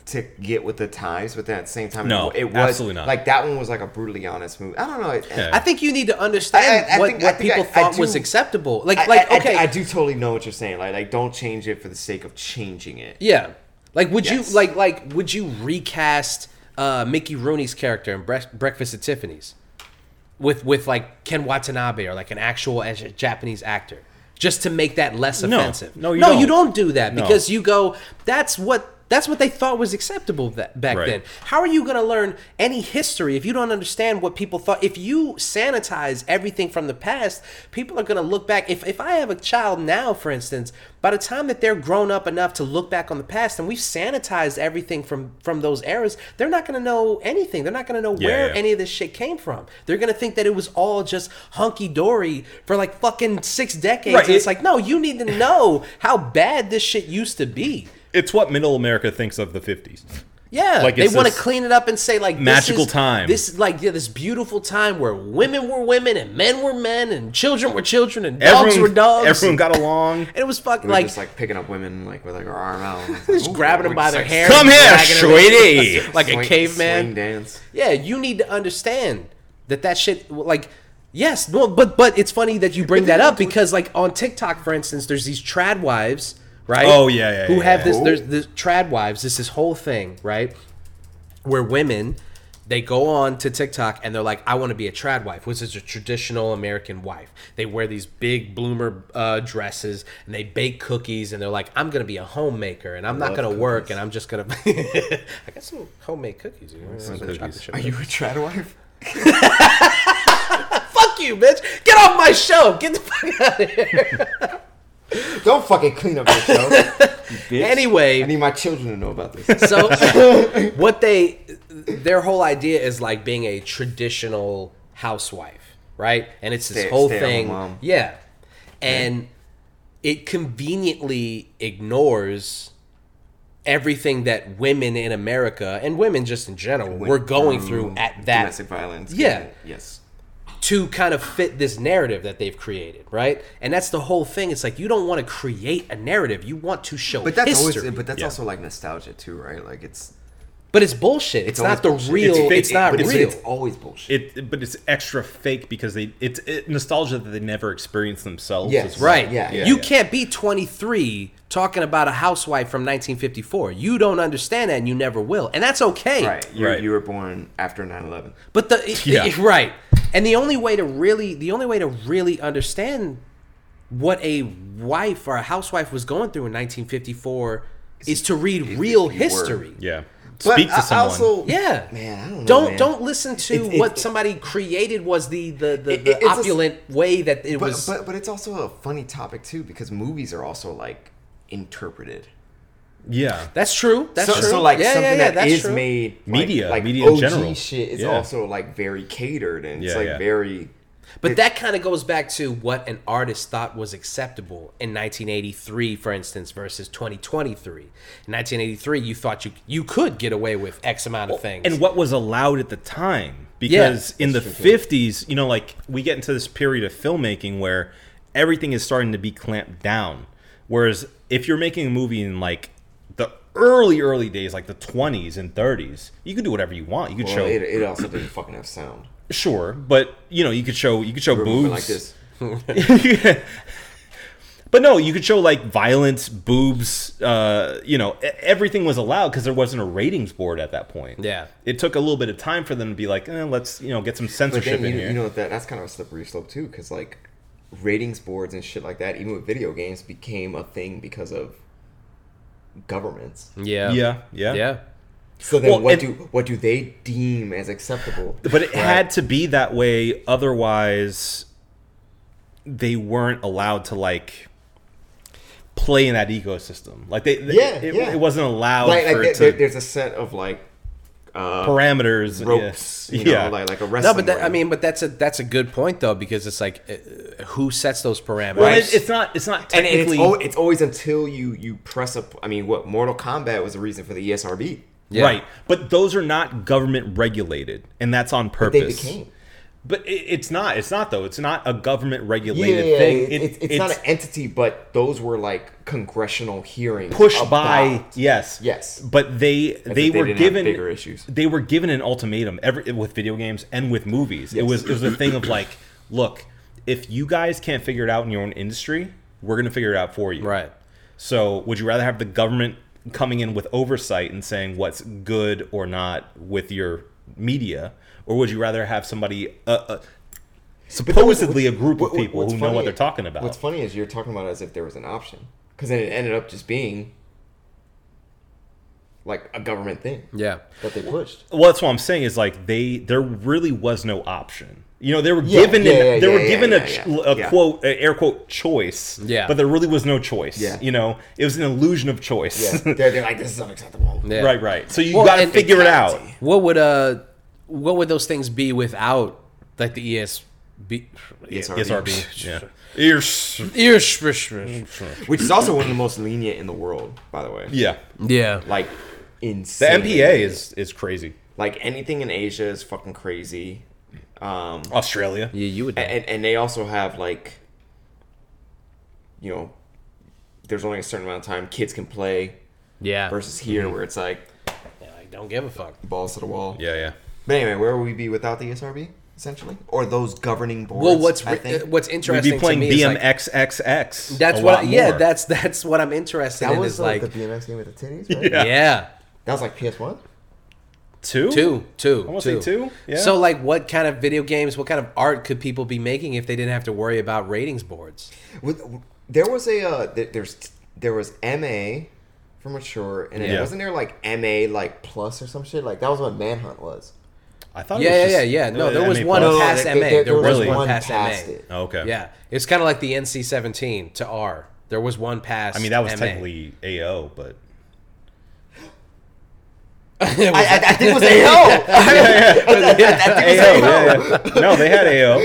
B: to get with the times? But then at the same time,
A: No,
B: it, was
A: absolutely not.
B: Like that one was like a brutally honest movie. I don't know. It,
A: Yeah.
C: I think you need to understand
B: I- I
C: what,
B: think- I
C: what
B: think
C: people
B: I- I
C: thought was
B: do-
C: acceptable. Like,
B: I,
C: like
B: I- I-
C: okay,
B: I, do totally know what you're saying. Like, like don't change it for the sake of changing it.
C: yeah. Like, would
B: Yes.
C: you like like would you recast uh, Mickey Rooney's character in Bre- Breakfast at Tiffany's with with like Ken Watanabe or like an actual as- Japanese actor? Just to make that less
A: No.
C: offensive.
A: No, you
C: no,
A: don't.
C: you don't do that
A: No.
C: because you go. That's what that's what they thought was acceptable that, back
A: Right.
C: then. How are you going to learn any history if you don't understand what people thought? If you sanitize everything from the past, people are going to look back. If, if I have a child now, for instance, by the time that they're grown up enough to look back on the past and we've sanitized everything from, from those eras, they're not going to know anything. They're not going to know
A: Yeah,
C: where
A: yeah.
C: any of this shit came from. They're going to think that it was all just hunky dory for like fucking six decades.
A: Right,
C: And it's
A: it-
C: like, no, you need to know how bad this shit used to be.
A: it's what middle America thinks of the 50s.
C: Yeah,
A: Like,
C: they
A: it's
C: want to
A: this
C: clean it up and say like this
A: magical
C: is-
A: time.
C: This is like yeah, this beautiful time where women were women and men were men and children were children and dogs
A: everyone,
C: were dogs.
A: Everyone got along.
C: and it was fucking
B: Like,
C: like,
B: just like picking up women like with like our arm out,
C: Just grabbing 'em by their hair.
A: Come here,
C: Dragging them in.
A: sweetie.
C: like a caveman.
B: Sling dance.
C: Yeah, you need to understand that that shit like yes, well, but but it's funny that you bring that up because like on TikTok for instance, there's these trad wives, right?
A: Oh, yeah, yeah,
C: Who
A: yeah,
C: have
A: yeah.
C: this there's this trad wives, this this whole thing, right? Where women they go on to TikTok and they're like, I want to be a trad wife, which is a traditional American wife. They wear these big bloomer uh, dresses and they bake cookies and they're like, I'm going to be a homemaker and I'm not
B: love
C: going to work
B: cookies.
C: and I'm just going to. I got some homemade cookies. You know, some
A: cookies.
C: chocolate chip
B: Are you a trad wife?
C: fuck you, bitch. Get off my show. Get the fuck out of here.
B: Don't fucking clean up your show. you bitch. I
C: Anyway,
B: need my children to know about this.
C: so what they their whole idea is like being a traditional housewife, right? And it's this
B: Stay-
C: whole
B: stay-at-home
C: thing.
B: mom.
C: Yeah. And it conveniently ignores everything that women in America and women just in general were going
B: Mm.
C: through at that
B: um, domestic violence.
C: Yeah.
B: Yes.
C: to kind of fit this narrative that they've created, right? And that's the whole thing. It's like you don't want to create a narrative; you want to show
B: But that's
C: history.
B: always. But that's
A: Yeah.
B: also like nostalgia too, right? Like it's.
C: but it's bullshit. It's,
B: always
C: not the
B: bullshit.
C: real.
A: It's
C: It's,
A: fake,
C: not
B: But it's,
C: real.
B: it's always bullshit.
A: It, but it's extra fake because they it's it, nostalgia that they never experienced themselves.
B: Yes.
A: as well.
C: right?
B: Yeah, yeah,
C: you
A: yeah.
C: can't be 23 talking about a housewife from 1954. You don't understand that, and you never will. And that's okay.
B: right. You,
A: Right.
B: You were born after 9-11.
C: But the
A: Yeah.
C: right, and the only way to really, the only way to really understand what a wife or a housewife was going through in 1954 is to read real
B: if you were.
C: history.
A: Yeah.
B: But
A: Speak
B: I- I
A: to someone.
B: also-
C: Yeah,
B: Man, I don't know,
C: Don't
B: man.
C: don't listen to
B: It's- it's-
C: what somebody created was the the, the,
B: It-
C: the
B: it's a s-
C: opulent way that it
B: But,
C: was.
B: but but it's also a funny topic too because movies are also like interpreted.
A: yeah.
C: that's true. That's
B: so,
C: true.
B: so like
C: Yeah, yeah,
B: something
C: yeah,
B: that
C: that's
B: is
C: true.
B: made like-
A: Media,
B: like
A: media in
B: OG
A: general.
B: shit is
A: Yeah.
B: also like very catered and it's
A: Yeah,
B: like
A: yeah.
B: very
C: But that kind of goes back to what an artist thought was acceptable in 1983, for instance, versus 2023. In 1983, you thought you you could get away with X amount of things.
A: and what was allowed at the time because in the 50s you know like we get into this period of filmmaking where everything is starting to be clamped down whereas if you're making a movie in like the early early days like the 20s and 30s you could do whatever you want you could
B: well,
A: show
B: it, it also didn't fucking have sound.
A: sure but you know you could show you could show
B: Moving
A: boobs
B: like this.
A: Yeah. But no, you could show like violence, boobs, uh, you know, e- everything was allowed because there wasn't a ratings board at that point.
C: Yeah.
A: It took a little bit of time for them to be like, eh, let's, you know, get some
B: But
A: censorship
B: then
A: in
B: you,
A: here.
B: you know that that's kind of a slippery slope too, because like ratings boards and shit like that, even with video games, became a thing because of governments.
C: Yeah.
A: yeah, yeah.
C: Yeah.
B: So then,
A: Well,
B: what
A: and-
B: do what do they deem as acceptable?
A: But it had to be that way, otherwise they weren't allowed to like play in that ecosystem. Like they, they-
B: Yeah,
A: it,
B: yeah.
A: it wasn't allowed
B: like, like
A: for
B: there,
A: it
B: there-
A: to
B: there's a set of like uh,
A: parameters. yeah.
B: ropes, you know, like like a wrestling.
C: No, but that, I
B: ring.
C: mean, but that's a that's a good point though because it's like, uh, who sets those parameters?
A: Well, it- it's not. It's not
B: and it's,
A: technically.
B: al- it's always until you you press up. I mean, what Mortal Kombat was the reason for the E ESRB.
C: Yeah.
A: Right, but those are not government regulated, and that's on purpose.
B: They became.
A: But it, it's not. It's not though. It's not a government
B: Yeah,
A: regulated
B: yeah,
A: thing.
B: it-
A: It-
B: it's, it's not an entity, but those were like congressional hearings
A: pushed
B: about-
A: by yes
B: Yes.
A: but they they,
B: they didn't
A: were
B: have
A: given
B: bigger issues.
A: they were given an ultimatum every with video games and with movies it
B: Yes.
A: was it was a thing of like look if you guys can't figure it out in your own industry we're gonna figure it out for you
C: Right.
A: so would you rather have the government coming in with oversight and saying what's good or not with your media or would you rather have somebody uh, uh, supposedly a group of
B: What- what-
A: people
B: what's
A: who know what
B: funny-
A: they're talking about
B: What's funny is you're talking about it as if there was an option, because then it ended up just being like a government thing
C: Yeah.
B: that they pushed.
A: well that's what i'm saying is like they there really was no option you know they were
B: Yeah,
A: given
B: yeah,
A: an,
B: yeah,
A: they
B: yeah,
A: were
B: yeah,
A: given
B: yeah,
A: a, ch-
B: yeah,
A: a
B: yeah.
A: quote a air quote choice
C: Yeah.
A: but there really was no choice
B: Yeah.
A: you know it was an illusion of
B: Yeah,
A: choice
B: they're, they're like, this is unacceptable.
C: Yeah.
A: right right so you
C: Well,
A: gotta
C: and-
A: figure it out
C: What would uh, what would those things be without like the E ESB?
B: ESRB.
A: srb yeah Ears.
C: ESRB.
B: Which is also one of the most lenient in the world, by the way.
A: yeah
C: Yeah.
B: Like,
A: the
B: insane.
A: npa is is crazy
B: like anything in Asia is fucking crazy. Um,
A: australia
C: Yeah, you would.
B: A- and and they also have like you know there's only a certain amount of time kids can play
C: yeah.
B: versus here
A: Mm-hmm.
B: where it's like
C: Yeah, like, don't give a fuck.
B: balls to the wall
A: yeah yeah
B: but anyway where would we be without the E esrb essentially or those governing boards
C: Well, what's
B: I
C: re-
B: think?
C: uh, what's
A: we'd
C: interesting
A: be playing
C: to me is like,
A: bmxxx
C: that's
A: a
C: what.
A: lot
C: yeah,
A: more.
C: that's that's what I'm interested
B: that
C: in.
B: was uh,
C: Is like,
B: the bmx game with the titties right
A: Yeah.
C: yeah,
B: that was like ps1
A: two
C: two, two,
A: wanna say two, yeah.
C: So, like, what kind of video games, what kind of art could people be making if they didn't have to worry about ratings boards?
B: with there was a uh, th- there's there was ma for mature and it
A: Yeah.
B: wasn't there like ma like plus or some shit like that was what manhunt was
A: i thought it
C: Yeah,
A: was
C: yeah,
A: just-
C: yeah, yeah. No,
A: uh,
C: there was
A: MA+.
C: one
B: Oh, No,
C: past
B: there-
C: MA.
B: there-
C: There,
B: there
C: was
A: was
C: one
B: one
C: past
B: past
C: MA.
B: it.
A: Oh, okay
C: Yeah, it's kind of like the NC-17 to R. There was one past.
A: i mean that was
C: MA.
A: technically ao but
B: I, I, I think it was AO.
A: AO, yeah, yeah. No, they had AO.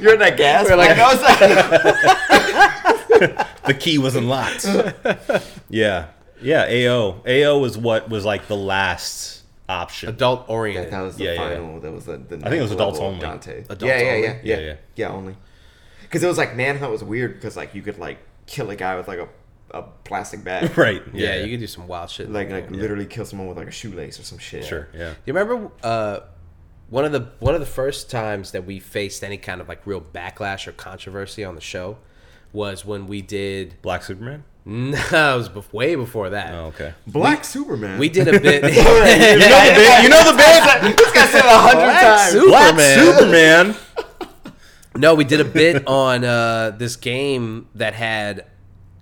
B: You're in that gas.
C: like-
B: pipe. I was like-
A: The key was unlocked. yeah. Yeah, AO. AO was what was like the last option.
C: adult oriented.
B: that was the
A: Yeah, yeah, yeah.
B: final. That was the. the
A: I think it was
B: next
A: adults
B: level of
A: only.
B: Dante.
C: Adults
B: yeah, yeah,
C: only?
B: yeah, yeah,
A: Yeah, yeah.
B: yeah, only. Because it was like manhunt was weird because like you could like kill a guy with like a, a plastic bag,
A: Right.
C: yeah, you could do some wild shit.
B: Like like literally kill someone with like a shoelace or some shit.
A: sure. Yeah.
C: Do you remember uh, one of the one of the first times that we faced any kind of like real backlash or controversy on the show was when we did.
A: Black Superman?
C: No, it was bef- way before that.
A: Oh, okay.
B: Black Superman.
C: We did a bit.
A: You know the band? You know the band?
B: this guy said a hundred
C: Black
B: times.
A: Black
C: Superman.
A: Superman.
C: No, we did a bit on uh, this game that had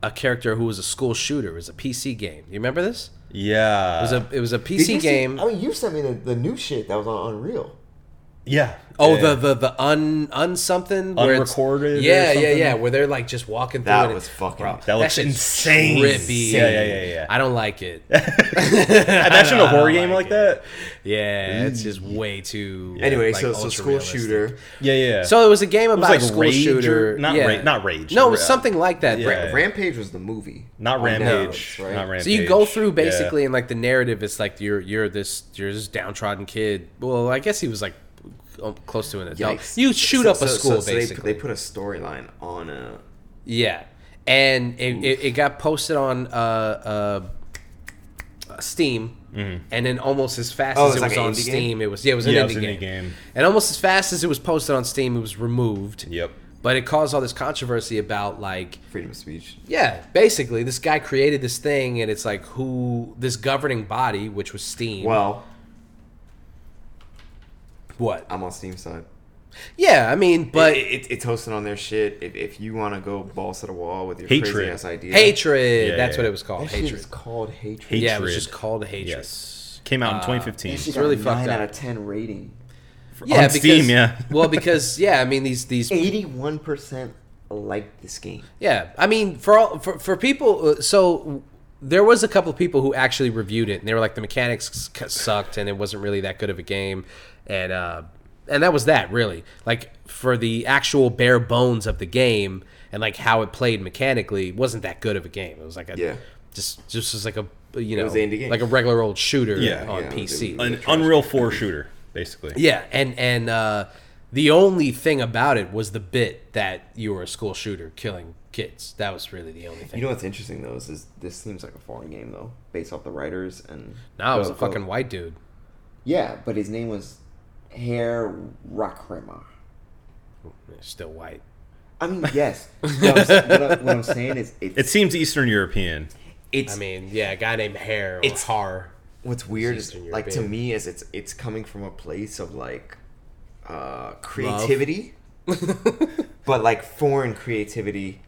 C: a character who was a school shooter. It was a PC game. You remember this?
A: Yeah.
C: It was a it was a PC
B: Did you see-
C: game.
B: I mean, you sent me the, the new shit that was on Unreal.
A: yeah.
C: Oh,
A: Yeah.
C: the the the un un something where it's-
A: Unrecorded or
C: Yeah, yeah,
A: something?
C: yeah. Where they're like just walking through.
B: That
C: it.
B: was fucking-
C: Bro,
A: That looks
C: shit's
A: insane.
C: Trippy.
A: Yeah, yeah, yeah, yeah.
C: I don't like it.
A: Imagine a horror
C: I don't
A: game
C: like
A: like
C: it.
A: that.
C: Yeah, it's just way too.
B: Anyway,
C: like,
B: so so
C: ultra
B: school
C: realistic.
B: shooter.
A: Yeah, yeah.
C: So it was a game about
A: like
C: a school
A: Rage or-
C: shooter.
A: not
C: yeah.
A: Ra- not Rage.
C: No, it was
A: Ra-
C: something like that.
A: Yeah.
B: Ra- Rampage was the movie.
A: not Rampage.
B: Netflix, right?
A: Not Rampage.
C: So you go through
A: Yeah.
C: basically, and like the narrative is like you're you're this you're this downtrodden kid. Well, I guess he was like um, close to an adult.
B: Yikes.
C: You shoot
B: So-
C: up a
B: so-
C: school
B: so- so they-
C: basically.
B: they put a storyline on uh, a
C: Yeah, and it, it, it got posted on uh, uh, Steam, and then almost as fast
B: Oh,
C: as
B: it's
C: it
B: like
C: was
B: an
C: on
B: indie
C: Steam,
B: game?
C: it was yeah, it was an
A: Yeah,
C: indie,
A: it was an
C: game.
A: indie game.
C: and almost as fast as it was posted on Steam, it was removed.
A: Yep.
C: But it caused all this controversy about like
B: Freedom of speech.
C: yeah, basically, this guy created this thing, and it's like who this governing body, which was Steam.
B: Well,
C: what?
B: I'm on Steam side.
C: Yeah, I mean, but
B: it, it, it's hosted on their shit. If, if you want to go balls to the wall with your
A: Hatred.
B: crazy ass idea,
C: hatred.
A: Yeah,
C: that's
A: yeah.
C: what it was called.
B: That shit
C: Hatred.
B: is called hatred.
C: Yeah, it was
A: Hatred.
C: just called hatred.
A: Yes. Came out in
C: Uh,
A: 2015.
B: It's
C: really
B: really
C: fucked
B: nine
C: up.
B: out of ten rating.
C: Yeah,
A: On Steam, yeah.
C: well, because yeah, I mean these these
B: Eighty-one percent like this game.
C: Yeah, I mean, for all for, for people, uh, so there was a couple of people who actually reviewed it, and they were like, the mechanics c- sucked, and it wasn't really that good of a game, and uh, and that was that really. Like for the actual bare bones of the game and like how it played mechanically, it wasn't that good of a game. It was like a
B: Yeah.
C: just just as like a you know
B: was an indie game.
C: like a regular old shooter
A: Yeah,
C: on
B: yeah, it was-
C: PC.
B: it
A: An Unreal 4 shooter, basically.
C: Yeah, and and uh, the only thing about it was the bit that you were a school shooter killing kids. That was really the only thing.
B: You know what's interesting though is, is this seems like a foreign game though, based off the writers and.
C: nah, it was a
B: Well, well,
C: fucking white dude.
B: Yeah, but his name was Herr Rockramer.
C: Still white.
B: I mean, yes. what, I'm, s- what I- what I'm saying is, it's
A: It seems Eastern European.
B: it's
C: I mean, yeah, a guy named Hare or
B: It's-
C: Har.
B: what's weird is
C: Eastern
B: like to
C: European.
B: me is it's it's coming from a place of like uh, creativity, but like foreign creativity,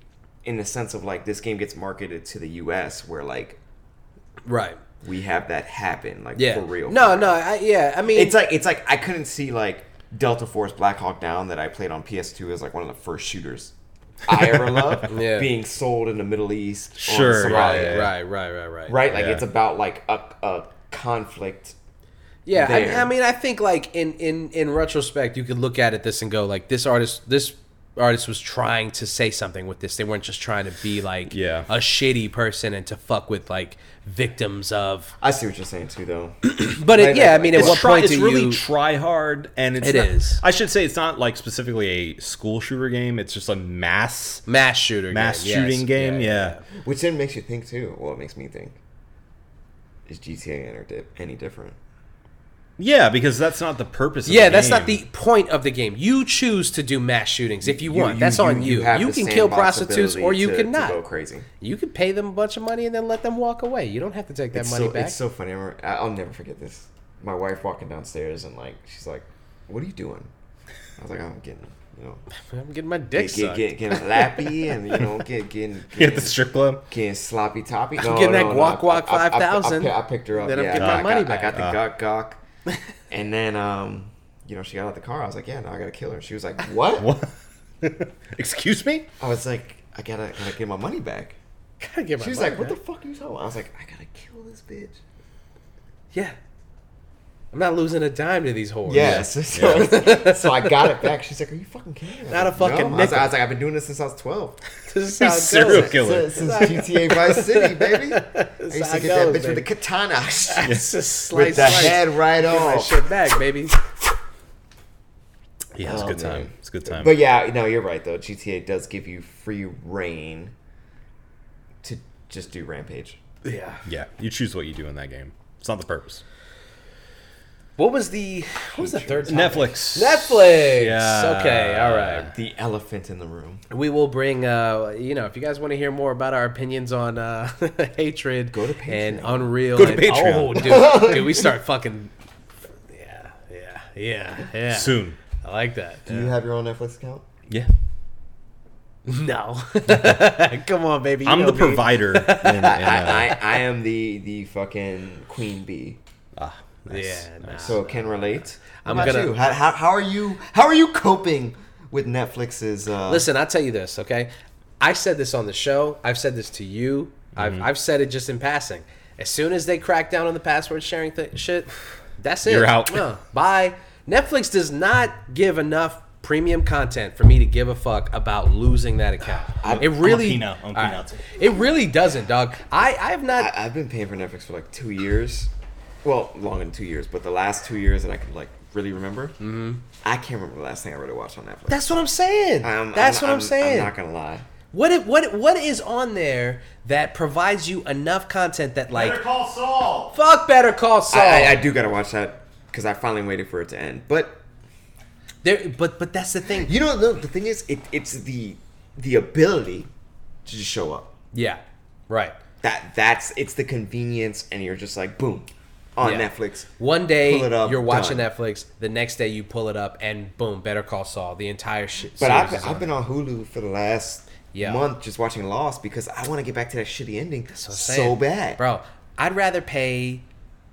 B: in the sense of like this game gets marketed to the U.S. where like
C: Right.
B: we have that happen like
C: Yeah.
B: for real.
C: No, no. I, yeah, I mean,
B: it's like it's like I couldn't see like Delta Force Black Hawk Down that I played on PS2 as like one of the first shooters I ever loved
C: Yeah.
B: being sold in the Middle East. or
A: Sure,
B: Somalia,
C: right,
A: yeah.
C: right, right, right, right.
B: right? Like
A: Yeah.
B: it's about like a, a conflict.
C: Yeah,
B: there.
C: I, I mean, I think like in in in retrospect, you could look at it this and go like, this artist, this artist was trying to say something with this. They weren't just trying to be like
A: Yeah.
C: a shitty person and to fuck with like victims of.
B: I see what you're saying too, though.
C: But it,
B: Right,
C: yeah,
B: right,
C: I mean,
B: right.
C: at what
A: try-
C: point
A: it's
C: do
A: really
C: you?
A: try hard, and it's
C: It
A: not-
C: is.
A: I should say it's not like specifically a school shooter game. It's just a mass
C: Mass shooter,
A: mass
C: game, yes,
A: shooting game. Yeah,
B: Which then makes you think too. Well, it makes me think: Is GTA any, di- any different?
A: yeah, because that's not the purpose. Of
C: Yeah,
A: the
C: that's not
A: game.
C: the point of the game. You choose to do mass shootings if you
B: You-
C: want. that's on you. You,
B: have the
C: can kill
B: sandbox
C: prostitutes or
B: ability
C: you
B: to- to
C: cannot.
B: go crazy.
C: You can pay them a bunch of money and then let them walk away. You don't have to take that
B: it's
C: money
B: so,
C: back.
B: It's so funny. I remember- I- I'll never forget this. My wife walking downstairs and like she's like, "What are you doing?" I was like, "I'm getting, you know,
C: I'm getting my dick
B: get, get,
C: sucked.
B: get, getting lappy and you know, get getting
A: Yeah, at the strip club.
B: getting sloppy toppy. No,
C: getting that
B: no,
C: guac,
B: no. I-
C: guac
B: I- I-
C: 5,000.
B: I, I, picked her up.
C: Then I'm
B: yeah,
C: getting my
B: I got-
C: money
B: I got
A: back.
B: the guac guac, and then um, you know, she got out the car. I was like, "Yeah, no, I gotta kill her." She was like, "What?"
A: What? Excuse me?
B: I was like, "I gotta, I gotta get my money back."
C: Gotta get my
B: She was
C: money
B: like, "What the
C: back.
B: fuck are you talking?" about? I was like, "I gotta kill this bitch."
C: Yeah. I'm not losing a dime to these whores.
B: Yeah, so, so, so I got it back. She's like, "Are you fucking kidding?" me?" I
C: Not
B: was
C: a
B: like,
C: fucking
B: I was, like- I
C: nickel.
B: was like, "I've been doing this since I was 12.
C: This is how it
A: Serial
C: goes.
A: killer.
B: Since, since GTA Vice City, baby. I
C: This is
B: used
C: how
B: to
C: it
B: get that
C: goes,
B: bitch with the
C: baby.
B: katana
C: It's just
B: with
C: slice,
B: the
C: slice.
B: head right
C: Get that
B: off."
C: shit back, baby.
A: Yeah, it's a
B: Oh,
A: good
B: man.
A: time. It's a good time.
B: But yeah, no, you're right though. GTA does give you free reign to just do rampage.
C: Yeah.
A: yeah, you choose what you do in that game. It's not the purpose.
C: What was the what was the third topic?
A: Netflix.
C: Netflix.
A: Yeah.
C: Okay, all right.
B: The elephant in the room.
C: we will bring uh you know if you guys want to hear more about our opinions on uh hatred
B: Go to Patreon.
C: and unreal
A: Go to
C: and-
A: Patreon.
C: oh dude, dude we start fucking yeah yeah yeah yeah
A: Soon.
C: i like that
B: Do you have your own Netflix account?
A: Yeah.
C: no come on baby you
A: I'm
C: know
A: the
C: me.
A: provider. in, in, uh,
B: I, I, I am the the fucking queen bee.
A: ah, nice.
C: yeah nah.
B: So can relate. How
C: I'm
B: about
C: gonna-
B: you? How, how, how are you? How are you coping with Netflix's? Uh,
C: listen i'll tell you this okay i said this on the show i've said this to you I've,
A: Mm-hmm.
C: I've said it just in passing as soon as they crack down on the password sharing th- shit that's it
A: You're out.
C: No, bye netflix does not give enough premium content for me to give a fuck about losing that account it really
A: Pino, I'm
C: All right.
A: Pino too.
C: it really doesn't dog i i've not
B: I, I've been paying for Netflix for like two years. Well, longer than two years, but the last two years that I could like really remember, mm-hmm. I can't remember the last thing I really watched on Netflix.
C: that's what i'm saying that's what i'm, saying
B: I'm not gonna lie.
C: what it, what what is on there that provides you enough content that like
D: Better call Saul.
C: fuck better call saul
B: I, I, I do gotta watch that because I finally waited for it to end. But
C: There, but but that's the thing.
B: You know, no, the thing is, it, it's the the ability to just show up.
C: Yeah, right.
B: That that's it's the convenience, and you're just like boom on
C: Yeah.
B: Netflix.
C: One day
B: Pull it up,
C: you're watching
B: done.
C: Netflix. The next day you pull it up, and boom, Better Call Saul. The entire shit.
B: But
C: series
B: I've,
C: is
B: I've
C: on.
B: been on Hulu for the last
C: Yeah.
B: month just watching Lost because I want to get back to that shitty ending
C: That's what I'm
B: so
C: saying.
B: bad.
C: bro. I'd rather pay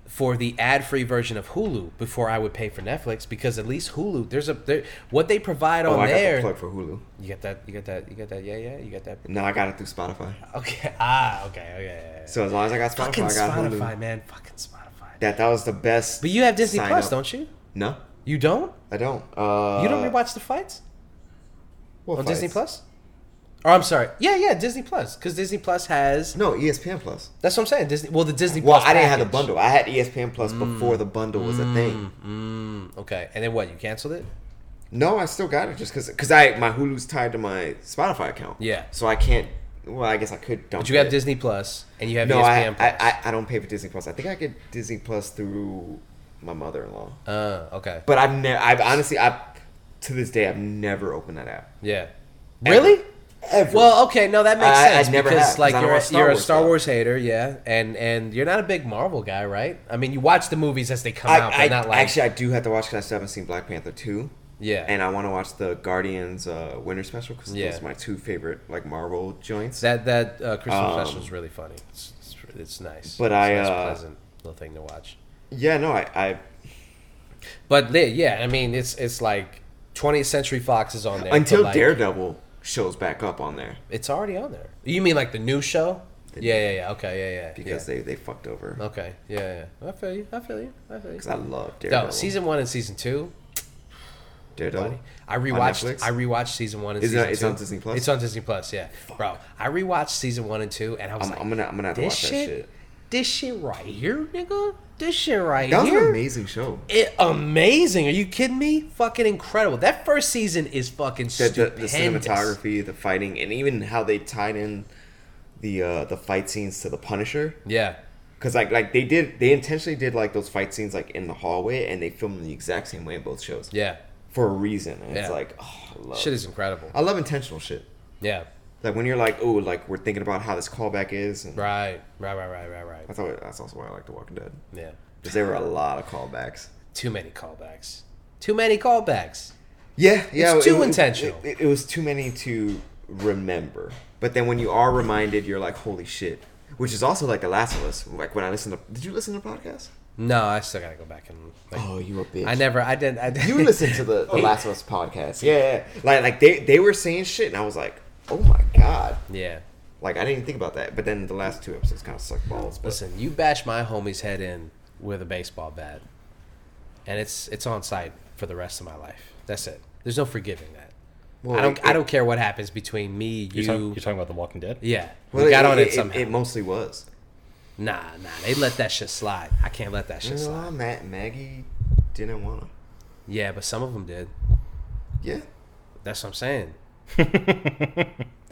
C: for the ad-free version of Hulu before I would pay for Netflix because at least Hulu, there's a there, what they provide
B: Oh,
C: on
B: I got
C: there.
B: the plug for Hulu.
C: You got that? You got that? You got that? Yeah, yeah. You got that?
B: No, I got it through Spotify.
C: Okay. Ah, okay, okay. yeah, yeah, yeah.
B: So as long as I got Spotify,
C: Fucking
B: I got
C: Spotify,
B: Hulu.
C: man. Fucking Spotify.
B: That that was the best.
C: But you have Disney
B: sign
C: Plus,
B: up.
C: don't you?
B: No,
C: You don't?
B: I don't. Uh,
C: You don't rewatch the fights
B: what
C: on Disney Plus?
B: fights?
C: Or I'm sorry. Yeah, yeah, Disney Plus, because Disney Plus has.
B: No, E ESPN Plus.
C: That's what I'm saying. Disney. Well, the Disney.
B: Well,
C: Plus
B: I didn't have the
C: package. Mm.
B: bundle. I had E ESPN Plus before the bundle was a thing.
C: Okay, and then what? You canceled it?
B: No, I still got it just because because I my Hulu's tied to my Spotify account.
C: Yeah.
B: So I can't. Well, I guess I could dump.
C: But you have
B: it.
C: Disney Plus, and you have E
B: No, I,
C: ESPN
B: I,
C: Plus.
B: I I don't pay for Disney Plus. I think I get Disney Plus through my mother in law.
C: Uh, okay.
B: But I've never. I've honestly. I to this day I've never opened that app.
C: Yeah.
B: Ever.
C: Really?
B: Ever.
C: Well, okay, no, that makes
B: I- I
C: sense
B: never
C: because
B: have, 'cause
C: like
B: I don't
C: you're a,
B: watch Star
C: you're a
B: Wars
C: Star
B: stuff.
C: Wars hater, yeah, and and you're not a big Marvel guy, right? I mean, you watch the movies as they come
B: I,
C: out, but
B: I
C: not like
B: actually I do have to watch because I still haven't seen Black Panther two.
C: yeah.
B: And I want to watch the Guardians uh, Winter Special because
C: Yeah.
B: those are my two favorite like Marvel joints.
C: that that uh, Crystal
B: Um,
C: Special is really funny. It's, it's, it's nice,
B: but
C: it's
B: I,
C: a nice,
B: uh,
C: pleasant little thing to watch.
B: yeah, no, I, I
C: But li- yeah, I mean, it's it's like 20th Century Fox is on there but,
B: until
C: like,
B: Daredevil shows back up on there
C: It's already on there. You mean like the new show? yeah, yeah, yeah. Okay, yeah, yeah.
B: because
C: yeah.
B: they they fucked over.
C: okay, yeah, yeah. I feel you. I feel you. I feel you.
B: Because I love Daredevil.
C: No, season one and season two.
B: Daredevil.
C: Buddy. I
B: Netflix?
C: rewatched. I rewatched season one and
B: Is it-
C: season
B: it's
C: two.
B: on Disney Plus?
C: It's on Disney Plus. Yeah, bro. I rewatched season one and two, and I was
B: I'm,
C: like,
B: I'm gonna I'm gonna have to
C: this
B: watch that
C: shit,
B: shit.
C: this shit right here, nigga. This shit right
B: That was an
C: here.
B: amazing show.
C: It, amazing. Are you kidding me? Fucking incredible. That first season is fucking
B: The, the, the
C: stupendous.
B: cinematography, the fighting, and even how they tied in the uh, the fight scenes to the Punisher.
C: Yeah.
B: Because like like they did they intentionally did like those fight scenes like in the hallway, and they filmed them the exact same way in both shows.
C: Yeah.
B: for a reason. And it's
C: Yeah.
B: like, oh, I love.
C: Shit is incredible.
B: I love intentional shit.
C: Yeah.
B: Like when you're like, oh, like we're thinking about how this callback is. And
C: Right. Right. Right. Right. Right. Right.
B: That's always, that's also why I like The Walking Dead
C: Yeah.
B: because there were a lot of callbacks.
C: Too many callbacks. Too many callbacks.
B: Yeah, yeah.
C: It's too intentional.
B: It, it was too many to remember. But then when you are reminded, you're like, holy shit. Which is also like The Last of Us. Like when I listened to, did you listen to the podcast?
C: No, I still gotta go back and. Like,
B: you a bitch.
C: I never. I didn't. I didn't.
B: Oh, You listened to the, the Last of Us podcast. Yeah, yeah. Like like they they were saying shit, and I was like, oh my god.
C: Yeah.
B: Like I didn't even think about that, but then the last two episodes kind of suck balls. But
C: Listen, you bash my homie's head in with a baseball bat, and it's it's on site for the rest of my life. That's it. There's no forgiving that.
B: Well,
C: I don't.
B: it-
C: I don't care what happens between me, you.
A: You're, talking, you're talking about The Walking Dead?
C: yeah,
B: well,
C: we got on it,
B: it
C: somehow.
B: It mostly was.
C: nah, nah. They let that shit slide. I can't let that shit slide.
B: Well, Ma- Maggie didn't want to.
C: Yeah, but some of them did.
B: Yeah.
C: That's what I'm saying.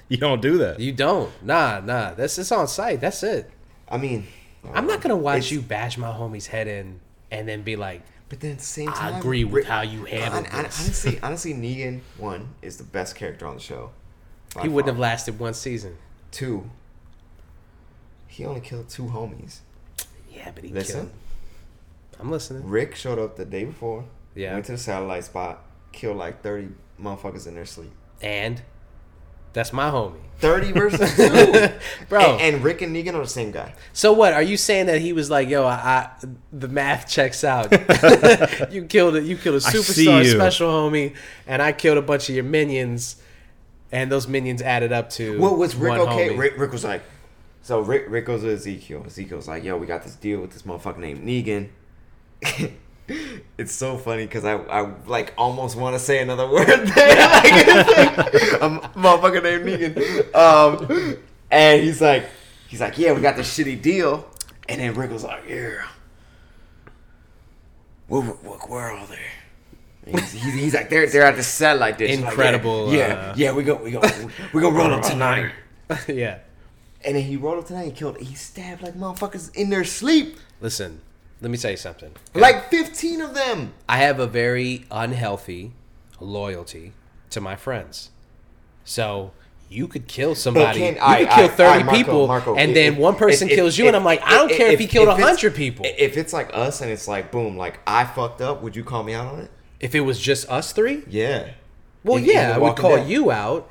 A: You don't do that.
C: You don't. Nah, nah. That's it's on site. That's it.
B: I mean,
C: I'm not gonna watch
B: It's-
C: you bash my homie's head in and then be like,
B: But then at the same
C: I
B: time,
C: agree with
B: Rick-
C: how you handled
B: Hon- hon-
C: this.
B: honestly, honestly, Negan one is the best character on the show. by
C: he wouldn't have
B: far.
C: lasted one season.
B: two. He only killed two homies.
C: Yeah, but he
B: Listen,
C: killed. I'm listening.
B: Rick showed up the day before.
C: Yeah.
B: Went to the satellite spot, killed like thirty motherfuckers in their sleep.
C: And that's my homie.
B: Thirty versus two.
C: Bro.
B: And, and Rick and Negan are the same guy.
C: so what? Are you saying that he was like, yo, I, I the math checks out. you killed a you killed a
A: I see
C: superstar
A: you.
C: special homie, and I killed a bunch of your minions, and those minions added up to
B: What was Rick
C: one
B: okay?
C: homie.
B: Rick, Rick was like, so Rick, Rick goes to Ezekiel. Ezekiel's like, yo, we got this deal with this motherfucker named Negan. it's so funny because I, I like almost want to say another word there. like, it's like, a motherfucker named Negan. Um, and he's like, he's like, yeah, we got this shitty deal. And then Rick was like, yeah. What, what world there? And He's, he's, he's like they're they're at the satellite dish. Like, yeah,
C: Incredible,
B: yeah,
C: uh,
B: yeah, we go we go we go roll up tonight.
C: yeah.
B: And then he rolled up tonight. He killed. He stabbed like motherfuckers in their sleep.
C: Listen, let me tell you something.
B: Like fifteen of them.
C: I have a very unhealthy loyalty to my friends. So you could kill somebody.
B: can-
C: you
B: I-
C: could kill
B: I-
C: thirty
B: I- Marco,
C: people,
B: Marco,
C: and
B: if-
C: then
B: if-
C: one person
B: if-
C: kills you,
B: if-
C: and I'm like, I don't
B: if-
C: care if, he
B: if-
C: killed
B: if it's-
C: hundred people.
B: If it's like us and it's like boom, like I fucked up, would you call me out on it?
C: if it was just us three,
B: Yeah.
C: well,
B: In- in
C: yeah,
B: the
C: I would
B: Walking
C: call
B: Dead.
C: you out.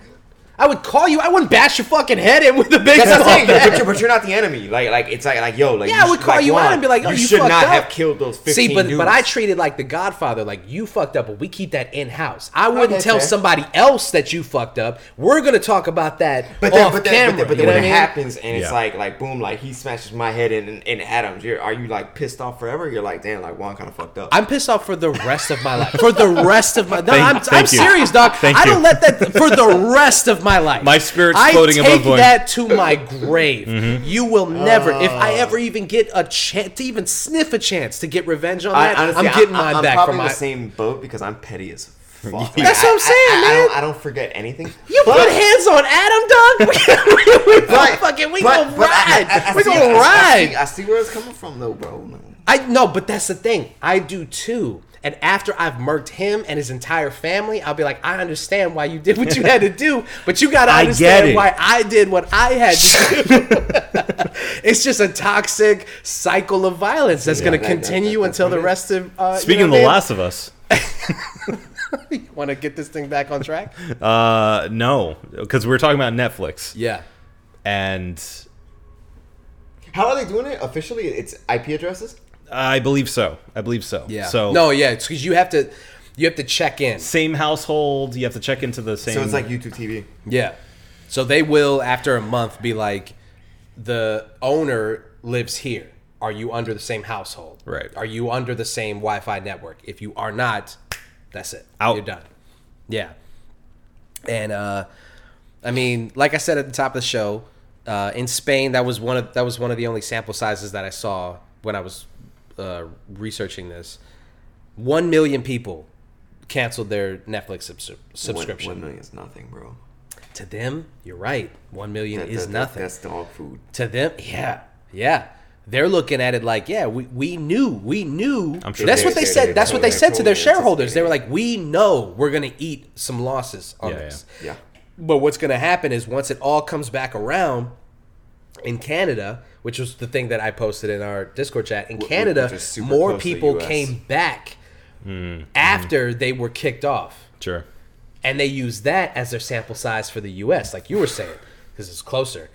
C: I would call you. I wouldn't bash your fucking head in with the big
B: That's what I'm saying.
C: ball.
B: But you're, but you're not the enemy. Like, like it's like, like yo, like
C: Yeah, I would
B: should-
C: call
B: like,
C: you out
B: Juan,
C: and be like, oh, you
B: should
C: fucked
B: not
C: up.
B: have killed those fifteen
C: See, but
B: dudes.
C: but I treat it like the Godfather, like you fucked up, but we keep that in house. I wouldn't
B: Okay,
C: tell
B: fair.
C: somebody else that you fucked up. We're gonna talk about that
B: But then,
C: off
B: but then,
C: camera.
B: but then,
C: you
B: but then
C: know what
B: when
C: I
B: it
C: mean?
B: happens and it's
A: Yeah.
B: like, like boom, like he smashes my head in and, and Adams, you're are you like pissed off forever? You're like, damn, like Juan kind of fucked up.
C: I'm pissed off for the rest of my life. For the rest of my no,
A: Thank-
C: I'm, I'm
A: thank you.
C: serious, dog.
A: Thank
C: I don't
A: you.
C: let that for the rest of my life.
A: My spirit's
C: I
A: floating
C: take
A: above Mm-hmm. void.
C: that to my grave. You will never, if I
B: Uh.
C: ever even get a chance to even sniff a chance to get revenge on that, I, am getting mine
B: I'm
C: back
B: probably
C: from my.
B: the same boat because I'm petty as fuck. Like,
C: That's what I'm
B: I- I-
C: saying,
B: I,
C: man.
B: don't, I don't forget anything.
C: You put hands on Adam, dog. we, we, we gonna fucking, we gonna ride. we
B: see-
C: gonna
B: I- I
C: ride.
B: see- I, see where it's coming from, though, bro. Man.
C: I no, but that's the thing. I do too. And after I've murked him and his entire family, I'll be like, I understand why you did what you had to do, but you gotta
A: I get
C: understand
A: it.
C: why I did what I had to do. it's just a toxic cycle of violence that's gonna
B: that- that-
C: continue
B: that's
C: until
B: what
C: the
B: it is.
C: rest of. Uh,
A: Speaking
C: you know
A: of The
C: what
A: Last of Us,
C: I mean? you want to get this thing back on track?
A: uh, no, because we were talking about Netflix
C: yeah.
A: and
B: How are they doing it officially? It's IP addresses.
A: I believe so. I believe so.
C: Yeah.
A: So
C: no, yeah, it's because you have to, you have to check in.
A: same household. You have to check into the same.
B: So it's like YouTube TV.
C: Yeah. So they will, after a month, be like, the owner lives here. Are you under the same household?
A: Right.
C: Are you under the same Wi Fi network? If you are not, that's it.
A: Out.
C: You're done. Yeah. And uh I mean, like I said at the top of the show, uh, in Spain that was one of that was one of the only sample sizes that I saw when I was uh, researching this. One million people canceled their Netflix subs- subscription
B: One, one million is nothing, bro.
C: to them, you're right. One million
B: That-
C: is
B: that- that-
C: nothing.
B: That's dog food.
C: to them, yeah, yeah. They're looking at it like, yeah, we, we knew, we knew.
A: I'm sure
C: that's
A: they-
C: what they
A: they-
C: said.
B: they
C: that's what they
B: totally-
C: said to their
B: totally
C: shareholders. They were like, we know we're gonna eat some losses on
A: Yeah,
C: this.
B: Yeah.
C: But what's going to happen is once it all comes back around in Canada, which was the thing that I posted in our Discord chat, in
B: Wh- wh-
C: Canada,
B: which is super
C: more
B: close to the
C: people
B: US.
C: came back after they were kicked off.
A: sure.
C: And they use that as their sample size for the US, like you were saying, because it's closer.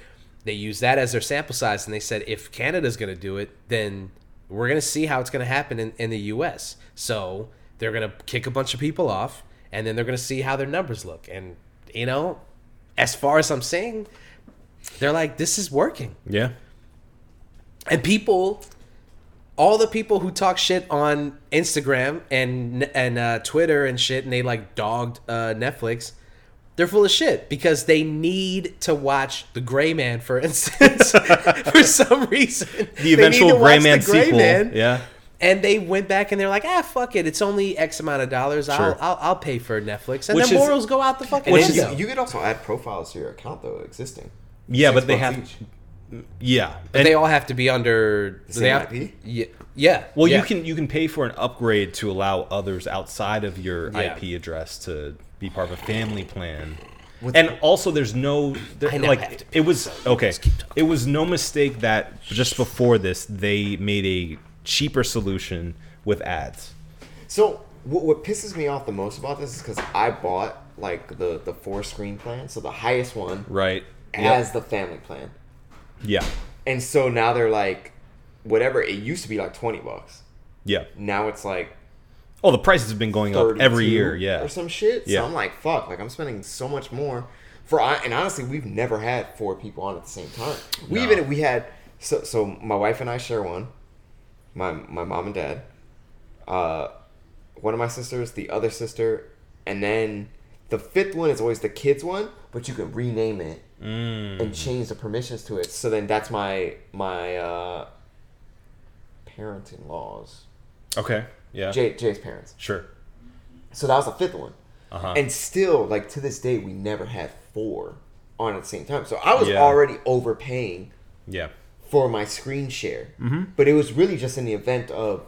C: They use that as their sample size, and they said if Canada's going to do it, then we're going to see how it's going to happen in, in the US. So they're going to kick a bunch of people off, and then they're going to see how their numbers look. And, you know, as far as I'm seeing, they're like, this is working.
A: Yeah.
C: And people, all the people who talk shit on Instagram and and uh, Twitter and shit, and they like dogged uh, Netflix. They're full of shit because they need to watch The Gray Man, for instance, for some reason. They
A: The
C: need to
A: eventual Gray
C: watch
A: Man
C: The Gray
A: sequel.
C: Man.
A: Yeah.
C: And they went back and they're like, ah, fuck it. It's only X amount of dollars. I'll,
A: Sure.
C: I'll, I'll pay for Netflix. And
A: Which
C: their
A: is-
C: morals go out the fucking
B: And
A: Which
B: then
A: is-
B: you,
C: window.
B: you could also add profiles to your account though, existing.
A: Yeah,
B: Six
A: but they have.
B: bucks each.
A: Yeah.
C: But
A: And-
C: they all have to be under.
B: same
C: they have-
B: IP?
C: Yeah. yeah
A: Well,
C: yeah.
A: you can you can pay for an upgrade to allow others outside of your
C: Yeah.
A: IP address to be part of a family plan. and also, there's no there,
C: I now
A: like
C: have to
A: it was okay. It was no mistake that just before this they made a cheaper solution with ads.
B: So what, what pisses me off the most about this is because I bought like the the four screen plan, so the highest one
A: Right.
B: as the family plan,
A: Yeah.
B: and so now they're like, whatever it used to be like twenty bucks,
A: Yeah.
B: now it's like
A: Oh, the prices have been going up
B: thirty
A: every year. Yeah.
B: or some shit.
A: Yeah.
B: So I'm like, fuck, like I'm spending so much more for. And honestly, we've never had four people on at the same time. We
A: No.
B: even we had so so my wife and I share one. My my mom and dad, uh, one of my sisters, the other sister, and then the fifth one is always the kids one, but you can rename it
A: Mm.
B: and change the permissions to it. So then that's my my uh, parent in laws,
A: Okay. Yeah.
B: Jay Jay's parents.
A: Sure.
B: So that was the fifth one.
A: Uh-huh.
B: And still, like to this day, we never had four on at the same time. So I was
A: Yeah.
B: already overpaying
A: Yeah. Mm-hmm.
B: for my screen share. But it was really just in the event of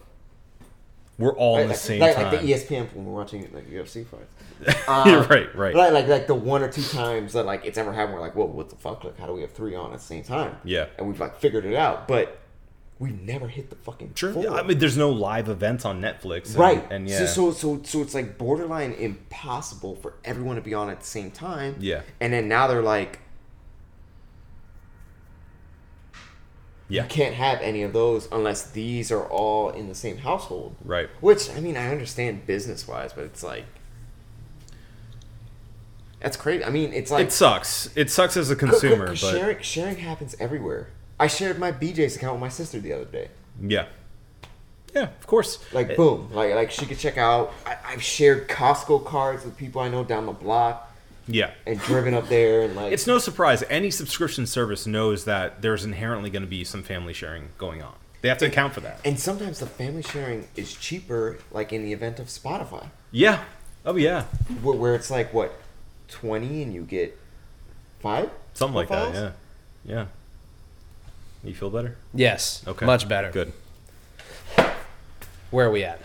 A: We're all in the
B: like,
A: same
B: like,
A: time.
B: like the E ESPN when we're watching like UFC fights.
A: You're
C: Uh,
A: right, right.
B: Like, like like the one or two times that like it's ever happened, we're like, whoa, what the fuck? Like, how do we have three on at the same time?
A: Yeah.
B: and we've like figured it out, but we've never hit the fucking
A: Sure.
B: floor.
A: Yeah, I mean, there's no live events on Netflix. And,
B: right?
A: And yeah.
B: so, so so so it's like borderline impossible for everyone to be on at the same time.
A: Yeah.
B: and then now they're like,
A: yeah.
B: you can't have any of those unless these are all in the same household.
A: Right.
B: Which I mean, I understand business wise, but it's like. That's crazy. I mean, it's like
A: It sucks. It sucks as a
B: Look, look,
A: consumer, but
B: sharing sharing happens everywhere. I shared my BJ's account with my sister the other day.
A: yeah. Yeah, of course. Eh,
B: Like
A: It-
B: boom, like like she could check out. I, I've shared Costco cards with people I know down the block
A: yeah.
B: and driven up there and like
A: It's no surprise any subscription service knows that there's inherently going to be some family sharing going on. They have to account for that.
B: And sometimes the family sharing is cheaper, like in the event of Spotify,
A: Yeah. Oh yeah.
B: where, where it's like what twenty and you get five.
A: Something like that. Yeah.
B: profiles?
A: Yeah. You feel better?
C: Yes.
A: Okay.
C: Much better.
A: Good.
C: Where are we at?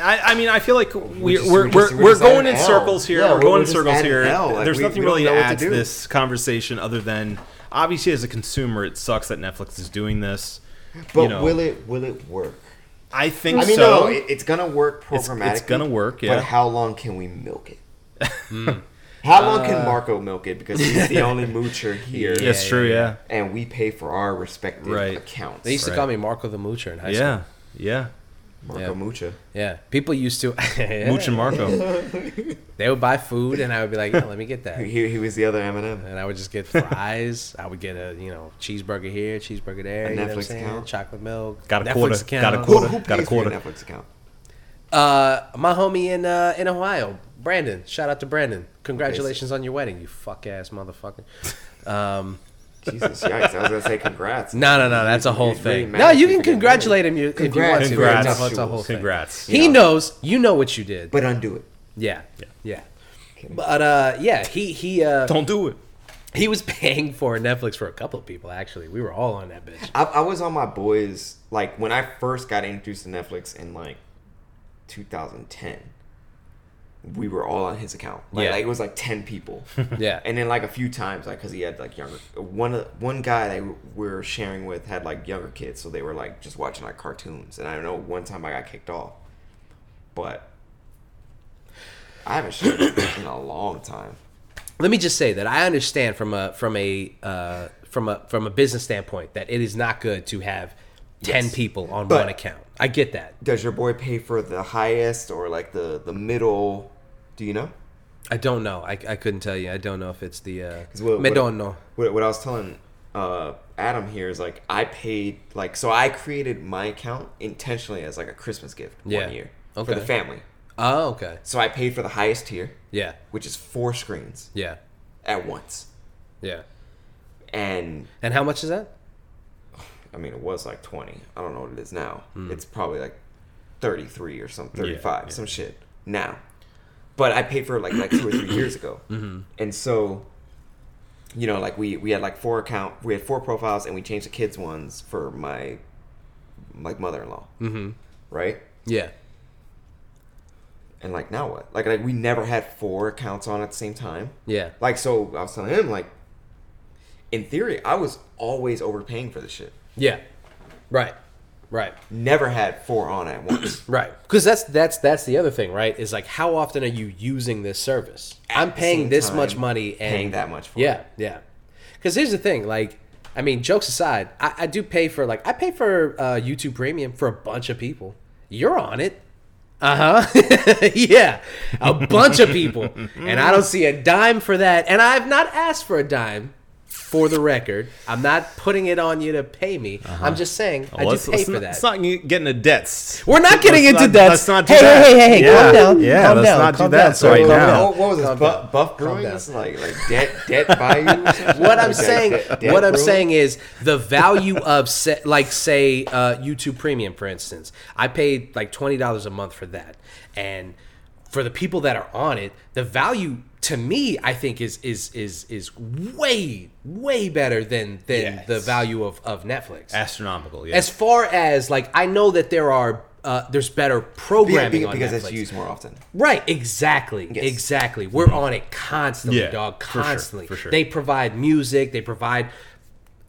A: I, I mean, I feel like we're
B: just-
A: we're,
B: we just-
A: we're,
B: we're
A: we're
B: just at
A: going in
B: an L.
A: circles here.
B: Yeah,
A: we're
B: we're-
A: going
B: we're
A: in
B: just
A: circles
B: at an
A: here.
B: L. Like,
A: There's
B: we-
A: nothing
B: we don't
A: really
B: know
A: to
B: what to
A: add to
B: do.
A: this conversation other than obviously as a consumer, it sucks that Netflix is doing this.
B: But
A: you know,
B: will it will it work?
A: I think
B: I mean,
A: so.
B: no, it, it's gonna work
A: It's-
B: programmatically.
A: it's gonna work, yeah.
B: But how long can we milk it?
C: Hmm.
B: How long can
A: Uh,
B: Marco milk it? Because he's the only moocher here,
C: Yeah.
A: it's true. Yeah.
B: and we pay for our respective
A: Right.
B: accounts.
C: They used to
A: Right.
C: call me Marco the Moocher in high school.
A: Yeah. Yeah.
B: Marco
C: Yeah.
B: Mucha.
C: Yeah. People used to.
A: Mooch and Marco.
C: They would buy food, and I would be like, yeah, let me get that.
B: He, he was the other Eminem.
C: and I would just get fries. I would get a you know cheeseburger here, cheeseburger there,
B: A
C: you know what I'm
B: Netflix
C: saying?
B: account?
C: Chocolate milk,
A: Got a
C: Netflix
A: quarter,
C: account.
A: got a
B: Who,
A: quarter.
B: who
A: Got a
B: pays for your
A: quarter.
B: Netflix account?
C: Uh, my homie in uh, in Ohio, Brandon. Shout out to Brandon. Congratulations on your wedding, you fuck ass motherfucker. Um,
B: Jesus, yikes! I was gonna say congrats.
C: no, no, no, that's a whole
B: he's really
C: thing.
B: mad
C: no,
B: if
C: you
B: he
C: can
B: could get
C: congratulate him you, if you want
B: Congrats.
C: to.
A: Congrats.
C: That's- that's a whole thing.
A: Congrats.
C: He knows you know what you did,
B: but undo it.
C: yeah, yeah. But uh, yeah, he he uh,
A: Don't do it.
C: he was paying for Netflix for a couple of people. Actually, we were all on that bitch.
B: I, I was on my boys like when I first got introduced to Netflix in like 2010. We were all on his account. Like,
C: Yeah.
B: like, it was like 10 people,
C: Yeah,
B: and then like a few times, like because he had like younger one of- one guy that we are sharing with had like younger kids, so they were like just watching like cartoons. And I know one time I got kicked off, but I haven't shared in a long time.
C: let me just say that I understand from a from a uh, from a from a business standpoint that it is not good to have ten people on
B: But-
C: one account. I get that.
B: Does your boy pay for the highest or like the the middle? Do you know?
C: I don't know. I, I couldn't tell you. I don't know if it's the. Uh,
B: what-
C: me
B: what-
C: don't know.
B: What, what I was telling uh, Adam here is like I paid like so I created my account intentionally as like a Christmas gift
C: Yeah.
B: one year
C: Okay.
B: for the family.
C: Oh, okay.
B: So I paid for the highest tier,
C: Yeah,
B: which is four screens
C: yeah,
B: at once,
C: yeah.
B: and
C: And how much is that?
B: I mean it was like twenty. I don't know what it is now. It's probably like thirty three or something, thirty five,
A: yeah.
B: some shit now. But I paid for it like like two or three years ago, mm-hmm. and so. You know, like we we had like four account, we had four profiles, and we changed the kids ones for my like mother in law, mm-hmm. right?
C: Yeah,
B: And like now what? Like like we never had four accounts on at the same time.
C: yeah,
B: Like so, I was telling him like, in theory, I was always overpaying for this shit.
C: yeah. Right, right,
B: Never had four on at once.
C: right. Because that's that's that's the other thing, right? Is like how often are you using this service? I'm
B: the
C: paying
B: same
C: this
B: time,
C: much money and
B: paying that much for
C: yeah
B: it.
C: yeah because here's the thing like i mean jokes aside i, I do pay for like i pay for uh, youtube premium for a bunch of people you're on it uh-huh yeah a bunch of people and i don't see a dime for that and i've not asked for a dime for the record i'm not putting it on you to pay me
B: Uh-huh.
C: i'm just saying
B: Oh,
C: i do
A: Let's-
C: pay
A: let's
C: for
A: not-
C: that
A: Let's not get into debts.
C: we're not getting
A: Let's
C: into
A: not-
C: debts.
A: let's not do
C: hey,
A: that.
C: Hey, hey, hey,
A: Yeah.
C: calm down.
A: Yeah,
C: calm
A: let's
C: down,
A: not do
C: calm
A: that
C: down, sir,
A: right
C: calm
A: now.
C: down.
B: Oh, what was this?
C: Calm down.
B: Bu- buff brewing?
C: down.
B: This is like like debt debt bayou. or something?
C: what I'm
B: Like,
C: saying,
B: debt- debt
C: what I'm
B: brewing?
C: saying is the value of se- like say uh, YouTube Premium, for instance. I paid like twenty dollars a month for that, and for the people that are on it, the value to me, I think is is is is way way better than than the
A: Yes.
C: value of of Netflix.
A: Astronomical. Yeah.
C: As far as like, I know that there are uh, there's better
B: Be-
C: programming
B: be-
C: on
B: because
C: Netflix.
B: it's used more often.
C: Right, exactly.
B: Yes.
C: Exactly. We're on it constantly,
A: Mm-hmm. Yeah,
C: dog.
A: for sure,
C: Constantly.
A: for sure.
C: They provide music, they provide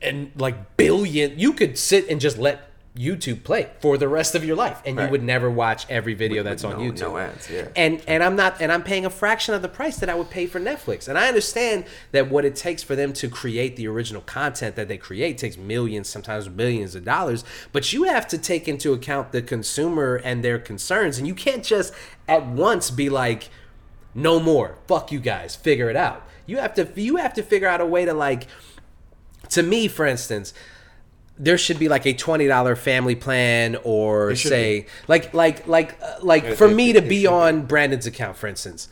C: and like billion you could sit and just let YouTube play for the rest of your life and you
B: Right.
C: would never watch every video that's on
B: no-
C: YouTube.
B: no ads, yeah.
C: And and I'm not and I'm paying a fraction of the price that I would pay for Netflix. And I understand that what it takes for them to create the original content that they create takes millions, sometimes billions of dollars, but you have to take into account the consumer and their concerns and you can't just at once be like no more. Fuck you guys. Figure it out. You have to you have to figure out a way to like to me, for instance, there should be like a twenty dollar family plan, or
B: should
C: say like like like uh, like for
B: it-
C: me
B: it-
C: to
B: it
C: be
B: should be.
C: on Brandon's account, for instance.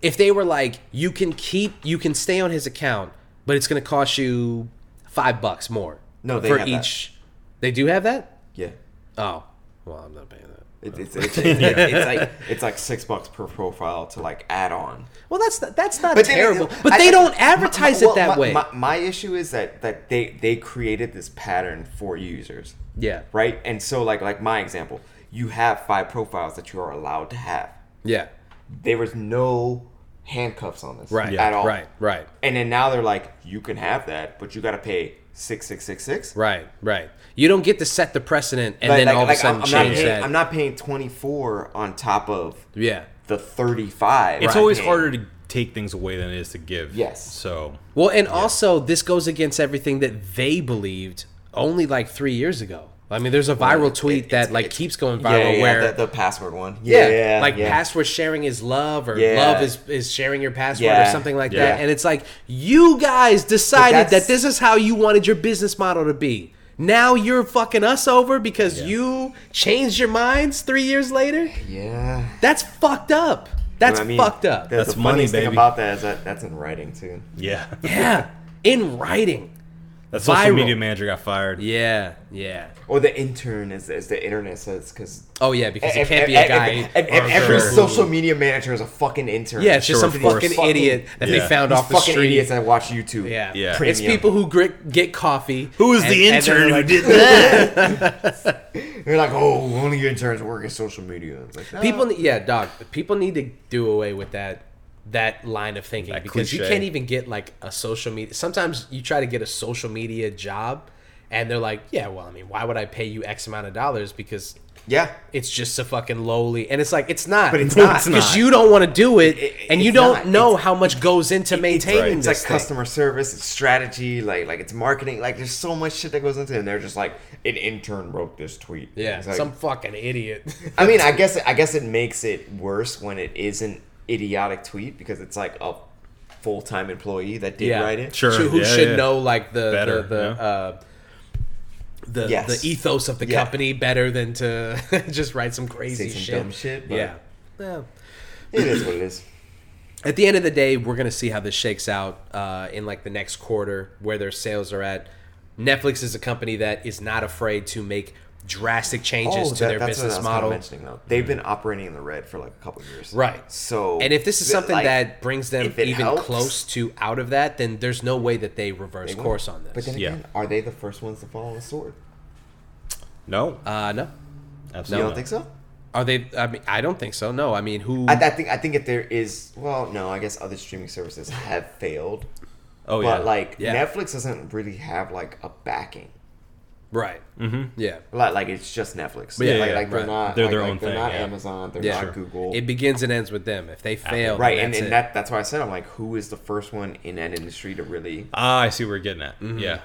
C: If they were like, you can keep, you can stay on his account, but it's going to cost you five bucks more.
B: No, they
C: for
B: have that.
C: each. They do have that.
B: Yeah.
C: Oh, well, I'm not paying that.
B: It, it's, it's, it's, it's like it's like six bucks per profile to like add on.
C: Well, that's not, that's not
B: But they-
C: terrible.
B: I-
C: but they
B: I-
C: don't advertise
B: well,
C: it that
B: my-
C: way.
B: My, my issue is that that they they created this pattern for users.
C: yeah.
B: Right. And so like like my example, you have five profiles that you are allowed to have.
C: Yeah.
B: There was no handcuffs on this.
C: Right.
B: At all.
C: Right. Right.
B: And then now they're like, you can have that, but you got to pay six six six six.
C: Right, right. You don't get to set the precedent and then all of a sudden
B: I'm,
C: change
B: not paying,
C: that.
B: I'm not paying 24 on top of
C: yeah.
B: the 35.
A: It's
B: I'm
A: always
B: paying.
A: harder to take things away than it is to give.
B: Yes.
A: So
C: Well, and also this goes against everything that they believed only like three years ago. I mean, there's a viral tweet that like keeps going
B: Yeah, yeah,
C: viral
B: yeah,
C: where.
B: the, the password one.
C: yeah,
B: Yeah,
C: like
B: yeah.
C: password sharing is love, or
B: Yeah.
C: love is, is sharing your password, or
B: Yeah.
C: something like
A: Yeah.
C: that. And it's like you guys decided that
B: that's-
C: this is how you wanted your business model to be. Now you're fucking us over because you changed your minds three years later.
B: Yeah.
C: That's fucked up. That's
B: I mean,
C: fucked up.
B: The,
A: That's
B: the
A: money,
B: funniest
A: baby.
B: thing about that is that that's in writing too.
A: yeah,
C: yeah, in writing.
A: that social
C: Viral.
A: media manager got fired.
C: Yeah, yeah.
B: Or the intern, as, as the internet says, because
C: Oh yeah, because it can't be a guy. or
B: every
C: a girl.
B: social media manager is a fucking intern.
C: yeah, it's just
A: Sure,
C: some
A: of course.
C: fucking idiot that they
A: Yeah.
C: found
B: These
C: off the
B: fucking
C: street.
B: idiots that watch YouTube.
C: Yeah,
A: Yeah.
C: It's
B: Premium.
C: people who gri- get coffee.
A: Who is
C: and-
A: the
C: and then
A: intern
C: they're
A: who
C: like-
A: did that?
B: They're like, oh, only interns work in social media. It's like, no.
C: People, ne- yeah, dog. People need to do away with that that line of thinking
A: That
C: because you
A: cliche.
C: can't even get like a social media. Sometimes you try to get a social media job, and they're like, "Yeah, well, I mean, why would I pay you X amount of dollars because
B: yeah,
C: it's just a fucking lowly and it's like it's not
B: But it's
A: not. It's
C: because
A: not.
C: you don't want to do it,
B: It-
C: and
B: it's
C: you don't
B: not.
C: know
B: It's-
C: how much goes into maintaining
A: right.
B: it's like
C: this thing.
B: customer service, it's strategy, like like it's marketing, like there's so much shit that goes into it. And they're just like, an intern wrote this tweet.
C: yeah
B: It's like-
C: some fucking idiot
B: I mean, I guess I guess it makes it worse when it is an idiotic tweet because it's like a full time employee that did
C: yeah
B: write it.
A: Sure,
C: who
A: yeah,
C: should
A: yeah.
C: know like the
A: Better,
C: the, the
A: yeah.
C: uh the,
B: Yes.
C: the ethos of the
B: Yeah.
C: company better than to just write some crazy
B: Say some
C: shit.
B: dumb shit, but-
C: yeah. yeah.
B: It is what it is.
C: At the end of the day, we're gonna see how this shakes out uh, in like the next quarter, where their sales are at. Netflix is a company that is not afraid to make drastic changes to
B: Oh, that-
C: their
B: that's what I was
C: business
B: kinda
C: model. Mm-hmm.
B: mentioning, though. They've been operating in the red for like a couple of years,
C: Right.
B: So,
C: And if this is
B: th-
C: something
B: like,
C: that brings them
B: if it
C: even
B: helps-
C: close to out of that, then there's no way that they reverse
B: they won't.
C: course on this.
B: but then
A: Yeah.
B: again, are they the first ones to fall on the sword?
A: No,
C: uh, no,
A: absolutely.
B: You don't
A: not.
B: think so?
C: are they? I mean, I don't think so. No, I mean, who?
B: I, I think I think if there is, well, no, I guess other streaming services have failed,
A: Oh yeah.
B: but like
C: Yeah.
B: Netflix doesn't really have like a backing.
C: right? Mm-hmm. Yeah.
B: Like, like it's just Netflix.
A: yeah,
B: like,
A: yeah,
B: like they're
C: right.
B: not.
A: They're
B: like-
A: their
B: like,
A: own
B: They're
A: thing,
B: not
A: yeah.
B: Amazon. They're
C: Yeah.
B: not Google.
C: It begins and ends with them. If they fail,
B: right,
C: then
B: and,
C: that's
B: and
C: it.
B: that that's why I said I'm like, who is the first one in that industry to really,
A: ah, I see where you're getting at.
C: Mm-hmm.
A: Yeah.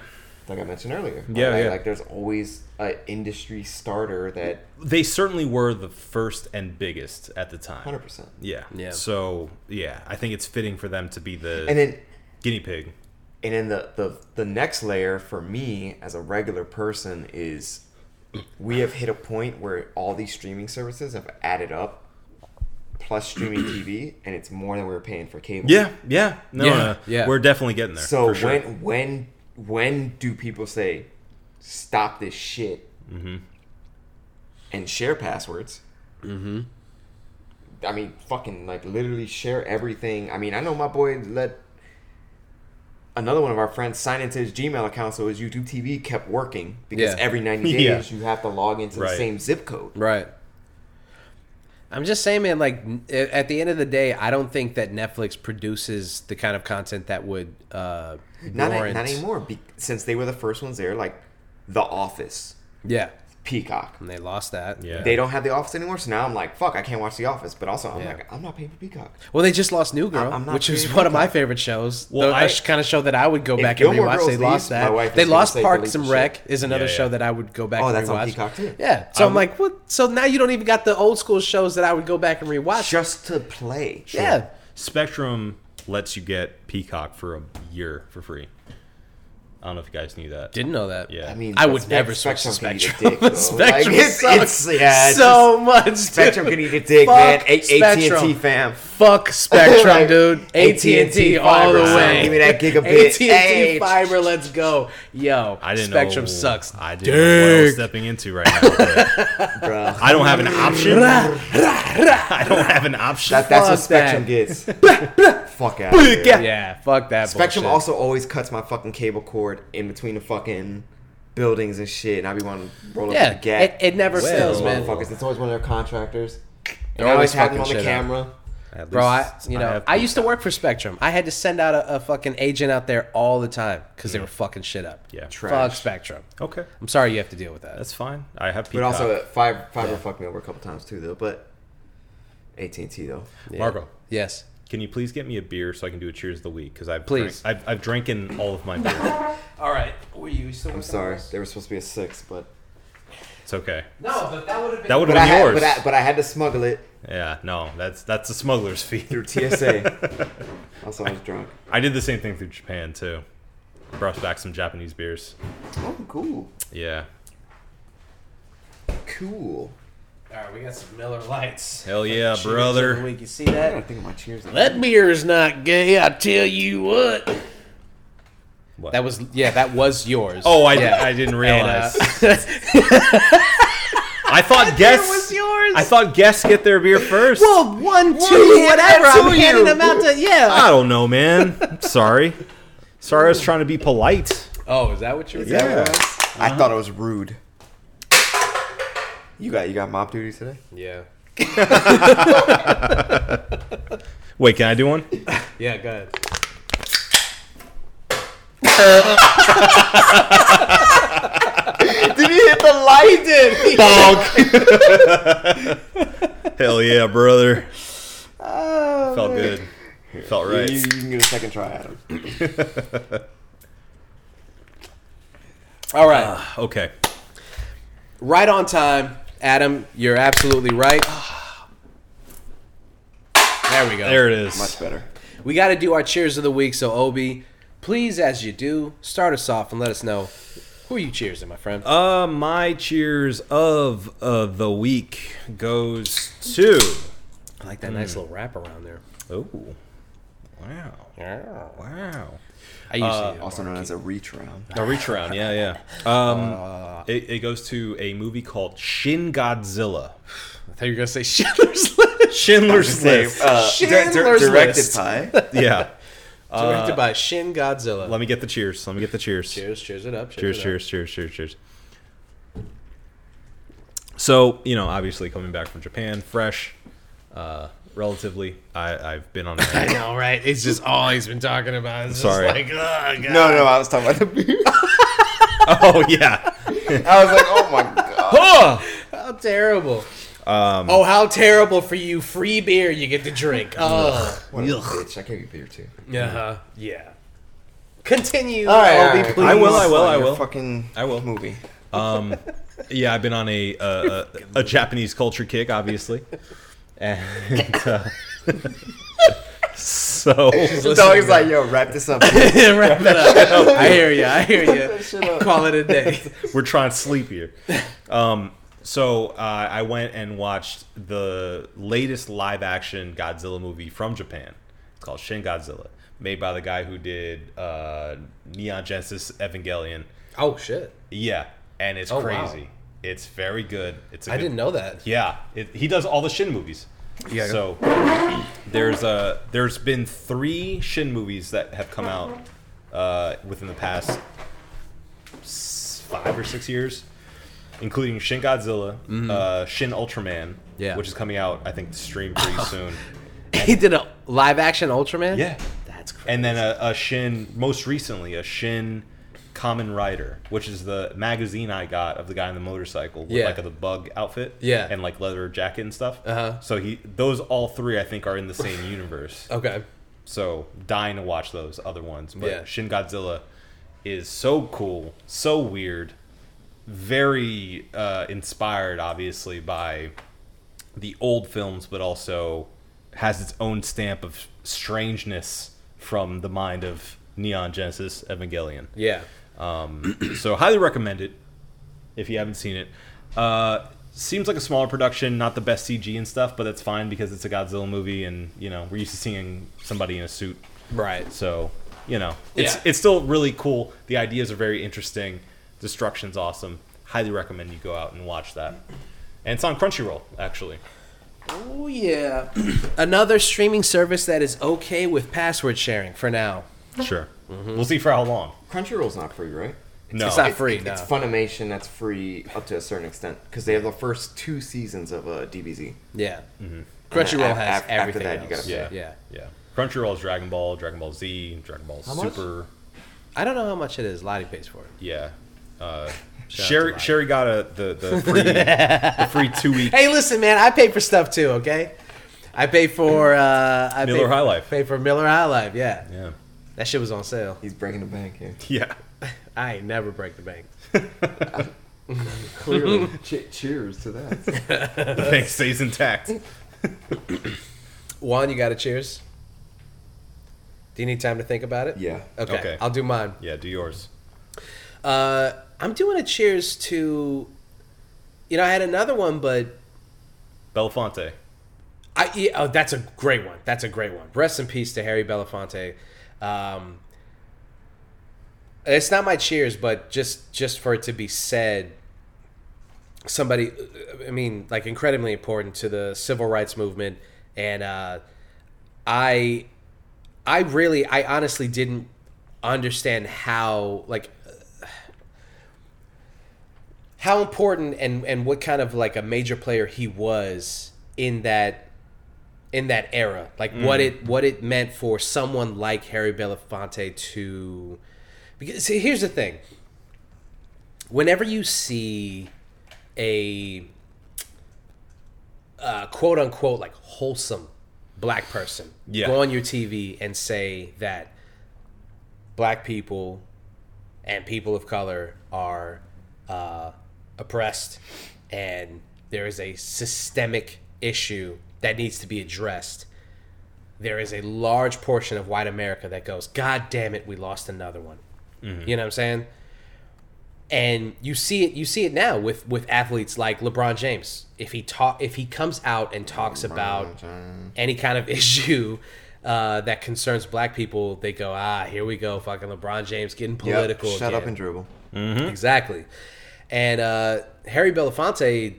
B: like I mentioned earlier.
A: Yeah,
B: like,
A: yeah.
B: like there's always an industry starter that
A: They certainly were the first and biggest at the time.
B: 100. percent
A: Yeah.
C: Yeah.
A: So yeah, I think it's fitting for them to be the
B: And then
A: guinea pig.
B: and then the, the the next layer for me as a regular person is we have hit a point where all these streaming services have added up plus streaming TV and it's more than we were paying for cable.
A: Yeah. Yeah. No.
C: Yeah,
A: no,
C: yeah.
A: We're definitely getting there.
B: So
A: for sure.
B: when when when do people say stop this shit
A: Mm-hmm.
B: and share passwords? Mm-hmm. I mean, fucking like literally share everything. I mean, I know my boy let another one of our friends sign into his Gmail account so his YouTube TV kept working because
C: Yeah.
B: every ninety
A: Yeah.
B: days you have to log into
A: Right.
B: the same zip code.
C: right. I'm just saying, man. Like a- at the end of the day, I don't think that Netflix produces the kind of content that would uh,
B: Not,
C: warrant.
B: not anymore. Be, since they were the first ones there, like The Office,
C: Yeah,
B: Peacock.
C: and they lost that.
A: Yeah.
B: They don't have The Office anymore, so now I'm like, fuck, I can't watch The Office. But also, I'm
C: Yeah.
B: like, I'm not paying for Peacock.
C: Well, they just lost New
B: I-
C: Girl,
B: I'm not
C: which was
B: really
C: one of my
B: looking-
C: favorite shows.
A: Well,
C: Well,
A: I-
C: I, kind of show that I would go
B: If
C: back and
B: Gilmore
C: rewatch.
B: Girls
C: They lost
B: leaves, my wife
C: that.
B: is
C: They
B: gonna
C: lost
B: say
C: Parks
B: delete
C: and
B: the
C: Rec
B: shit.
C: is another
A: Yeah,
C: show
A: yeah.
C: that I would go back.
B: Oh,
C: and
B: that's on
C: rewatch.
B: Peacock, too.
C: Yeah. So I'm,
B: I'm-
C: like, what? So now you don't even got the old school shows that I would go back and rewatch.
B: Just to play.
C: Uh, Yeah.
A: Spectrum lets you get Peacock for a year for free. I don't know if you guys knew that.
C: Didn't know that.
A: Yeah.
B: I mean,
C: I would
B: Spec-
C: never switch to
B: can eat a
C: Spectrum.
B: dick, though. Like,
C: Spectrum
B: it's,
C: sucks
B: it's- yeah, it's just-
C: so much.
B: Spectrum
C: dude.
B: can eat a dick,
C: Fuck
B: man. A- AT&T
C: Spectrum.
B: fam.
C: Fuck Spectrum,
B: Like,
C: dude. AT and T
B: AT&T
C: all the
B: fiber, son.
C: way.
B: Give me that gigabit.
C: AT and
B: Hey.
C: T fiber. Let's go. Yo,
A: I didn't
C: Spectrum
A: know,
C: sucks.
A: I didn't know what I was
C: Dick.
A: stepping into right now. but
B: Bruh.
A: I don't have an option. I don't have an option.
B: That, that's what
C: Fuck
B: Spectrum
C: that.
B: gets. fuck out. of here.
C: Yeah, fuck that.
B: Spectrum
C: bullshit.
B: also always cuts my fucking cable cord in between the fucking buildings and shit, and I be wanting to roll
C: Yeah,
B: up the gap.
C: it- it never
A: fails,
C: man.
B: Motherfuckers. It's always one of their contractors.
C: They're
B: They always
C: always
B: have them on
C: fucking
B: the
C: shit up.
B: camera.
A: At
C: Bro, I
A: least
C: you know
A: have
C: I, used to work for Spectrum. I had to send out a, a fucking agent out there all the time because they were fucking shit up.
A: Yeah.
B: Trash.
C: fuck Spectrum.
A: Okay,
C: I'm sorry you have to deal with that.
A: that's fine. I have
B: But
A: Peacock.
B: also, uh, fiber, fiber fucked me over a couple times too, though. But AT and T though.
A: Marco,
C: Yes.
A: can you please get me a beer so I can do a cheers of the week? Because I've
C: Please.
A: drank, I've, I've drinking all of my beer.
C: All right. Were you still?
B: I'm sorry, there was supposed to be a six, but
A: it's okay.
C: No, but that would have been.
A: That would
B: but
A: have
B: I
A: been
B: had,
A: yours.
B: but I, but I had to smuggle it
A: yeah, no, that's that's a smuggler's fee.
B: through TSA. also, I was drunk.
A: I did the same thing through Japan too. Brought back some Japanese beers.
B: Oh, cool,
A: Yeah,
B: cool.
C: All right, we got some Miller Lights.
A: hell yeah,
C: Cheers of the
A: brother.
C: week. You see
B: I gotta
C: that?
B: think of my cheers. now.
C: That beer is not gay. I tell you what.
A: What?
C: That was yeah. That was yours.
A: Oh, I,
C: yeah.
A: I didn't
C: And, uh,
A: realize. I thought guests.
C: was yours.
A: I thought guests get their beer first.
C: well, Oh, one, two,
A: do you
C: whatever.
A: have
C: I'm
A: to
C: handing
A: you?
C: them out to yeah.
A: I don't know, man. I'm sorry. Sorry, I was trying to be polite.
C: Oh, is that what you were?
B: Is that
C: doing?
B: what it Uh-huh. was? I thought it was rude. You got you got mop duty today.
C: Yeah.
A: Wait, can I do one?
C: Yeah. Go ahead.
B: Did he hit the light? did.
A: Hell yeah, brother. Felt good. Felt right.
B: You, you can get a second try at him.
C: All right.
A: Okay.
C: Right on time, Adam. You're absolutely right. There we go.
A: There it is.
B: Much better.
C: We got to do our cheers of the week. So, Obi, please, as you do, start us off and let us know who are you cheers to, my friend.
A: Uh, my cheers of uh, the week goes to.
C: I like that
A: Mm.
C: nice little wrap around there.
A: Oh. Wow. Wow.
C: I
A: Uh,
C: usually do.
B: Also known as a reach round.
A: A reach around, yeah, yeah. Um, it, it goes to a movie called Shin Godzilla.
C: I thought you were gonna say Schindler's List.
A: Schindler's List.
B: Uh,
C: Schindler's
B: directed
C: List.
B: by.
A: yeah.
C: Directed by Shin Godzilla.
A: Uh, Let me get the cheers. Let me get the cheers.
C: cheers, cheers it up.
A: Cheers,
C: it
A: cheers, cheers, cheers, cheers. So, you know, obviously coming back from Japan, fresh, uh, relatively. I, I've been on
C: Up. I
A: a
C: know, right? It's just all he's been talking about. It's
A: Sorry.
C: Just like, oh, God.
B: No, no, I was talking about the beer.
A: Oh yeah.
B: I was like, oh my god.
A: Oh!
C: How terrible.
A: Um,
C: oh, how terrible for you. Free beer you get to drink. Oh.
B: What a bitch. I gave you beer too.
C: Uh-huh. Yeah. Continue.
B: All right,
C: Obi,
B: all right.
C: please.
A: I will, I will, I
B: Your
A: will.
B: Fucking
A: I will.
B: movie.
A: Um, yeah, I've been on a a, a, a Japanese culture kick, obviously. And uh, so
B: The dog is like, yo, wrap this up. dude."
C: Wrap it up. I hear you. I hear you. Call it a day.
A: we're trying to sleep here. Um, so uh, I went and watched the latest live action Godzilla movie from Japan. It's called Shin Godzilla, made by the guy who did uh, Neon Genesis Evangelion.
C: Oh shit!
A: Yeah, and it's
C: Oh, wow.
A: crazy. It's very good. It's a
C: I
A: good-
C: didn't know that.
A: Yeah, it, he does all the Shin movies. Yeah. So there's uh there's been three Shin movies that have come out uh, within the past s- five or six years. including Shin Godzilla, uh, Shin Ultraman,
C: Yeah.
A: which is coming out I think to stream pretty soon.
C: He did a live action Ultraman.
A: Yeah,
C: that's crazy.
A: and then uh, a, a Shin most recently a Shin Common Rider, which is the magazine I got of the guy on the motorcycle with
C: Yeah.
A: like the bug outfit,
C: Yeah.
A: and like leather jacket and stuff.
C: Uh-huh. Oh,
A: So he those all three I think are in the same universe.
C: okay.
A: So dying to watch those other ones. But
C: Yeah.
A: Shin Godzilla is so cool, so weird, very uh, inspired, obviously, by the old films, but also has its own stamp of strangeness from the mind of Neon Genesis Evangelion.
C: Yeah.
A: So highly recommend it if you haven't seen it. Uh, seems like a smaller production, not the best CG and stuff, but that's fine because it's a Godzilla movie, and you know we're used to seeing somebody in a suit.
C: Right.
A: So you know it's
C: Yeah.
A: it's still really cool. The ideas are very interesting. Destruction's awesome. Highly recommend you go out and watch that. And it's on Crunchyroll actually.
C: Oh yeah. Another streaming service that is okay with password sharing for now.
A: Sure. Mm-hmm. We'll see for how long.
B: Crunchyroll's not free, right?
A: No.
C: It's not
B: It-
C: free.
B: it-
C: no.
B: It's Funimation that's free up to a certain extent because they have the first two seasons of uh, DBZ.
C: Yeah. Crunchyroll has
B: af- af- after
C: everything
B: that, you
C: else.
B: gotta
A: Mm-hmm. yeah.
C: Yeah.
A: Yeah. Crunchyroll's Dragon Ball, Dragon Ball Z, Dragon Ball
B: How much?
A: Super.
C: I don't know how much it is. Lottie pays for it.
A: Yeah. Uh,
C: out to
A: Sherry
C: Lottie.
A: Sherry got a the the free the free two week.
C: Hey, listen, man. I pay for stuff too. Okay. I pay for uh, I
A: Miller
C: pay,
A: High Life.
C: Pay for Miller High Life. Yeah.
A: Yeah.
C: That shit was on sale.
B: He's breaking the bank here.
A: Yeah.
C: I ain't never break the bank.
B: Clearly. cheers to that.
A: The bank stays intact.
C: Juan, you got a cheers? Do you need time to think about it?
B: Yeah.
C: Okay.
A: Okay.
C: I'll do mine.
A: Yeah, do yours.
C: Uh, I'm doing a cheers to, you know, I had another one, but
A: Belafonte.
C: I yeah, oh, that's a great one. That's a great one. Rest in peace to Harry Belafonte. Um, it's not my cheers, but just just for it to be said, somebody, I mean, like incredibly important to the civil rights movement, and uh, I, I really, I honestly didn't understand how like how important and and what kind of like a major player he was in that in that era like what it what it meant for someone like harry belafonte to because see, here's the thing whenever you see a uh, quote unquote like wholesome black person
A: Yeah.
C: go on your tv and say that black people and people of color are uh, oppressed and there is a systemic issue that needs to be addressed there is a large portion of white america that goes god damn it we lost another one you know what i'm saying and you see it you see it now with with athletes like lebron james if he talk if he comes out and talks about any kind of issue uh, that concerns black people, they go, ah, here we go, fucking LeBron James getting political.
B: Shut up
C: again."
B: and dribble.
A: Hmm?
C: Exactly. And uh, Harry Belafonte,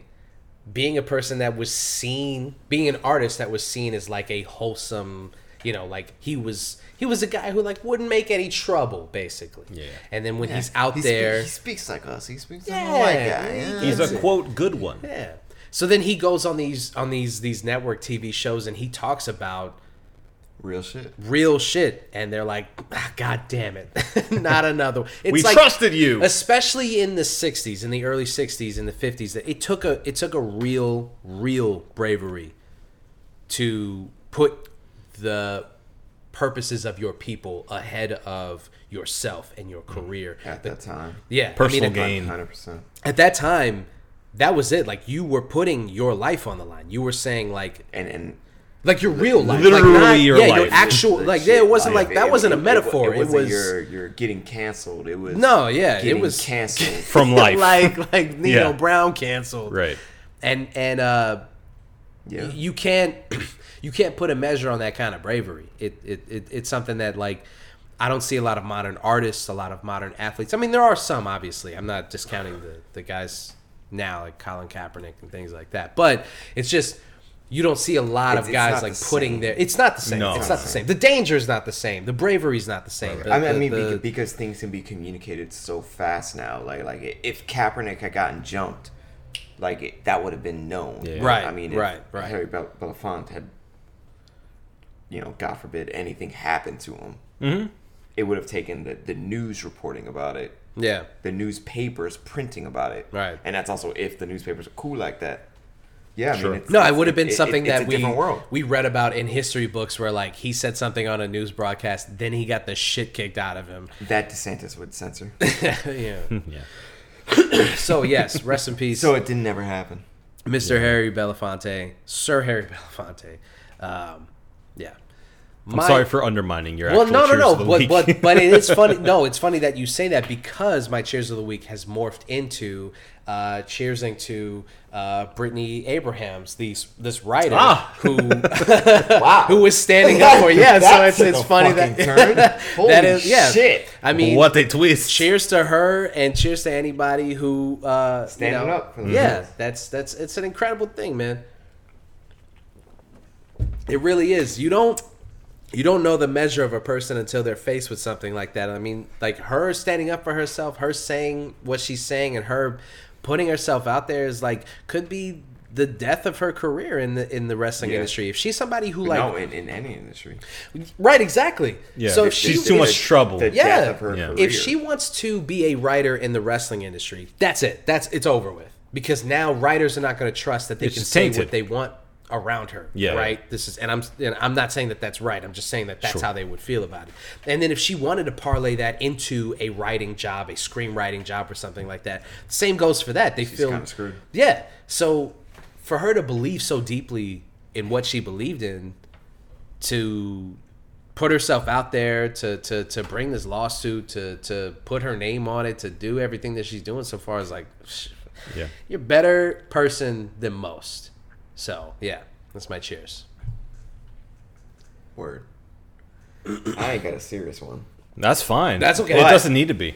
C: being a person that was seen, being an artist that was seen as like a wholesome, you know, like he was he was a guy who like wouldn't make any trouble, basically.
A: Yeah.
C: And then when he's out there,
B: he speaks like us. He speaks
C: Yeah,
B: like a white guy. Yeah.
A: He's a quote good one.
C: yeah. So then he goes on these on these these network TV shows and he talks about
B: real shit.
C: real shit and they're like ah, god damn it not another one it's
A: We
C: like
A: trusted you.
C: especially in the 60s in the early 60s and the 50s that it took a it took a real real bravery to put the purposes of your people ahead of yourself and your career
B: At that time.
C: yeah
A: Mm. Personal
C: at-
A: gain.
B: 100%.
C: at that time that was it like you were putting your life on the line you were saying like
B: And, and
C: like your real life,
A: Literally
C: like not,
A: your
C: yeah, your
A: life.
C: actual like yeah, it wasn't like that wasn't a metaphor. It,
B: It,
C: was
B: wasn't You're, you're getting canceled. It was.
C: No, yeah, it
B: getting
C: was-
B: canceled.
A: From life.
C: like like Nino
A: Yeah.
C: Brown canceled,
A: Right.
C: And and uh,
B: yeah.
C: you can't you can't put a measure on that kind of bravery. It, it it it's something that like I don't see a lot of modern artists, a lot of modern athletes. I mean, there are some obviously. I'm not discounting the the guys now like Colin Kaepernick and things like that, but it's just you don't see a lot
B: It's-
C: of
B: it's
C: guys
B: not
C: like
B: the
C: putting
B: same.
C: their. It's not the same.
A: No.
C: It's not the same. The danger's not the same. The bravery's not the same. The-
B: I mean, I
C: the-
B: mean
C: the-
B: beca- because things can be communicated so fast now. Like, like i- if Kaepernick had gotten jumped, like it, that would have been known.
A: Yeah.
C: Right,
B: I mean,
C: right, right.
B: Harry Bel- Belafonte had, you know, God forbid anything happened to him, mm-hmm. it would have taken the, the news reporting about it,
C: yeah,
B: the newspapers printing about it,
C: Right.
B: And that's also if the newspapers are cool like that. Yeah, I
A: Sure.
B: mean, it's,
C: no,
B: it's-
C: it would have been
B: it- it-
C: something
B: it's
C: that
B: a
C: we
B: different world.
C: we read about in history books where like he said something on a news broadcast, then he got the shit kicked out of him.
B: That DeSantis would censor,
C: yeah.
A: Yeah.
C: So yes, rest in peace,
B: so it didn't ever happen.
C: Mr. Harry Belafonte, Sir Harry Belafonte. Um, yeah.
A: I'm sorry for undermining your.
C: Well,
A: actual
C: no, no,
A: Cheers
C: no.
A: of the
C: But,
A: week.
C: but but it is funny. No, it's funny that you say that because my cheers of the week has morphed into uh, cheersing to uh, Brittany Abrahams, these this writer
A: Ah.
C: who who was standing up for. Yeah, so
B: That
C: it's
B: took
C: it's
B: a
C: funny that
B: fucking turn.
C: that
B: Holy
C: is yeah.
B: shit.
C: I mean,
A: what a twist!
C: cheers to her and cheers to anybody who uh,
B: Standing
C: you know,
B: up for themselves.
C: yeah, that's that's it's an incredible thing, man. It really is. You don't you don't know the measure of a person until they're faced with something like that. I mean, like her standing up for herself, her saying what she's saying, and her putting herself out there is like could be the death of her career in the in the wrestling
B: Yeah.
C: industry. If she's somebody who like
B: no, in, in any industry.
C: right, exactly.
A: Yeah.
C: So if
A: If she's
C: she-
A: too
C: if-
A: much trouble.
B: The
C: Yeah.
B: death of her
A: Yeah.
B: career.
C: if she wants to be a writer in the wrestling industry, that's it. That's it's over with because now writers are not going to trust that they
A: It's
C: can
A: just
C: say
A: tainted.
C: what they want around her.
A: Yeah.
C: Right. This is, and I'm and I'm not saying that that's right. I'm just saying that that's how they would feel about it. And then if she wanted to parlay that into a writing job, a screenwriting job, or something like that, same goes for that. They feel
B: kinda screwed.
C: Yeah. So for her to believe so deeply in what she believed in, to put herself out there to to to bring this lawsuit to to put her name on it to do everything that she's doing so far is like psh,
A: Yeah.
C: you're a better person than most so yeah that's my cheers
B: Word. I ain't got a serious one.
A: That's fine.
C: That's okay.
A: It
C: But-
A: doesn't need to be.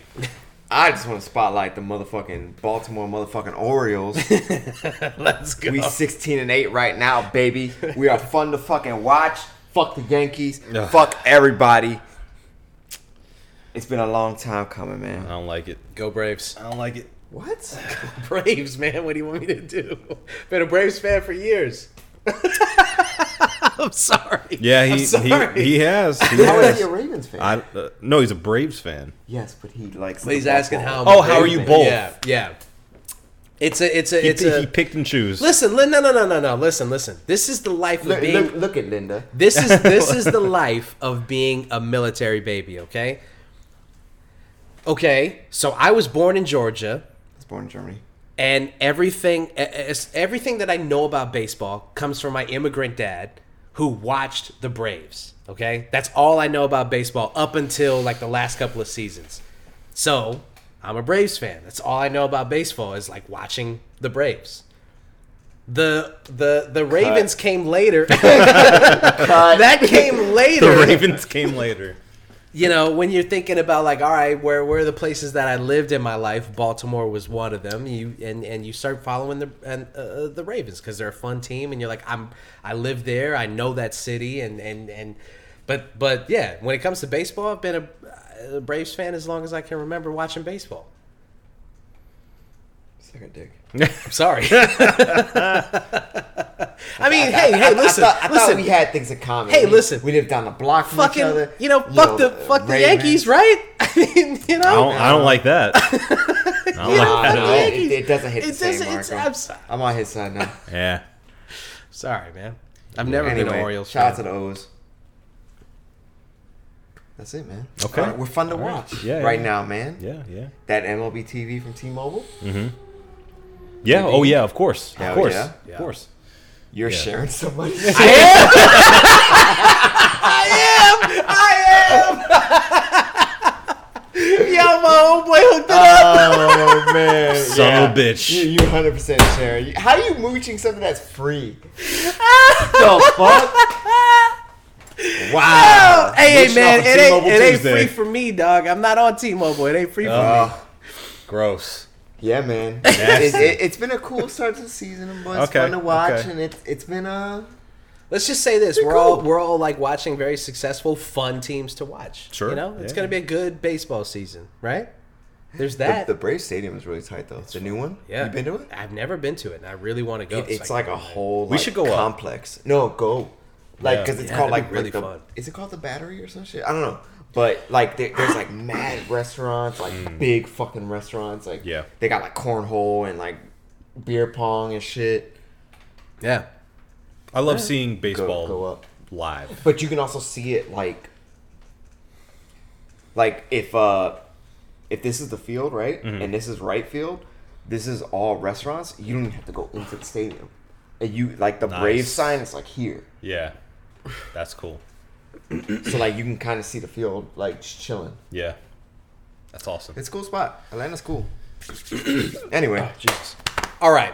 B: I just want to spotlight the motherfucking Baltimore motherfucking Orioles.
C: let's go
B: we 16 and 8 right now, baby. We are fun to fucking watch. Fuck the Yankees.
A: Ugh.
B: Fuck everybody. It's been a long time coming,
A: I
B: man.
A: don't like it.
C: go braves
A: I don't like it.
B: What?
C: braves man what do you want me to do been a braves fan for years i'm sorry
A: Yeah,
C: I'm
A: he
C: sorry.
A: he, he has. He
B: How is
A: has.
B: he a Ravens fan?
A: I, uh, no, he's a Braves fan.
B: yes, but he likes.
C: but he's
B: the
C: asking how
B: Buffalo.
C: I'm a
A: Oh, how are
C: Braves
A: you
C: fan.
A: both?
C: yeah yeah it's a it's a
A: He,
C: it's
A: pi-
C: a
A: he picked and choose.
C: Listen, li- no, no, no, no, no. Listen, listen. This is the life of
B: Look,
C: being.
B: look, look at Linda.
C: This is this is the life of being a military baby. Okay. Okay. So I was born in Georgia,
B: I was born in Germany.
C: and everything e- e- everything that I know about baseball comes from my immigrant dad, who watched the Braves. Okay, that's all I know about baseball up until like the last couple of seasons. So I'm a Braves fan. That's all I know about baseball is like watching the Braves. The the the Ravens came later. that came later.
A: the Ravens came later.
C: You know, when you're thinking about like, all right, where where are the places that I lived in my life? Baltimore was one of them. You and and you start following the and uh, the Ravens because they're a fun team, and you're like, I'm I live there, I know that city, and and and, but but yeah, when it comes to baseball, I've been a, a Braves fan as long as I can remember watching baseball.
B: Second dick.
C: I'm sorry. I mean, hey, hey, listen,
B: I thought, I
C: listen.
B: thought we had things in common.
C: Hey,
B: we,
C: listen.
B: we lived down the block from
C: fucking,
B: each other.
C: you know, fuck the
B: uh,
C: fuck the
B: Ravens.
C: Yankees, right? I mean, you know,
A: I don't, I don't like that. I don't
C: You know,
A: like
C: fuck
B: No,
A: that.
C: the
B: it,
C: Yankees.
B: it doesn't hit
C: It
B: the same,
C: doesn't- it's-
B: Marco.
C: I'm sorry.
B: I'm on his side now.
A: Yeah.
C: Sorry, man. I've never been
B: anyway,
C: an Orioles
B: shout out
C: fan.
B: to the O's. That's it, man.
A: Okay.
B: All right, we're fun to
A: right.
B: watch
A: Yeah,
B: right
A: yeah.
B: now, man.
A: Yeah. Yeah.
B: That MLB TV from T-Mobile.
A: Yeah. Oh yeah. Of course. Of
B: Hell
A: course.
B: yeah.
A: Of course.
B: You're
A: Yeah.
B: sharing so much.
C: I am. Yo, my homeboy hooked it up.
B: oh man,
A: Son of a bitch.
B: You, you 100% share. You- How you mooching something that's free? the fuck? Wow.
C: Hey, hey,
A: Mooching
C: man,
A: off
C: it
A: of
C: ain't
A: T-Mobile
C: it ain't
A: Tuesday.
C: Uh, free for me, dog. I'm not on T-Mobile. It ain't free for me.
B: Uh,
A: Gross.
B: Yeah, man. it, it, it's been a cool start to the season, but it's
A: Okay,
B: fun to watch,
A: okay.
B: and it, it's been uh, a
C: Let's just say this:
B: Pretty
C: we're all
B: cool.
C: we're all like watching very successful, fun teams to watch.
A: Sure,
C: you know it's
A: yeah.
C: going to be a good baseball season, right? There's
B: the,
C: that.
B: the Brave Stadium is really tight though. The new one,
C: yeah,
B: you been to it?
C: I've never been to it, and I really want to go.
B: It- it's like a whole.
A: We
B: like,
A: should go up.
B: complex. No, go. Like
A: Yeah.
B: because it's
C: Yeah,
B: called
C: that'd
B: like
C: be really
B: like, the-
C: fun.
B: Is it called the Battery or some shit? I don't know. But like there, there's like mad restaurants, like
C: Mm.
B: big fucking restaurants. Like
A: Yeah.
B: they got like cornhole and like beer pong and shit.
C: yeah,
A: I love seeing baseball
B: go up.
A: live.
B: But you can also see it like like if uh if this is the field, right?
A: Mm-hmm.
B: And this is right field, this is all restaurants, you don't even have to go into the stadium. And you like the Brave
A: Nice.
B: sign is like here.
A: Yeah, that's cool.
B: So like you can kind of see the field like just chilling.
A: Yeah, that's awesome.
B: It's a cool spot. Atlanta's cool. anyway,
C: All right.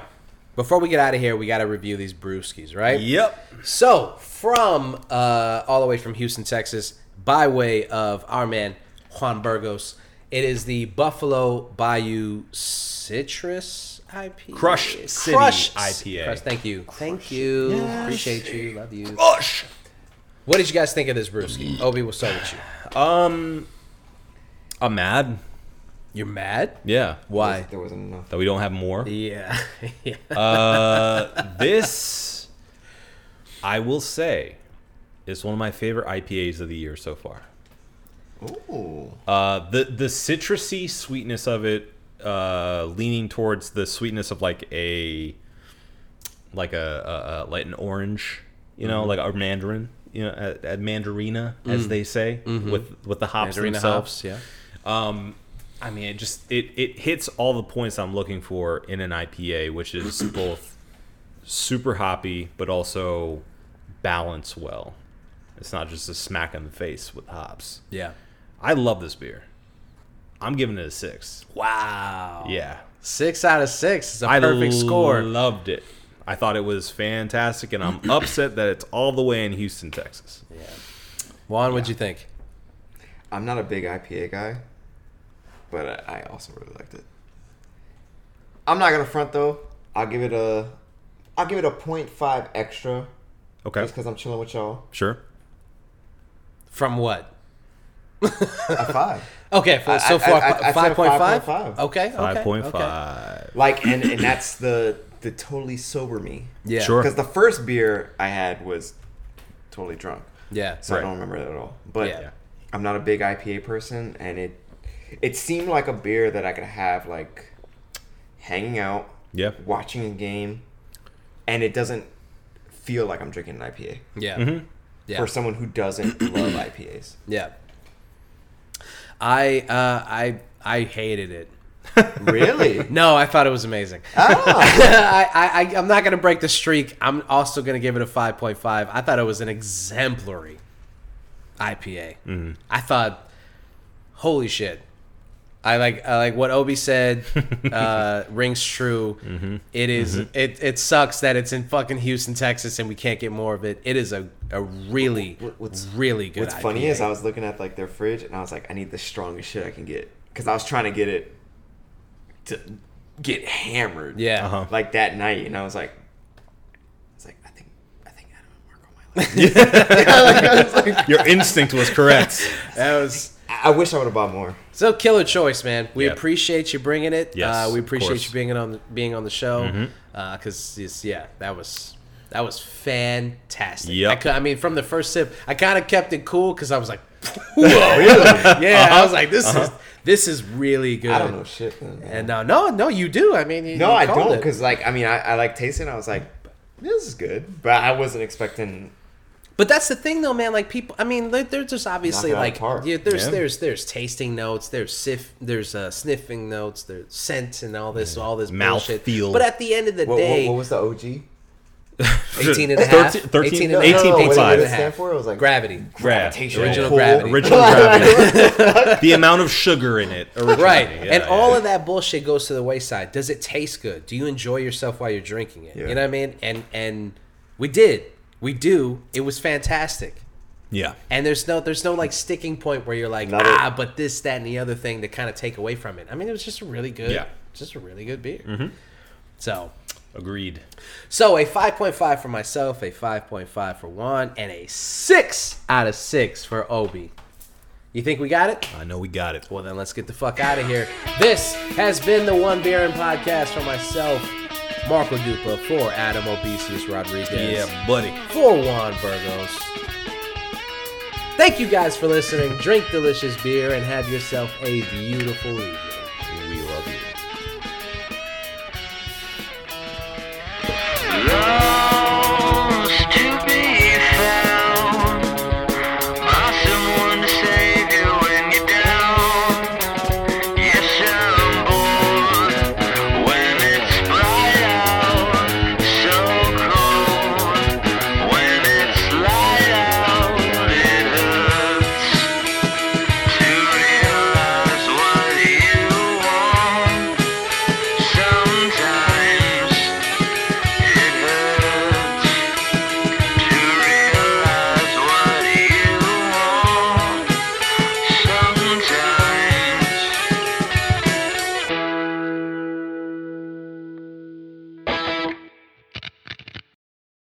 C: Before we get out of here, we got to review these brewskis, right?
A: Yep.
C: So, from uh, all the way from Houston, Texas, by way of our man Juan Burgos, it is the Buffalo Bayou Citrus IPA.
A: Crush City
C: Crush
A: IPA.
C: Crush, thank you. Thank you. Appreciate you. Love you.
A: Bush.
C: What did you guys think of this brewski? Obi, we'll start with you.
A: I'm mad.
C: You're mad?
A: Yeah.
C: Why?
B: there wasn't enough.
A: That we don't have more.
C: Yeah. yeah.
A: Uh, this, I will say, is one of my favorite IPAs of the year so far.
B: Ooh.
A: Uh, the the citrusy sweetness of it, uh, leaning towards the sweetness of like a, like a, a, a like an orange, you know, like a mandarin, you know, a, a mandarina as they say with with the Mm. Mm-hmm. hops
C: Mandarin
A: themselves.
C: hops, yeah.
A: Um, I mean, it just it it hits all the points I'm looking for in an IPA, which is both super hoppy but also balance well. It's not just a smack in the face with hops.
C: Yeah.
A: I love this beer. I'm giving it a six.
C: Wow.
A: Yeah,
C: Six out of six. It's a
A: I
C: perfect score.
A: Loved it. I thought it was fantastic, and I'm upset that it's all the way in Houston, Texas.
C: Juan, what'd you think?
B: I'm not a big IPA guy, but I, I also really liked it. I'm not gonna front though. I'll give it a, I'll give it a 0.5 extra
A: Okay,
B: just because I'm chilling with y'all.
A: sure.
C: From what?
B: A five.
C: Okay, for,
B: I-
C: so
B: I-
C: far
B: I- I said
C: five point five.
B: 5.5.
C: Okay, okay,
A: Five point five.
C: okay.
B: like and and that's the the totally sober me.
C: Yeah,
A: Sure.
B: Because the first beer I had was totally drunk,
C: Yeah,
B: so
A: Right.
B: I don't remember that at all. But
C: Yeah.
B: I'm not a big IPA person, and it it seemed like a beer that I could have like hanging out,
A: Yeah.
B: watching a game, and it doesn't feel like I'm drinking an IPA
C: yeah,
A: Mm-hmm.
C: yeah,
B: for someone who doesn't love IPAs.
C: yeah. I uh, I I hated it.
B: Really?
C: No, I thought it was amazing.
B: ah,
C: I, I I- I'm not gonna break the streak. I'm also gonna give it a five point five. I thought it was an exemplary IPA. I thought, holy shit. I like I like what Obi said uh, rings true. It is- it it sucks that it's in fucking Houston, Texas, and we can't get more of it. It is a, a really
B: what's-
C: really good.
B: What's funny
C: IPA.
B: is I was looking at like their fridge and I was like, I need the strongest shit I can get because I was trying to get it to get hammered.
C: yeah
A: Uh-huh.
B: Like that night, and I was like, I was like, I think, I think I don't work on my life.
A: Your instinct was correct.
C: that was
B: I I wish I would have bought more.
C: so killer choice, man. We
A: Yeah.
C: appreciate you bringing it.
A: Yes,
C: uh, we
A: of
C: appreciate
A: course. Mm-hmm.
C: you being on the, being on the show because yeah, that was that was fantastic.
A: Yep.
C: I, cou- I mean, from the first sip, I kind of kept it cool because I was like, whoa, yeah, I
A: Uh-huh.
C: was like, this is this is really good.
B: I don't know shit. man.
C: And no, no, no, you do. I mean, you,
B: no,
C: you
B: I
C: called
B: don't
C: it.
B: because like I mean I, I like tasting. I was like, this is good, but I wasn't expecting.
C: But that's the thing, though, man. Like people, I mean, there- there's just obviously
B: Knock it out of
C: like
B: the park.
C: yeah, there's
A: Yeah.
C: there's there's tasting notes, there's sniff, there's uh, sniffing notes, there's scent and all this, all this
A: Mouth
C: bullshit.
A: feel.
C: But at the end of the
B: What,
C: day,
B: what, what was the OG?
C: 18 and a half,
A: 13 13
C: 18 and a-
A: 18
B: no,
A: point
B: what did it
A: five.
B: stand for? It was like
C: gravity,
A: Gravity.
B: Gravitational
C: Original
B: pull.
C: gravity.
A: Original gravity. the amount of sugar in it. Originally.
C: right?
A: Yeah,
C: and
A: yeah.
C: all of that bullshit goes to the wayside. Does it taste good? Do you enjoy yourself while you're drinking it?
B: Yeah.
C: You know what I mean? And and we did, we do. It was fantastic.
A: Yeah.
C: And there's no there's no like sticking point where you're like
B: Not
C: ah,
B: it.
C: but this that and the other thing to kind of take away from it. I mean, it was just a really good,
A: Yeah. Mm-hmm.
C: just a really good beer. So,
A: Agreed.
C: so a 5.5 for myself, a 5.5 for Juan, and a 6 out of 6 for Obi. You think we got it?
A: I know we got it.
C: Well, then let's get the fuck out of here. This has been the One Beer and Podcast for myself, Marco Dupa, for Adam Obesius Rodriguez,
A: Yeah, buddy.
C: for Juan Burgos. Thank you guys for listening. Drink delicious beer and have yourself a beautiful evening.